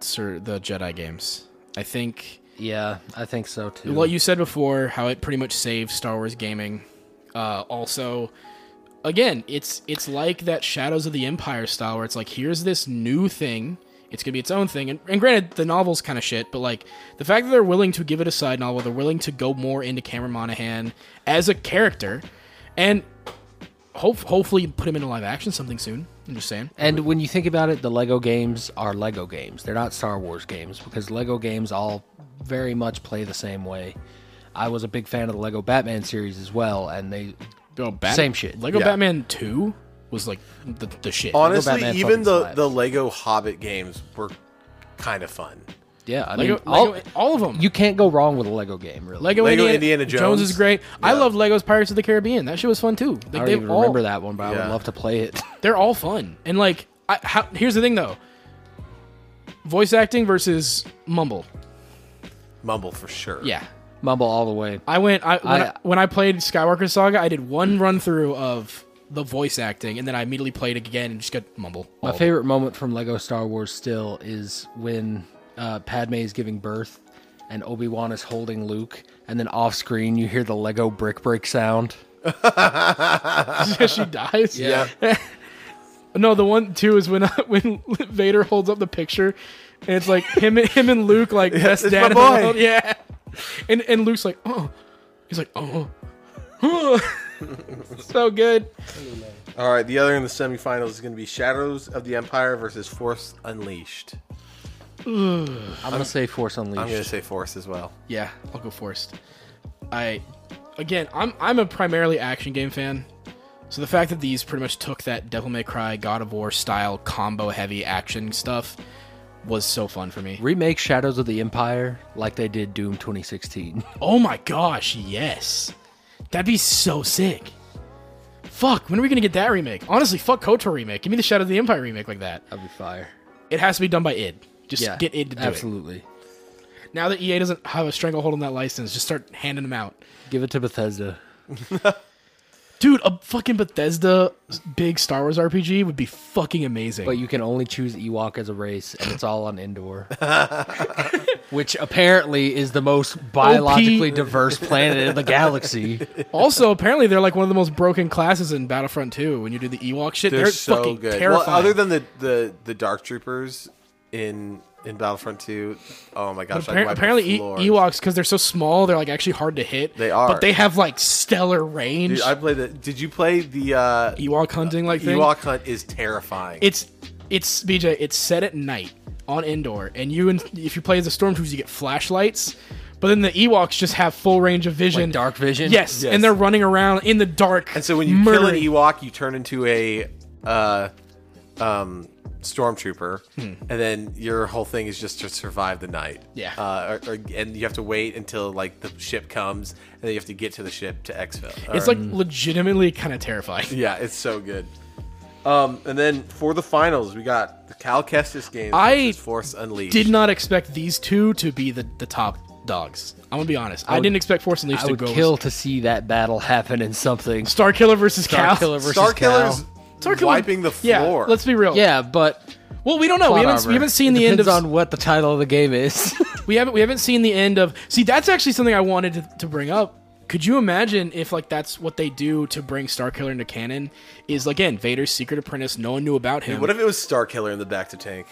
Sir the Jedi games. I think
Yeah, I think so too.
what you said before, how it pretty much saved Star Wars gaming. Uh, also, again, it's it's like that Shadows of the Empire style, where it's like here's this new thing. It's gonna be its own thing, and, and granted, the novel's kind of shit, but like the fact that they're willing to give it a side novel, they're willing to go more into Cameron Monaghan as a character, and hope hopefully put him into live action something soon. I'm just saying.
and when you think about it, the Lego games are Lego games. They're not Star Wars games because Lego games all very much play the same way. I was a big fan of the Lego Batman series as well, and they
Oh, Bat-
Same shit.
Lego
Yeah.
Batman Two was like the, the shit.
Honestly,
Batman
even
fucking
the
slaps.
the Lego Hobbit games were kind of fun.
Yeah, I
Lego,
mean, all,
Lego- all of them.
you can't go wrong with a Lego game, really.
Lego,
Lego
Indiana,
Indiana
Jones.
Jones.
is great. I love Lego's Pirates of the Caribbean. That shit was fun too. Like,
I don't
they've
even
all-
remember that one, but I
Yeah.
would love to play it.
They're all fun. And like, I, how, here's the thing though: voice acting versus mumble.
Mumble for sure.
Yeah,
Mumble all the way.
I went. I when, I,
I-
when I played Skywalker Saga, I did one run through of the voice acting, and then I immediately played again and just got mumble. All
My
of it.
favorite moment from Lego Star Wars still is when uh, Padme is giving birth and Obi Wan is holding Luke, and then off screen you hear the Lego brick break sound.
she dies.
Yeah.
No, the one too is when when Vader holds up the picture, and it's like him and him and Luke like best
it's
dad
my
in the
boy.
world. Yeah, and and Luke's like, oh, he's like, oh, so good.
All right. The other in the semifinals is going to be Shadows of the Empire versus Force Unleashed.
I'm gonna say Force
I'm going to
Unleashed.
say Force as well.
Yeah, I'll go forced. I again, I'm I'm a primarily action game fan. So the fact that these pretty much took that Devil May Cry, God of War style combo heavy action stuff was so fun for me.
Remake Shadows of the Empire like they did Doom 2016.
Oh my gosh, yes. That'd be so sick. Fuck, when are we gonna get that remake? Honestly, fuck KOTOR remake. Give me the Shadow of the Empire remake like that.
That'd be fire.
It has to be done by id. Just
Yeah,
get id to do
absolutely.
it. Now that EA doesn't have a stranglehold on that license, just start handing them out.
Give it to Bethesda.
Dude, a fucking Bethesda big Star Wars RPG would be fucking amazing.
But you can only choose Ewok as a race, and it's all on indoor, which apparently is the most biologically diverse planet in the galaxy.
also, apparently they're like one of the most broken classes in Battlefront 2 when you do the Ewok shit. They're, fucking terrifying.
Well, other than the, the the Dark Troopers in in Battlefront 2, oh my gosh!
Appar-
I
apparently,
e-
e- Ewoks because they're so small, they're like actually hard to hit.
They are.
but they have like stellar range.
Dude, I played the. Did you play the uh,
Ewok hunting like thing.
Ewok Hunt? Is terrifying.
It's it's BJ. It's set at night on indoor, and you and if you play as a stormtrooper, you get flashlights. But then the Ewoks just have full range of vision,
Like dark vision?
Yes,
Yes.
and they're running around in the dark.
And so when you
murdering-
kill an Ewok, you turn into a uh, um, stormtrooper,
Hmm.
and then your whole thing is just to survive the night.
Yeah.
Uh, or, or, and you have to wait until like the ship comes, and then you have to get to the ship to exfil. Uh,
it's like legitimately kind of terrifying.
yeah, it's so good. Um, and then for the finals, we got the Cal Kestis games.
I
versus Force Unleashed.
Did not expect these two to be the the top dogs. I'm gonna be honest. I, didn't expect Force Unleashed
I
to
would
go
kill to see that battle happen in something.
Star Killer versus Cal.
Starkiller versus
Star Killer's
Cal.
Starkiller-
wiping the floor.
Yeah, let's be real.
Yeah, but
Well, we don't know. We haven't, we haven't seen the end of
on what the title of the game is.
we haven't we haven't seen the end of. See, that's actually something I wanted to, to bring up. Could you imagine if like that's what they do to bring Starkiller into canon? Is again Vader's secret apprentice. No one knew about him.
What if it was Star Killer in the back to tank?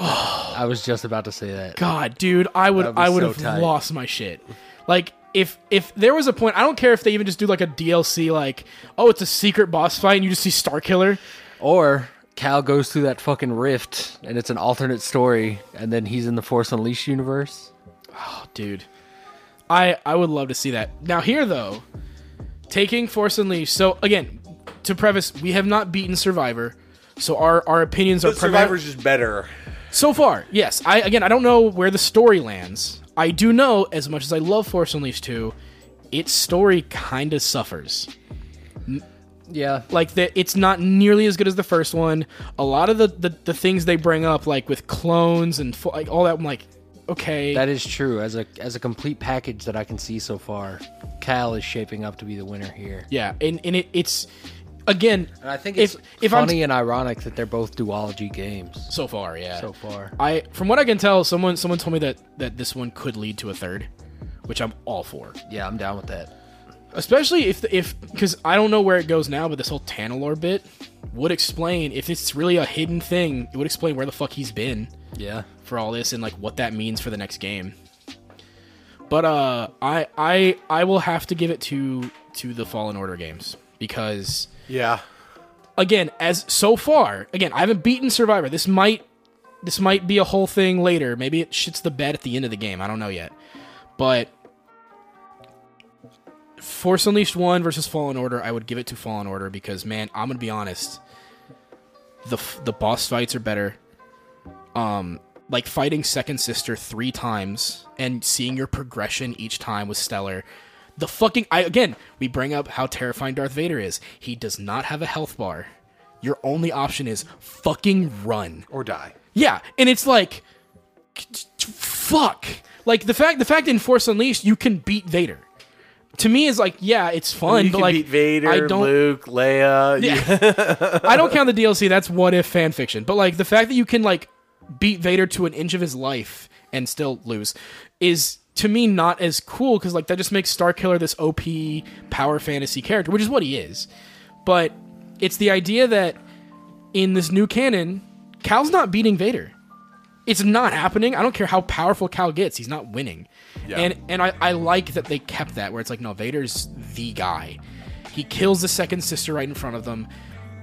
I was just about to say that.
God, dude, I would
That'd be
I would
so
have
tight.
lost my shit. Like if if there was a point, I don't care if they even just do like a DLC, like oh it's a secret boss fight and you just see Starkiller.
Or Cal goes through that fucking rift, and it's an alternate story, and then he's in the Force Unleashed universe.
dude. I I would love to see that. Now here though, taking Force Unleashed. So again, to preface, we have not beaten Survivor, so our our opinions are
But
primar-
Survivor's just better.
so far. Yes, I again I don't know where the story lands. I do know as much as I love Force Unleashed 2, its story kind of suffers.
Yeah,
Like that it's not nearly as good as the first one. A lot of the the, the things they bring up like with clones and fo- like all that I'm like okay.
that is true. As a as a complete package that I can see so far, Cal is shaping up to be the winner here.
yeah, and and it, it's again
And I think
If-
it's
if I'm
funny and ironic that they're both duology games
so far, yeah.
so far.
I from what I can tell, someone someone told me that that this one could lead to a third, which I'm all for.
Yeah, I'm down with that.
Especially if if because I don't know where it goes now, but this whole Tantalor bit would explain if it's really a hidden thing. It would explain where the fuck he's been
Yeah,
for all this and like what that means for the next game. But uh, I I I will have to give it to to the Fallen Order games because
Yeah.
again as so far again i haven't beaten survivor this might this might be a whole thing later maybe it shits the bed at the end of the game i don't know yet but force unleashed 1 versus fallen order i would give it to fallen order because man i'm gonna be honest the f- the boss fights are better um like fighting second sister three times and seeing your progression each time was stellar the fucking i again we bring up how terrifying darth vader is he does not have a health bar your only option is fucking run
or die.
yeah, and it's like, fuck. Like the fact, the fact in Force Unleashed, you can beat Vader. To me, is like, yeah, it's fun,
You
but
can
Oh, like,
beat Vader,
I don't,
Luke, Leia. you-
I don't count the DLC. That's what if fan fiction. But like the fact that you can like beat Vader to an inch of his life and still lose is to me not as cool because like that just makes Star Killer this OP power fantasy character, which is what he is. But it's the idea that in this new canon, Cal's not beating Vader. It's not happening. I don't care how powerful Cal gets; he's not winning. And and I, I like that they kept that where it's like, no, Vader's the guy. He kills the second sister right in front of them.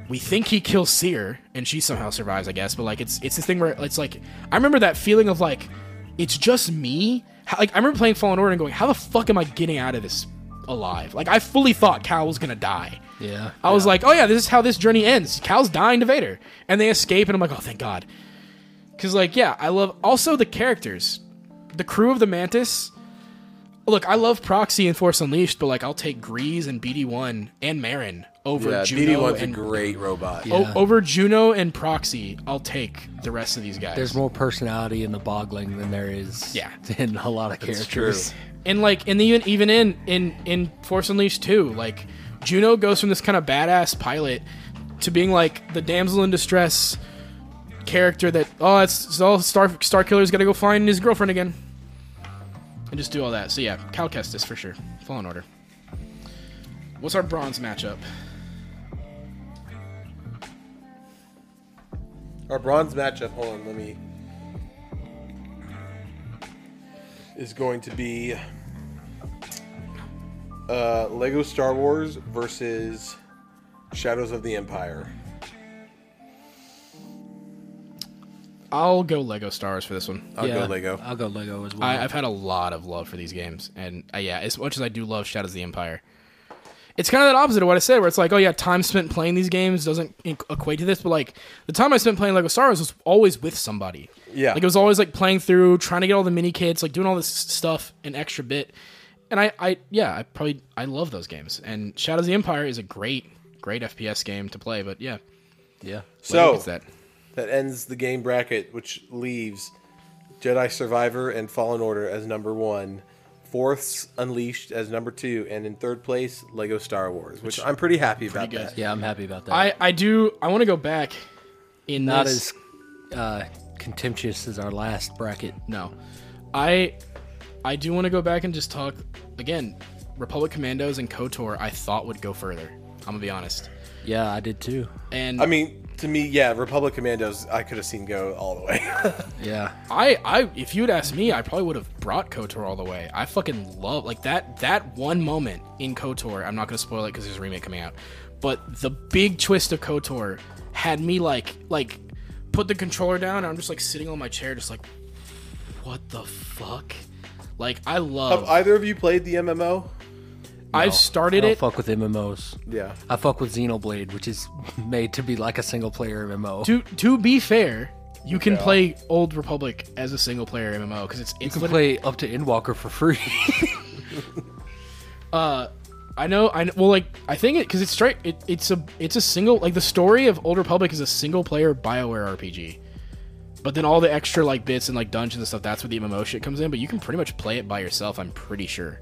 We think he kills Seer, and she somehow survives, I guess. But like, it's it's this thing where it's like, I remember that feeling of like, it's just me. How, like I remember playing Fallen Order and going, how the fuck am I getting out of this alive? Like I fully thought Cal was gonna die.
Yeah.
I was like, oh yeah, this is how this journey ends. Cal's dying to Vader, and they escape, and I'm like, oh thank God, because like yeah, I love also the characters, the crew of the Mantis. Look, I love Proxy and Force Unleashed, but like I'll take Grease and BD One and Marin over
Yeah,
Juno
BD-1's a
and
great robot.
o-
Yeah.
over Juno and Proxy. I'll take the rest of these guys.
There's more personality in the Bogling than there is
Yeah.
in a lot of characters.
and like and even even in in in Force Unleashed 2, like Juno goes from this kind of badass pilot to being like the damsel in distress character that oh it's, it's all Star Star Killer's got to go find his girlfriend again. And just do all that. So yeah, Cal Kestis for sure. Fallen Order. What's our bronze matchup?
Our bronze matchup, hold on, let me. Is going to be uh, Lego Star Wars versus Shadows of the Empire.
I'll go Lego Star Wars for this one.
I'll go Lego.
I'll go Lego as well.
I, I've had a lot of love for these games, and uh, yeah, as much as I do love Shadows of the Empire, it's kind of that opposite of what I said, where it's like, oh yeah, time spent playing these games doesn't in- equate to this, but like the time I spent playing Lego Star Wars was always with somebody.
Yeah.
like it was always like playing through, trying to get all the mini kits, like doing all this stuff an extra bit, and I, I yeah, I probably I love those games, and Shadows of the Empire is a great, great FPS game to play, but yeah,
yeah.
Lego
so
gets that.
that ends the game bracket, which leaves Jedi Survivor and Fallen Order as number one, Force Unleashed as number two, and in third place, Lego Star Wars, which, I'm pretty happy about
good.
that.
Yeah, I'm happy about that.
I I do I want to go back in
Not
this.
as uh, contemptuous as our last bracket.
No. I I do want to go back and just talk again. Republic Commandos and KOTOR I thought would go further. I'm gonna be honest.
Yeah, I did too.
And
I mean, to me, yeah, Republic Commandos, I could have seen go all the way.
Yeah.
I, I if you'd asked me, I probably would have brought KOTOR all the way. I fucking love like that that one moment in KOTOR, I'm not gonna spoil it because there's a remake coming out. But the big twist of KOTOR had me like like put the controller down and I'm just like sitting on my chair just like what the fuck? Like I
have
love
either of you played the MMO?
I've
I
started
don't
it
fuck with MMOs.
Yeah.
I fuck with Xenoblade, which is made to be like a single player MMO.
to to be fair, you can play Old Republic as a single player MMO because it's it's
you can
literally-
play up to Endwalker for free.
I know I kn- well like I think it because it's straight it, it's a it's a single like the story of Old Republic is a single player Bioware RPG, but then all the extra like bits and like dungeons and stuff that's where the MMO shit comes in. But you can pretty much play it by yourself. I'm pretty sure.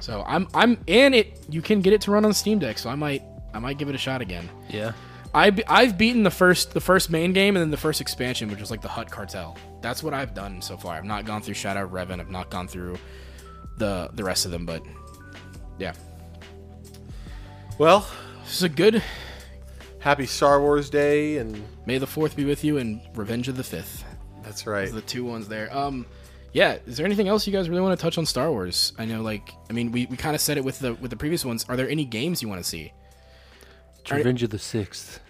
So I'm I'm and it you can get it to run on Steam Deck. So I might I might give it a shot again.
yeah.
I be- I've beaten the first the first main game and then the first expansion, which was like the Hut Cartel. That's what I've done so far. I've not gone through Shadow of Revan. I've not gone through the the rest of them, but yeah,
Well,
this is a good.
happy Star Wars Day, and
May the Fourth be with you, and Revenge of the Fifth.
that's right.
The two ones there. Um, yeah. Is there anything else you guys really want to touch on Star Wars? I know, like, I mean, we, we kind of said it with the with the previous ones. Are there any games you want to see?
Revenge of the Sixth.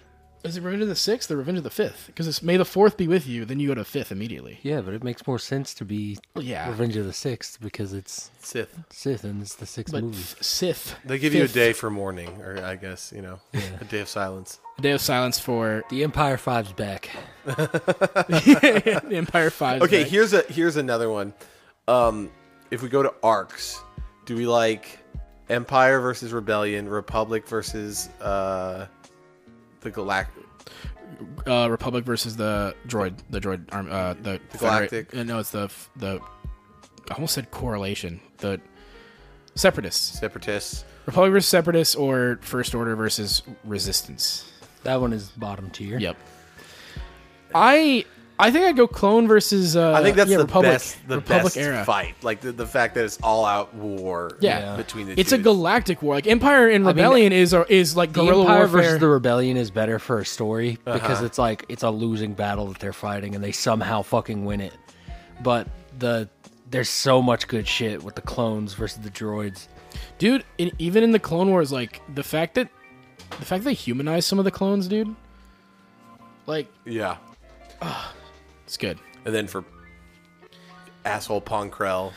Is it Revenge of the Sixth or Revenge of the Fifth? Because it's May the Fourth be with you. Then you go to Fifth immediately.
Yeah, but it makes more sense to be
Yeah.
Revenge of the Sixth because it's
Sith.
Sith and it's the sixth
But
movie.
f- Sith.
They give you a
Fifth.
day for mourning, or I guess you know, a day of silence.
A day of silence for
The Empire Five's back.
the Empire Five.
Okay, here's a here's another one. Um, if we go to arcs, do we like Empire versus Rebellion, Republic versus uh, the Galact?
uh, Republic versus the droid, the droid arm, uh, the Federa-
Galactic.
uh, no, it's the f- the. I almost said correlation. The Separatists,
Separatists?
Republic versus Separatists, or First Order versus Resistance.
That one is bottom tier.
Yep. I I think I would go Clone versus. Uh,
I think that's
yeah,
the
Republic,
best, the
Republic
best
era.
fight. Like the, the fact that it's all out war.
Yeah.
between the
It's
two.
a galactic war. Like Empire and Rebellion is a, is like
The
guerrilla
Empire
warfare.
versus the Rebellion is better for a story because it's like it's a losing battle that they're fighting and they somehow fucking win it. But the there's so much good shit with the clones versus the droids.
dude in, even in the clone wars like the fact that the fact they humanized some of the clones dude like
yeah.
it's good
And then for asshole Ponkrell,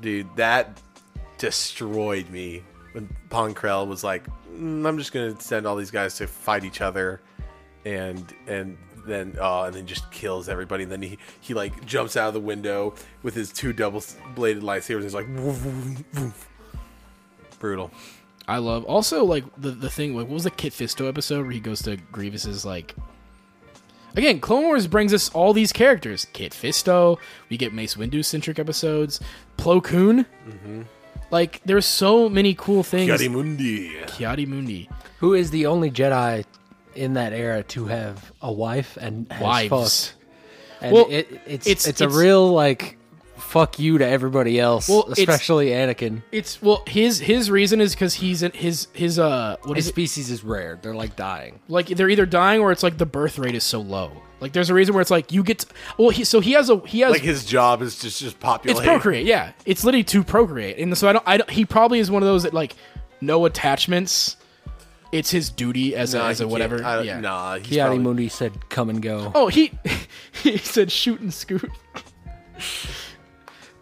dude, that destroyed me when Ponkrell was like, "Mm, "I'm just gonna send all these guys to fight each other," and and then uh, and then just kills everybody. And then he he like jumps out of the window with his two double bladed lightsabers. And he's like, woof, woof, woof. brutal.
i love also like the, the thing like what was the kit fisto episode where he goes to grievous's like again clone wars brings us all these characters kit fisto we get mace windu centric episodes plo koon like there's so many cool things
Yadimundi.
Kiadi mundi
Who is the only Jedi in that era to have a wife and has
wives
fucked? And
Well,
it, it's,
it's-
it's a
it's-
real like fuck you to everybody else,
Well, it's-
especially Anakin.
it's well his his reason is because he's in his his uh what
His
is it?
species is rare; they're like dying.
like they're either dying or it's like the birth rate is so low. Like there's a reason where it's like you get to, well he so he has a he has
Like his job is just just
it's
populate.
procreate yeah it's literally to procreate and so I don't I don't, he probably is one of those that like no attachments. It's his duty as
Nah,
a, as
he
a
can't-
whatever
I don't-
yeah.
Nah, he's
Kiadi
probably-
Mundi said, "Come and go."
Oh he he said shoot and scoot.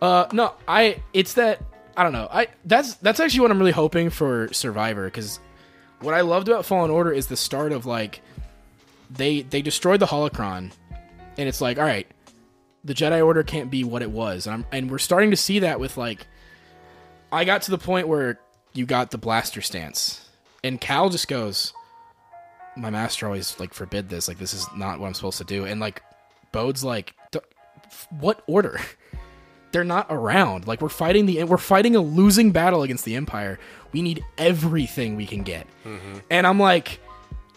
uh no I it's that I don't know I that's that's actually what I'm really hoping for Survivor because what I loved about Fallen Order is the start of like they they destroyed the holocron and it's like all right the jedi order can't be what it was and, I'm, and we're starting to see that with like i got to the point where you got the blaster stance and cal just goes my master always like forbid this like this is not what i'm supposed to do and like bode's like "D- f- what order they're not around like we're fighting the we're fighting a losing battle against the empire we need everything we can get
Mm-hmm.
and i'm like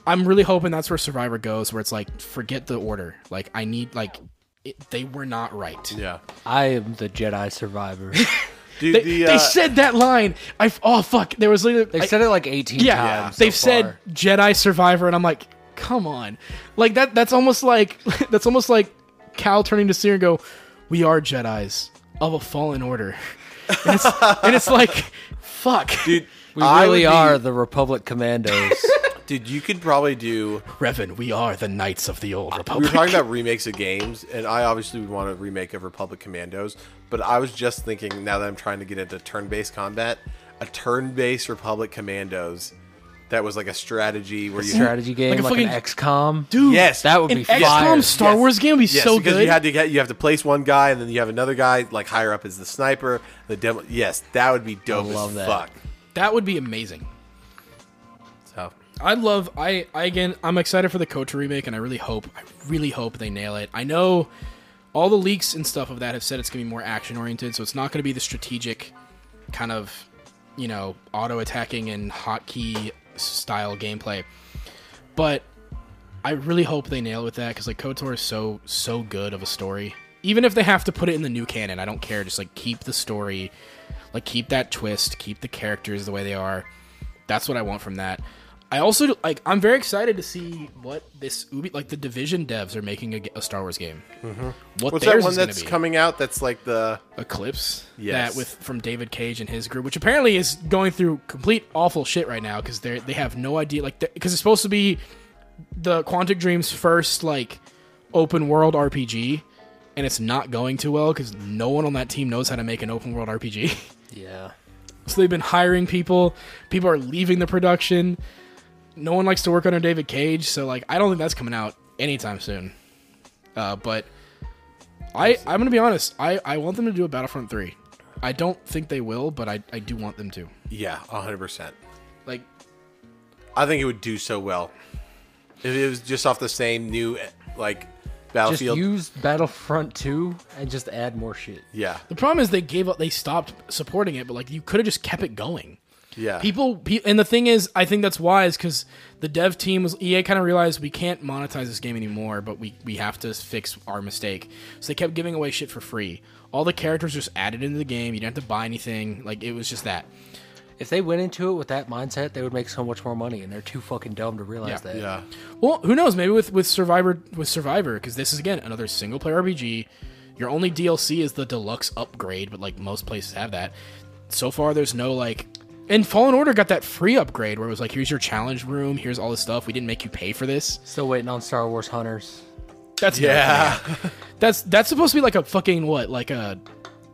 I'm really hoping that's where Survivor goes, where it's like, forget the order. Like, I need, like, it, they were not right.
Yeah.
I am the Jedi survivor.
Dude,
They,
the,
they
uh,
said that line. I, f- oh, fuck. There was literally,
They've
I-
said it like eighteen
yeah,
times.
they've
so
said
far.
Jedi Survivor, and I'm like, come on. Like, that, that's almost like, that's almost like Cal turning to Seer and go, we are Jedis of a fallen order. And it's, and it's like, fuck.
dude,
We
I
really
would be-
are the Republic Commandos.
Dude, you could probably do.
Revan, we are the Knights of the Old
We
Republic.
were talking about remakes of games, and I obviously would want a remake of Republic Commandos, but I was just thinking now that I'm trying to get into turn based combat, a turn based Republic Commandos that was like a strategy where you.
Strategy game,
Like
like,
a fucking-
an XCOM.
Dude,
Yes.
that would
an
be fire.
XCOM Star
Yes.
Wars game would be
Yes,
so
because
good.
you had to get you have to place one guy and then you have another guy like higher up as the sniper. The demo, yes, that would be dope.
love
as
that.
Fuck.
That would be amazing.
So
I love I I again I'm excited for the Coach remake and I really hope I really hope they nail it. I know all the leaks and stuff of that have said it's going to be more action oriented, so it's not going to be the strategic kind of, you know, auto attacking and hotkey style gameplay. But I really hope they nail it with that cuz like KOTOR is so so good of a story. Even if they have to put it in the new canon, I don't care. Just like keep the story, like keep that twist, keep the characters the way they are. That's what I want from that. I also like. I'm very excited to see what this Ubi, like the Division devs, are making a, g- a Star Wars game. What
Mm-hmm. what's
theirs
that one
is gonna
that's
be.
coming out? That's like the
Eclipse.
Yes.
That with from David Cage and his group, which apparently is going through complete awful shit right now because they they have no idea like because it's supposed to be the Quantic Dream's first like open world RPG, and it's not going too well because no one on that team knows how to make an open world RPG.
Yeah.
so they've been hiring people. People are leaving the production. No one likes to work under David Cage, so like I don't think that's coming out anytime soon. Uh, but I I'm gonna be honest. I I want them to do a Battlefront three. I don't think they will, but I, I do want them to.
Yeah, 100%.
Like
I think it would do so well. If it was just off the same new like battlefield.
Just use Battlefront 2 and just add more shit.
yeah.
the problem is they gave up. They stopped supporting it, but like you could have just kept it going.
Yeah.
people pe- and the thing is i think that's wise because the dev team was ea kind of realized we can't monetize this game anymore but we, we have to fix our mistake so they kept giving away shit for free all the characters just added into the game you didn't have to buy anything like it was just that
If they went into it with that mindset, they would make so much more money, and they're too fucking dumb to realize
Yeah.
that.
yeah.
well who knows maybe with, with survivor with survivor because this is again another single player rpg your only dlc is the deluxe upgrade but like most places have that so far there's no like and fallen order got that free upgrade where it was like here's your challenge room here's all this stuff we didn't make you pay for this
Still waiting on Star Wars Hunters.
That's
Yeah.
That's that's supposed to be like a fucking what? Like a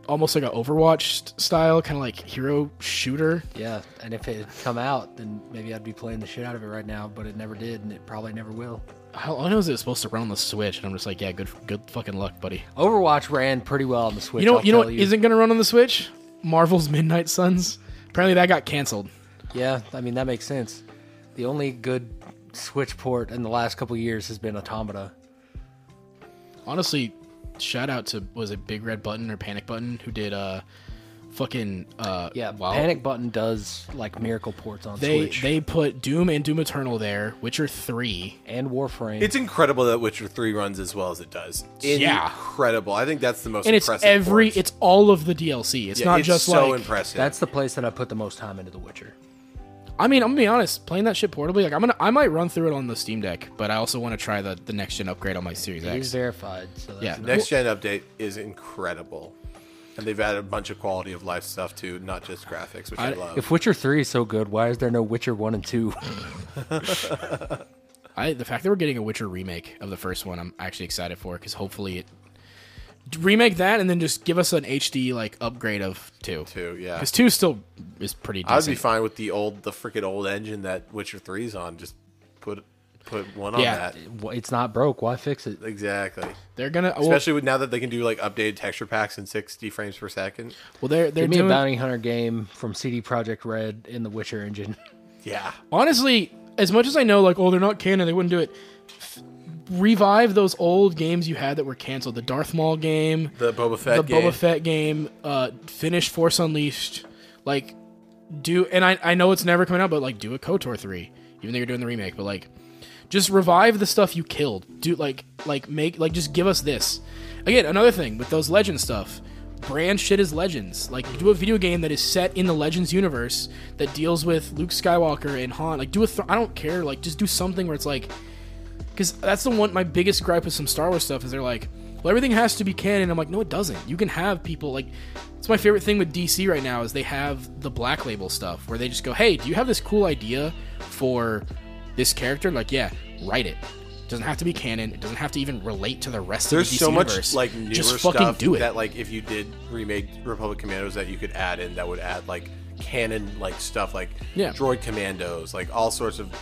almost like a Overwatch style kind of like hero shooter.
Yeah, and if it had come out, then maybe I'd be playing the shit out of it right now, but it never did, and it probably never will.
How I know is it's supposed to run on the Switch, and I'm just like, yeah, good good fucking luck, buddy.
Overwatch ran pretty well on the Switch.
You know
I'll
you know
tell
what
you.
isn't gonna run on the Switch? Marvel's Midnight Suns. Apparently that got canceled.
Yeah, I mean that makes sense. The only good Switch port in the last couple years has been Automata.
Honestly, shout out to was it Big Red Button or Panic Button who did uh fucking uh
Yeah,
Wild-
Panic Button does like miracle ports on
They
Switch
they put Doom and Doom Eternal there, Witcher three.
and Warframe.
It's incredible that Witcher 3 runs as well as it does.
Yeah.
Incredible. I think that's the most
And it's
impressive
every
port.
it's all of the DLC. It's
Yeah,
not
it's
just
so
like
impressive.
That's the place that I put the most time into The Witcher.
I mean, I'm gonna be honest. Playing that shit portably, like I'm gonna, I might run through it on the Steam Deck, but I also want to try the the next gen upgrade on my Series
He's
X.
verified. So that's
Yeah,
Next gen update is incredible. And they've added a bunch of quality of life stuff too, not just graphics, which I,
I-
love.
If Witcher Three is so good, why is there no Witcher One and Two?
I the fact that we're getting a Witcher remake of the first one, I'm actually excited for because hopefully it remake that and then just give us an HD like upgrade of two.
Two, yeah.
because two still is pretty.
I'd be
Decent.
fine with the old, the freaking old engine that Witcher 3's on. Just put put one on
Yeah.
that.
Wh- it's not broke. Why fix it?
Exactly.
They're gonna oh, well,
Especially with now that they can do like updated texture packs in 60 frames per second.
well, they're they're
Give me a
doing
bounty hunter game from CD Projekt Red in the Witcher engine.
Yeah.
honestly, as much as I know, like, oh, they're not canon, they wouldn't do it. F- revive those old games you had that were canceled. The Darth Maul game,
The Boba Fett
the
game.
Boba Fett game, uh, finish Force Unleashed. Like, do and I I know it's never coming out, but like, do a Kotor three, even though you're doing the remake. But like, just revive the stuff you killed. Do like like make like just give us this. Again, another thing with those legend stuff. Brand shit is legends. Like do a video game that is set in the Legends universe that deals with Luke Skywalker and Han. Like do a th- I don't care. Like just do something where it's like because that's the one my biggest gripe with some Star Wars stuff is they're like, well, everything has to be canon. I'm like, no, it doesn't. You can have people like. It's my favorite thing with DC right now is they have the black label stuff where they just go, hey, do you have this cool idea for this character? Like, yeah, write it. Doesn't have to be canon. It doesn't have to even relate to the rest
There's
of the DC
so much
universe.
like newer
just fucking
stuff
do it.
that like if you did remake Republic Commandos that you could add in that would add like canon like stuff like
Yeah.
droid commandos, like all sorts of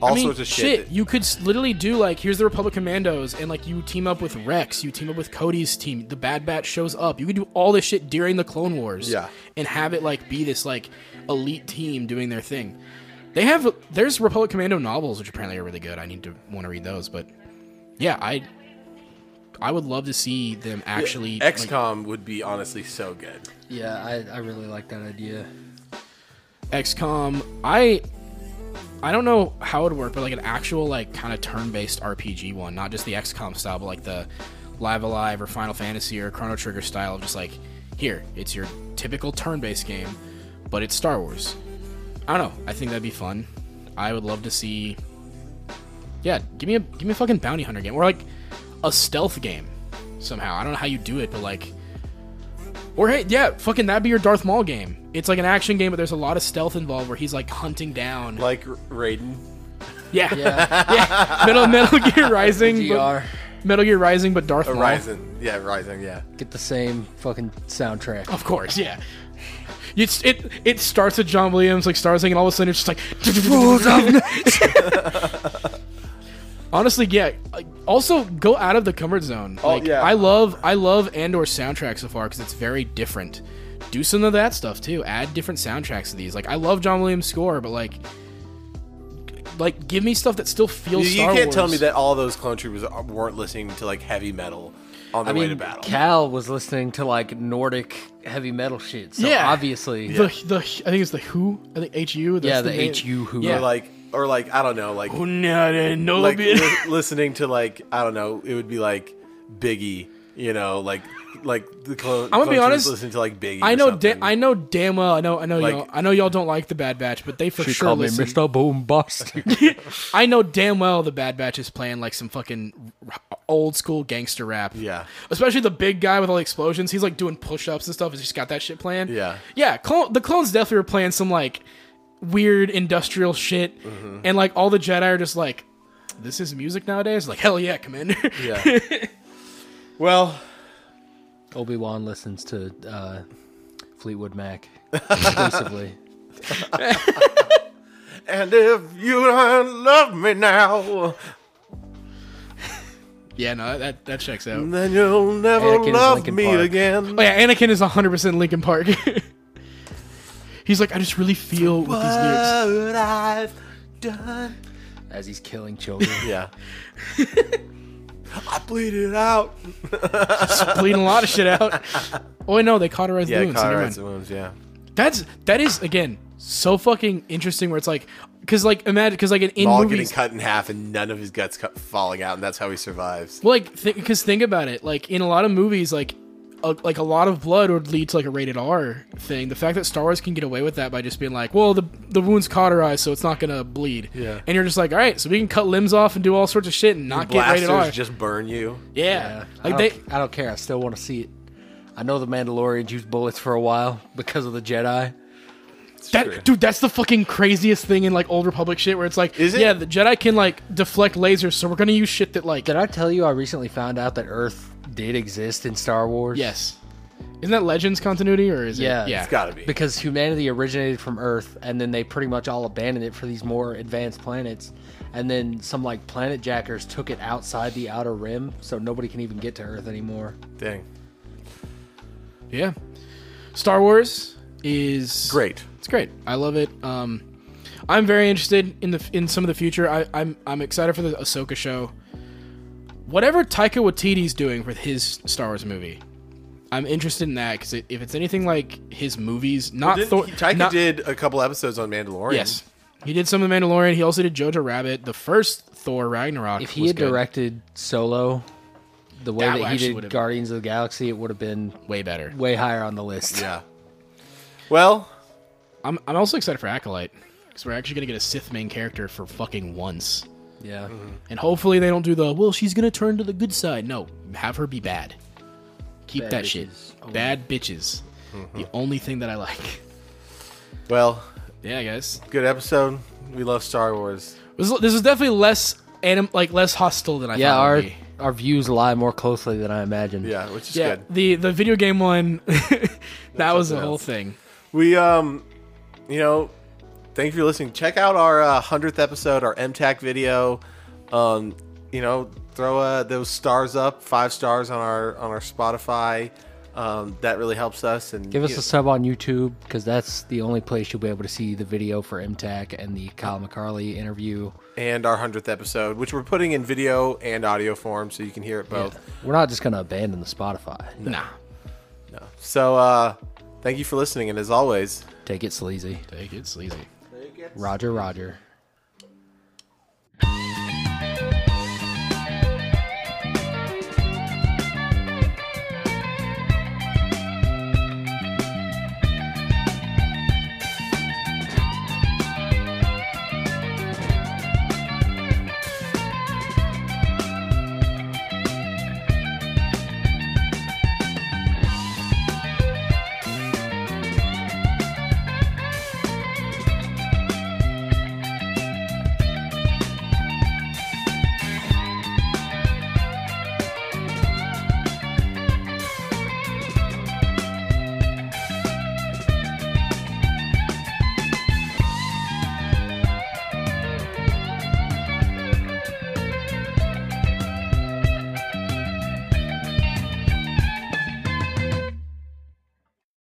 all
I mean,
sorts of shit. that-
You could s- literally do like, here's the Republic Commandos, and like you team up with Rex, you team up with Cody's team. The Bad Batch shows up. You could do all this shit during the Clone Wars,
Yeah.
and have it like be this like elite team doing their thing. They have there's Republic Commando novels, which apparently are really good. I need to want to read those, but yeah, I I would love to see them actually like,
XCOM would be honestly so good.
Yeah, I, I really like that idea.
XCOM. I I don't know how it would work, but like an actual like kind of turn-based RPG one, not just the XCOM style, but like the Live Alive or Final Fantasy or Chrono Trigger style of just like here, it's your typical turn-based game, but it's Star Wars. I don't know. I think that'd be fun. I would love to see. Yeah, give me a give me a fucking bounty hunter game or like a stealth game somehow. I don't know how you do it, but like or hey, yeah, fucking that'd be your Darth Maul game. It's like an action game, but there's a lot of stealth involved where he's like hunting down.
Like Raiden.
Yeah. Yeah. Metal Metal Gear Rising. but,
GR.
Metal Gear Rising, but Darth
Uh,
Maul.
Rising, yeah, Rising, yeah.
Get the same fucking soundtrack.
Of course, yeah. It's, it it starts with John Williams like Star Sing, and all of a sudden it's just like rules of Honestly, yeah. like, Also, go out of the comfort zone.
Oh,
Like,
yeah.
I love I love Andor's soundtrack so far because it's very different. Do some of that stuff too. Add different soundtracks to these. Like, I love John Williams' score, but like, like give me stuff that still
You,
feels.
you
Star
can't tell
Wars.
me that all those clone troopers are- weren't listening to like heavy metal on
I
their way to
mean,
battle.
Cal was listening to like Nordic heavy metal shit. So
Yeah.
obviously,
The, the I think it's the Who. I think H U.
yeah, the HU who uh,
Yeah.
Or like, or like, Oh, I don't know, like,
no
like
bit.
li- listening to like, I don't know, it would be like Biggie, you know, like, like the clone.
I'm gonna be
clone
honest,
troopers Listening to like Biggie.
I
or
know, da-
something.
I know damn well. I know, I know,
Like-
y'all, I know y'all don't like the Bad Batch, but they for
she
sure
called me
listen.
Mr. Boombastic.
I know damn well the Bad Batch is playing like some fucking r- old school gangster rap.
Yeah.
especially the big guy with all the explosions. He's like doing push ups and stuff. He's just got that shit playing.
Yeah.
yeah. Clone, the clones definitely were playing some like weird industrial shit,
Mm-hmm.
and like all the Jedi are just like, "This is music nowadays." Like hell yeah, Commander.
Yeah. well,
Obi Wan listens to uh, Fleetwood Mac exclusively.
and if you don't love me now,
yeah, no, that that checks out.
then you'll never
Anakin's
love
Linkin
me
Park.
again.
Oh yeah, Anakin is 100% Linkin Park. He's like, I just really feel with these lyrics.
What I've done.
as he's killing children.
Yeah. I bleed it out.
Bleeding a lot of shit out. Oh wait, no, they cauterized the
Yeah,
wounds. so never
Conrad's
mind.
wounds. Yeah.
That's that is again so fucking interesting. Where it's like, because like imagine, because like in, in
Maul
movies,
getting cut in half and none of his guts cut, falling out, and that's how he survives.
well, like because think about it, like in a lot of movies, like a, like a lot of blood would lead to like a rated R thing. The fact that Star Wars can get away with that by just being like, well, the the wounds cauterized, so it's not gonna bleed.
Yeah.
And you're just like, all right, so we can cut limbs off and do all sorts of shit and not get rated R.
Blasters just burn you.
yeah.
I,
Oh,
Like
don't,
they.
I don't care. I still want to see it. I know the Mandalorians used bullets for a while because of the Jedi.
Sure.
That, dude, that's the fucking craziest thing in like old Republic shit, where it's like,
Is it?
yeah, the Jedi can like deflect lasers, so we're gonna use shit that like,
Did I tell you I recently found out that Earth did exist in Star Wars?
yes, isn't that Legends continuity or is
Yeah,
it? Yeah,
It's gotta be.
Because humanity originated from Earth, and then they pretty much all abandoned it for these more advanced planets. And then some like planet jackers took it outside the outer rim, so nobody can even get to Earth anymore.
Dang.
yeah. Star Wars is
Great.
It's great. I love it. Um, I'm very interested in the in some of the future. I, I'm I'm excited for the Ahsoka show. Whatever Taika Waititi's doing with his Star Wars movie, I'm interested in that because if it's anything like his movies, not
Didn't
Thor,
he- Taika
not-
did a couple episodes on Mandalorian.
Yes. He did some of The Mandalorian. He also did Jojo Rabbit, the first Thor Ragnarok.
If he
was
had
good.
directed Solo the way
That
that, he
actually
did
would've-
Guardians of the Galaxy, it would have been
way better.
way higher on the list.
Yeah. Well,
I'm, I'm also excited for Acolyte because we're actually gonna get a Sith main character for fucking once,
Yeah.
and hopefully they don't do the well she's gonna turn to the good side. No, have her be bad. Keep
Bad
that
bitches
shit. Bad bitches.
Mm-hmm.
The only thing that I like.
well,
Yeah, guys.
good episode. We love Star Wars.
This is, this is definitely less anim- like less hostile than I thought.
Yeah,
it
our
would be.
our views lie more closely than I imagined.
Yeah, which is
yeah.
good.
The the video game one. that was the
something
whole
else.
thing.
We um, you know, thank you for listening. Check out our uh, hundredth episode, our MTAC video. Um, you know, throw uh, those stars up, five stars on our on our Spotify. Um, that really helps us. And
Give us
you-
a sub on YouTube because that's the only place you'll be able to see the video for MTAC and the Kyle McCarley interview.
and our hundredth episode, which we're putting in video and audio form, so you can hear it both.
We're not just going to abandon the Spotify.
Nah.
So, uh, thank you for listening, and as always.
Take it sleazy.
Take it sleazy.
Roger, Roger.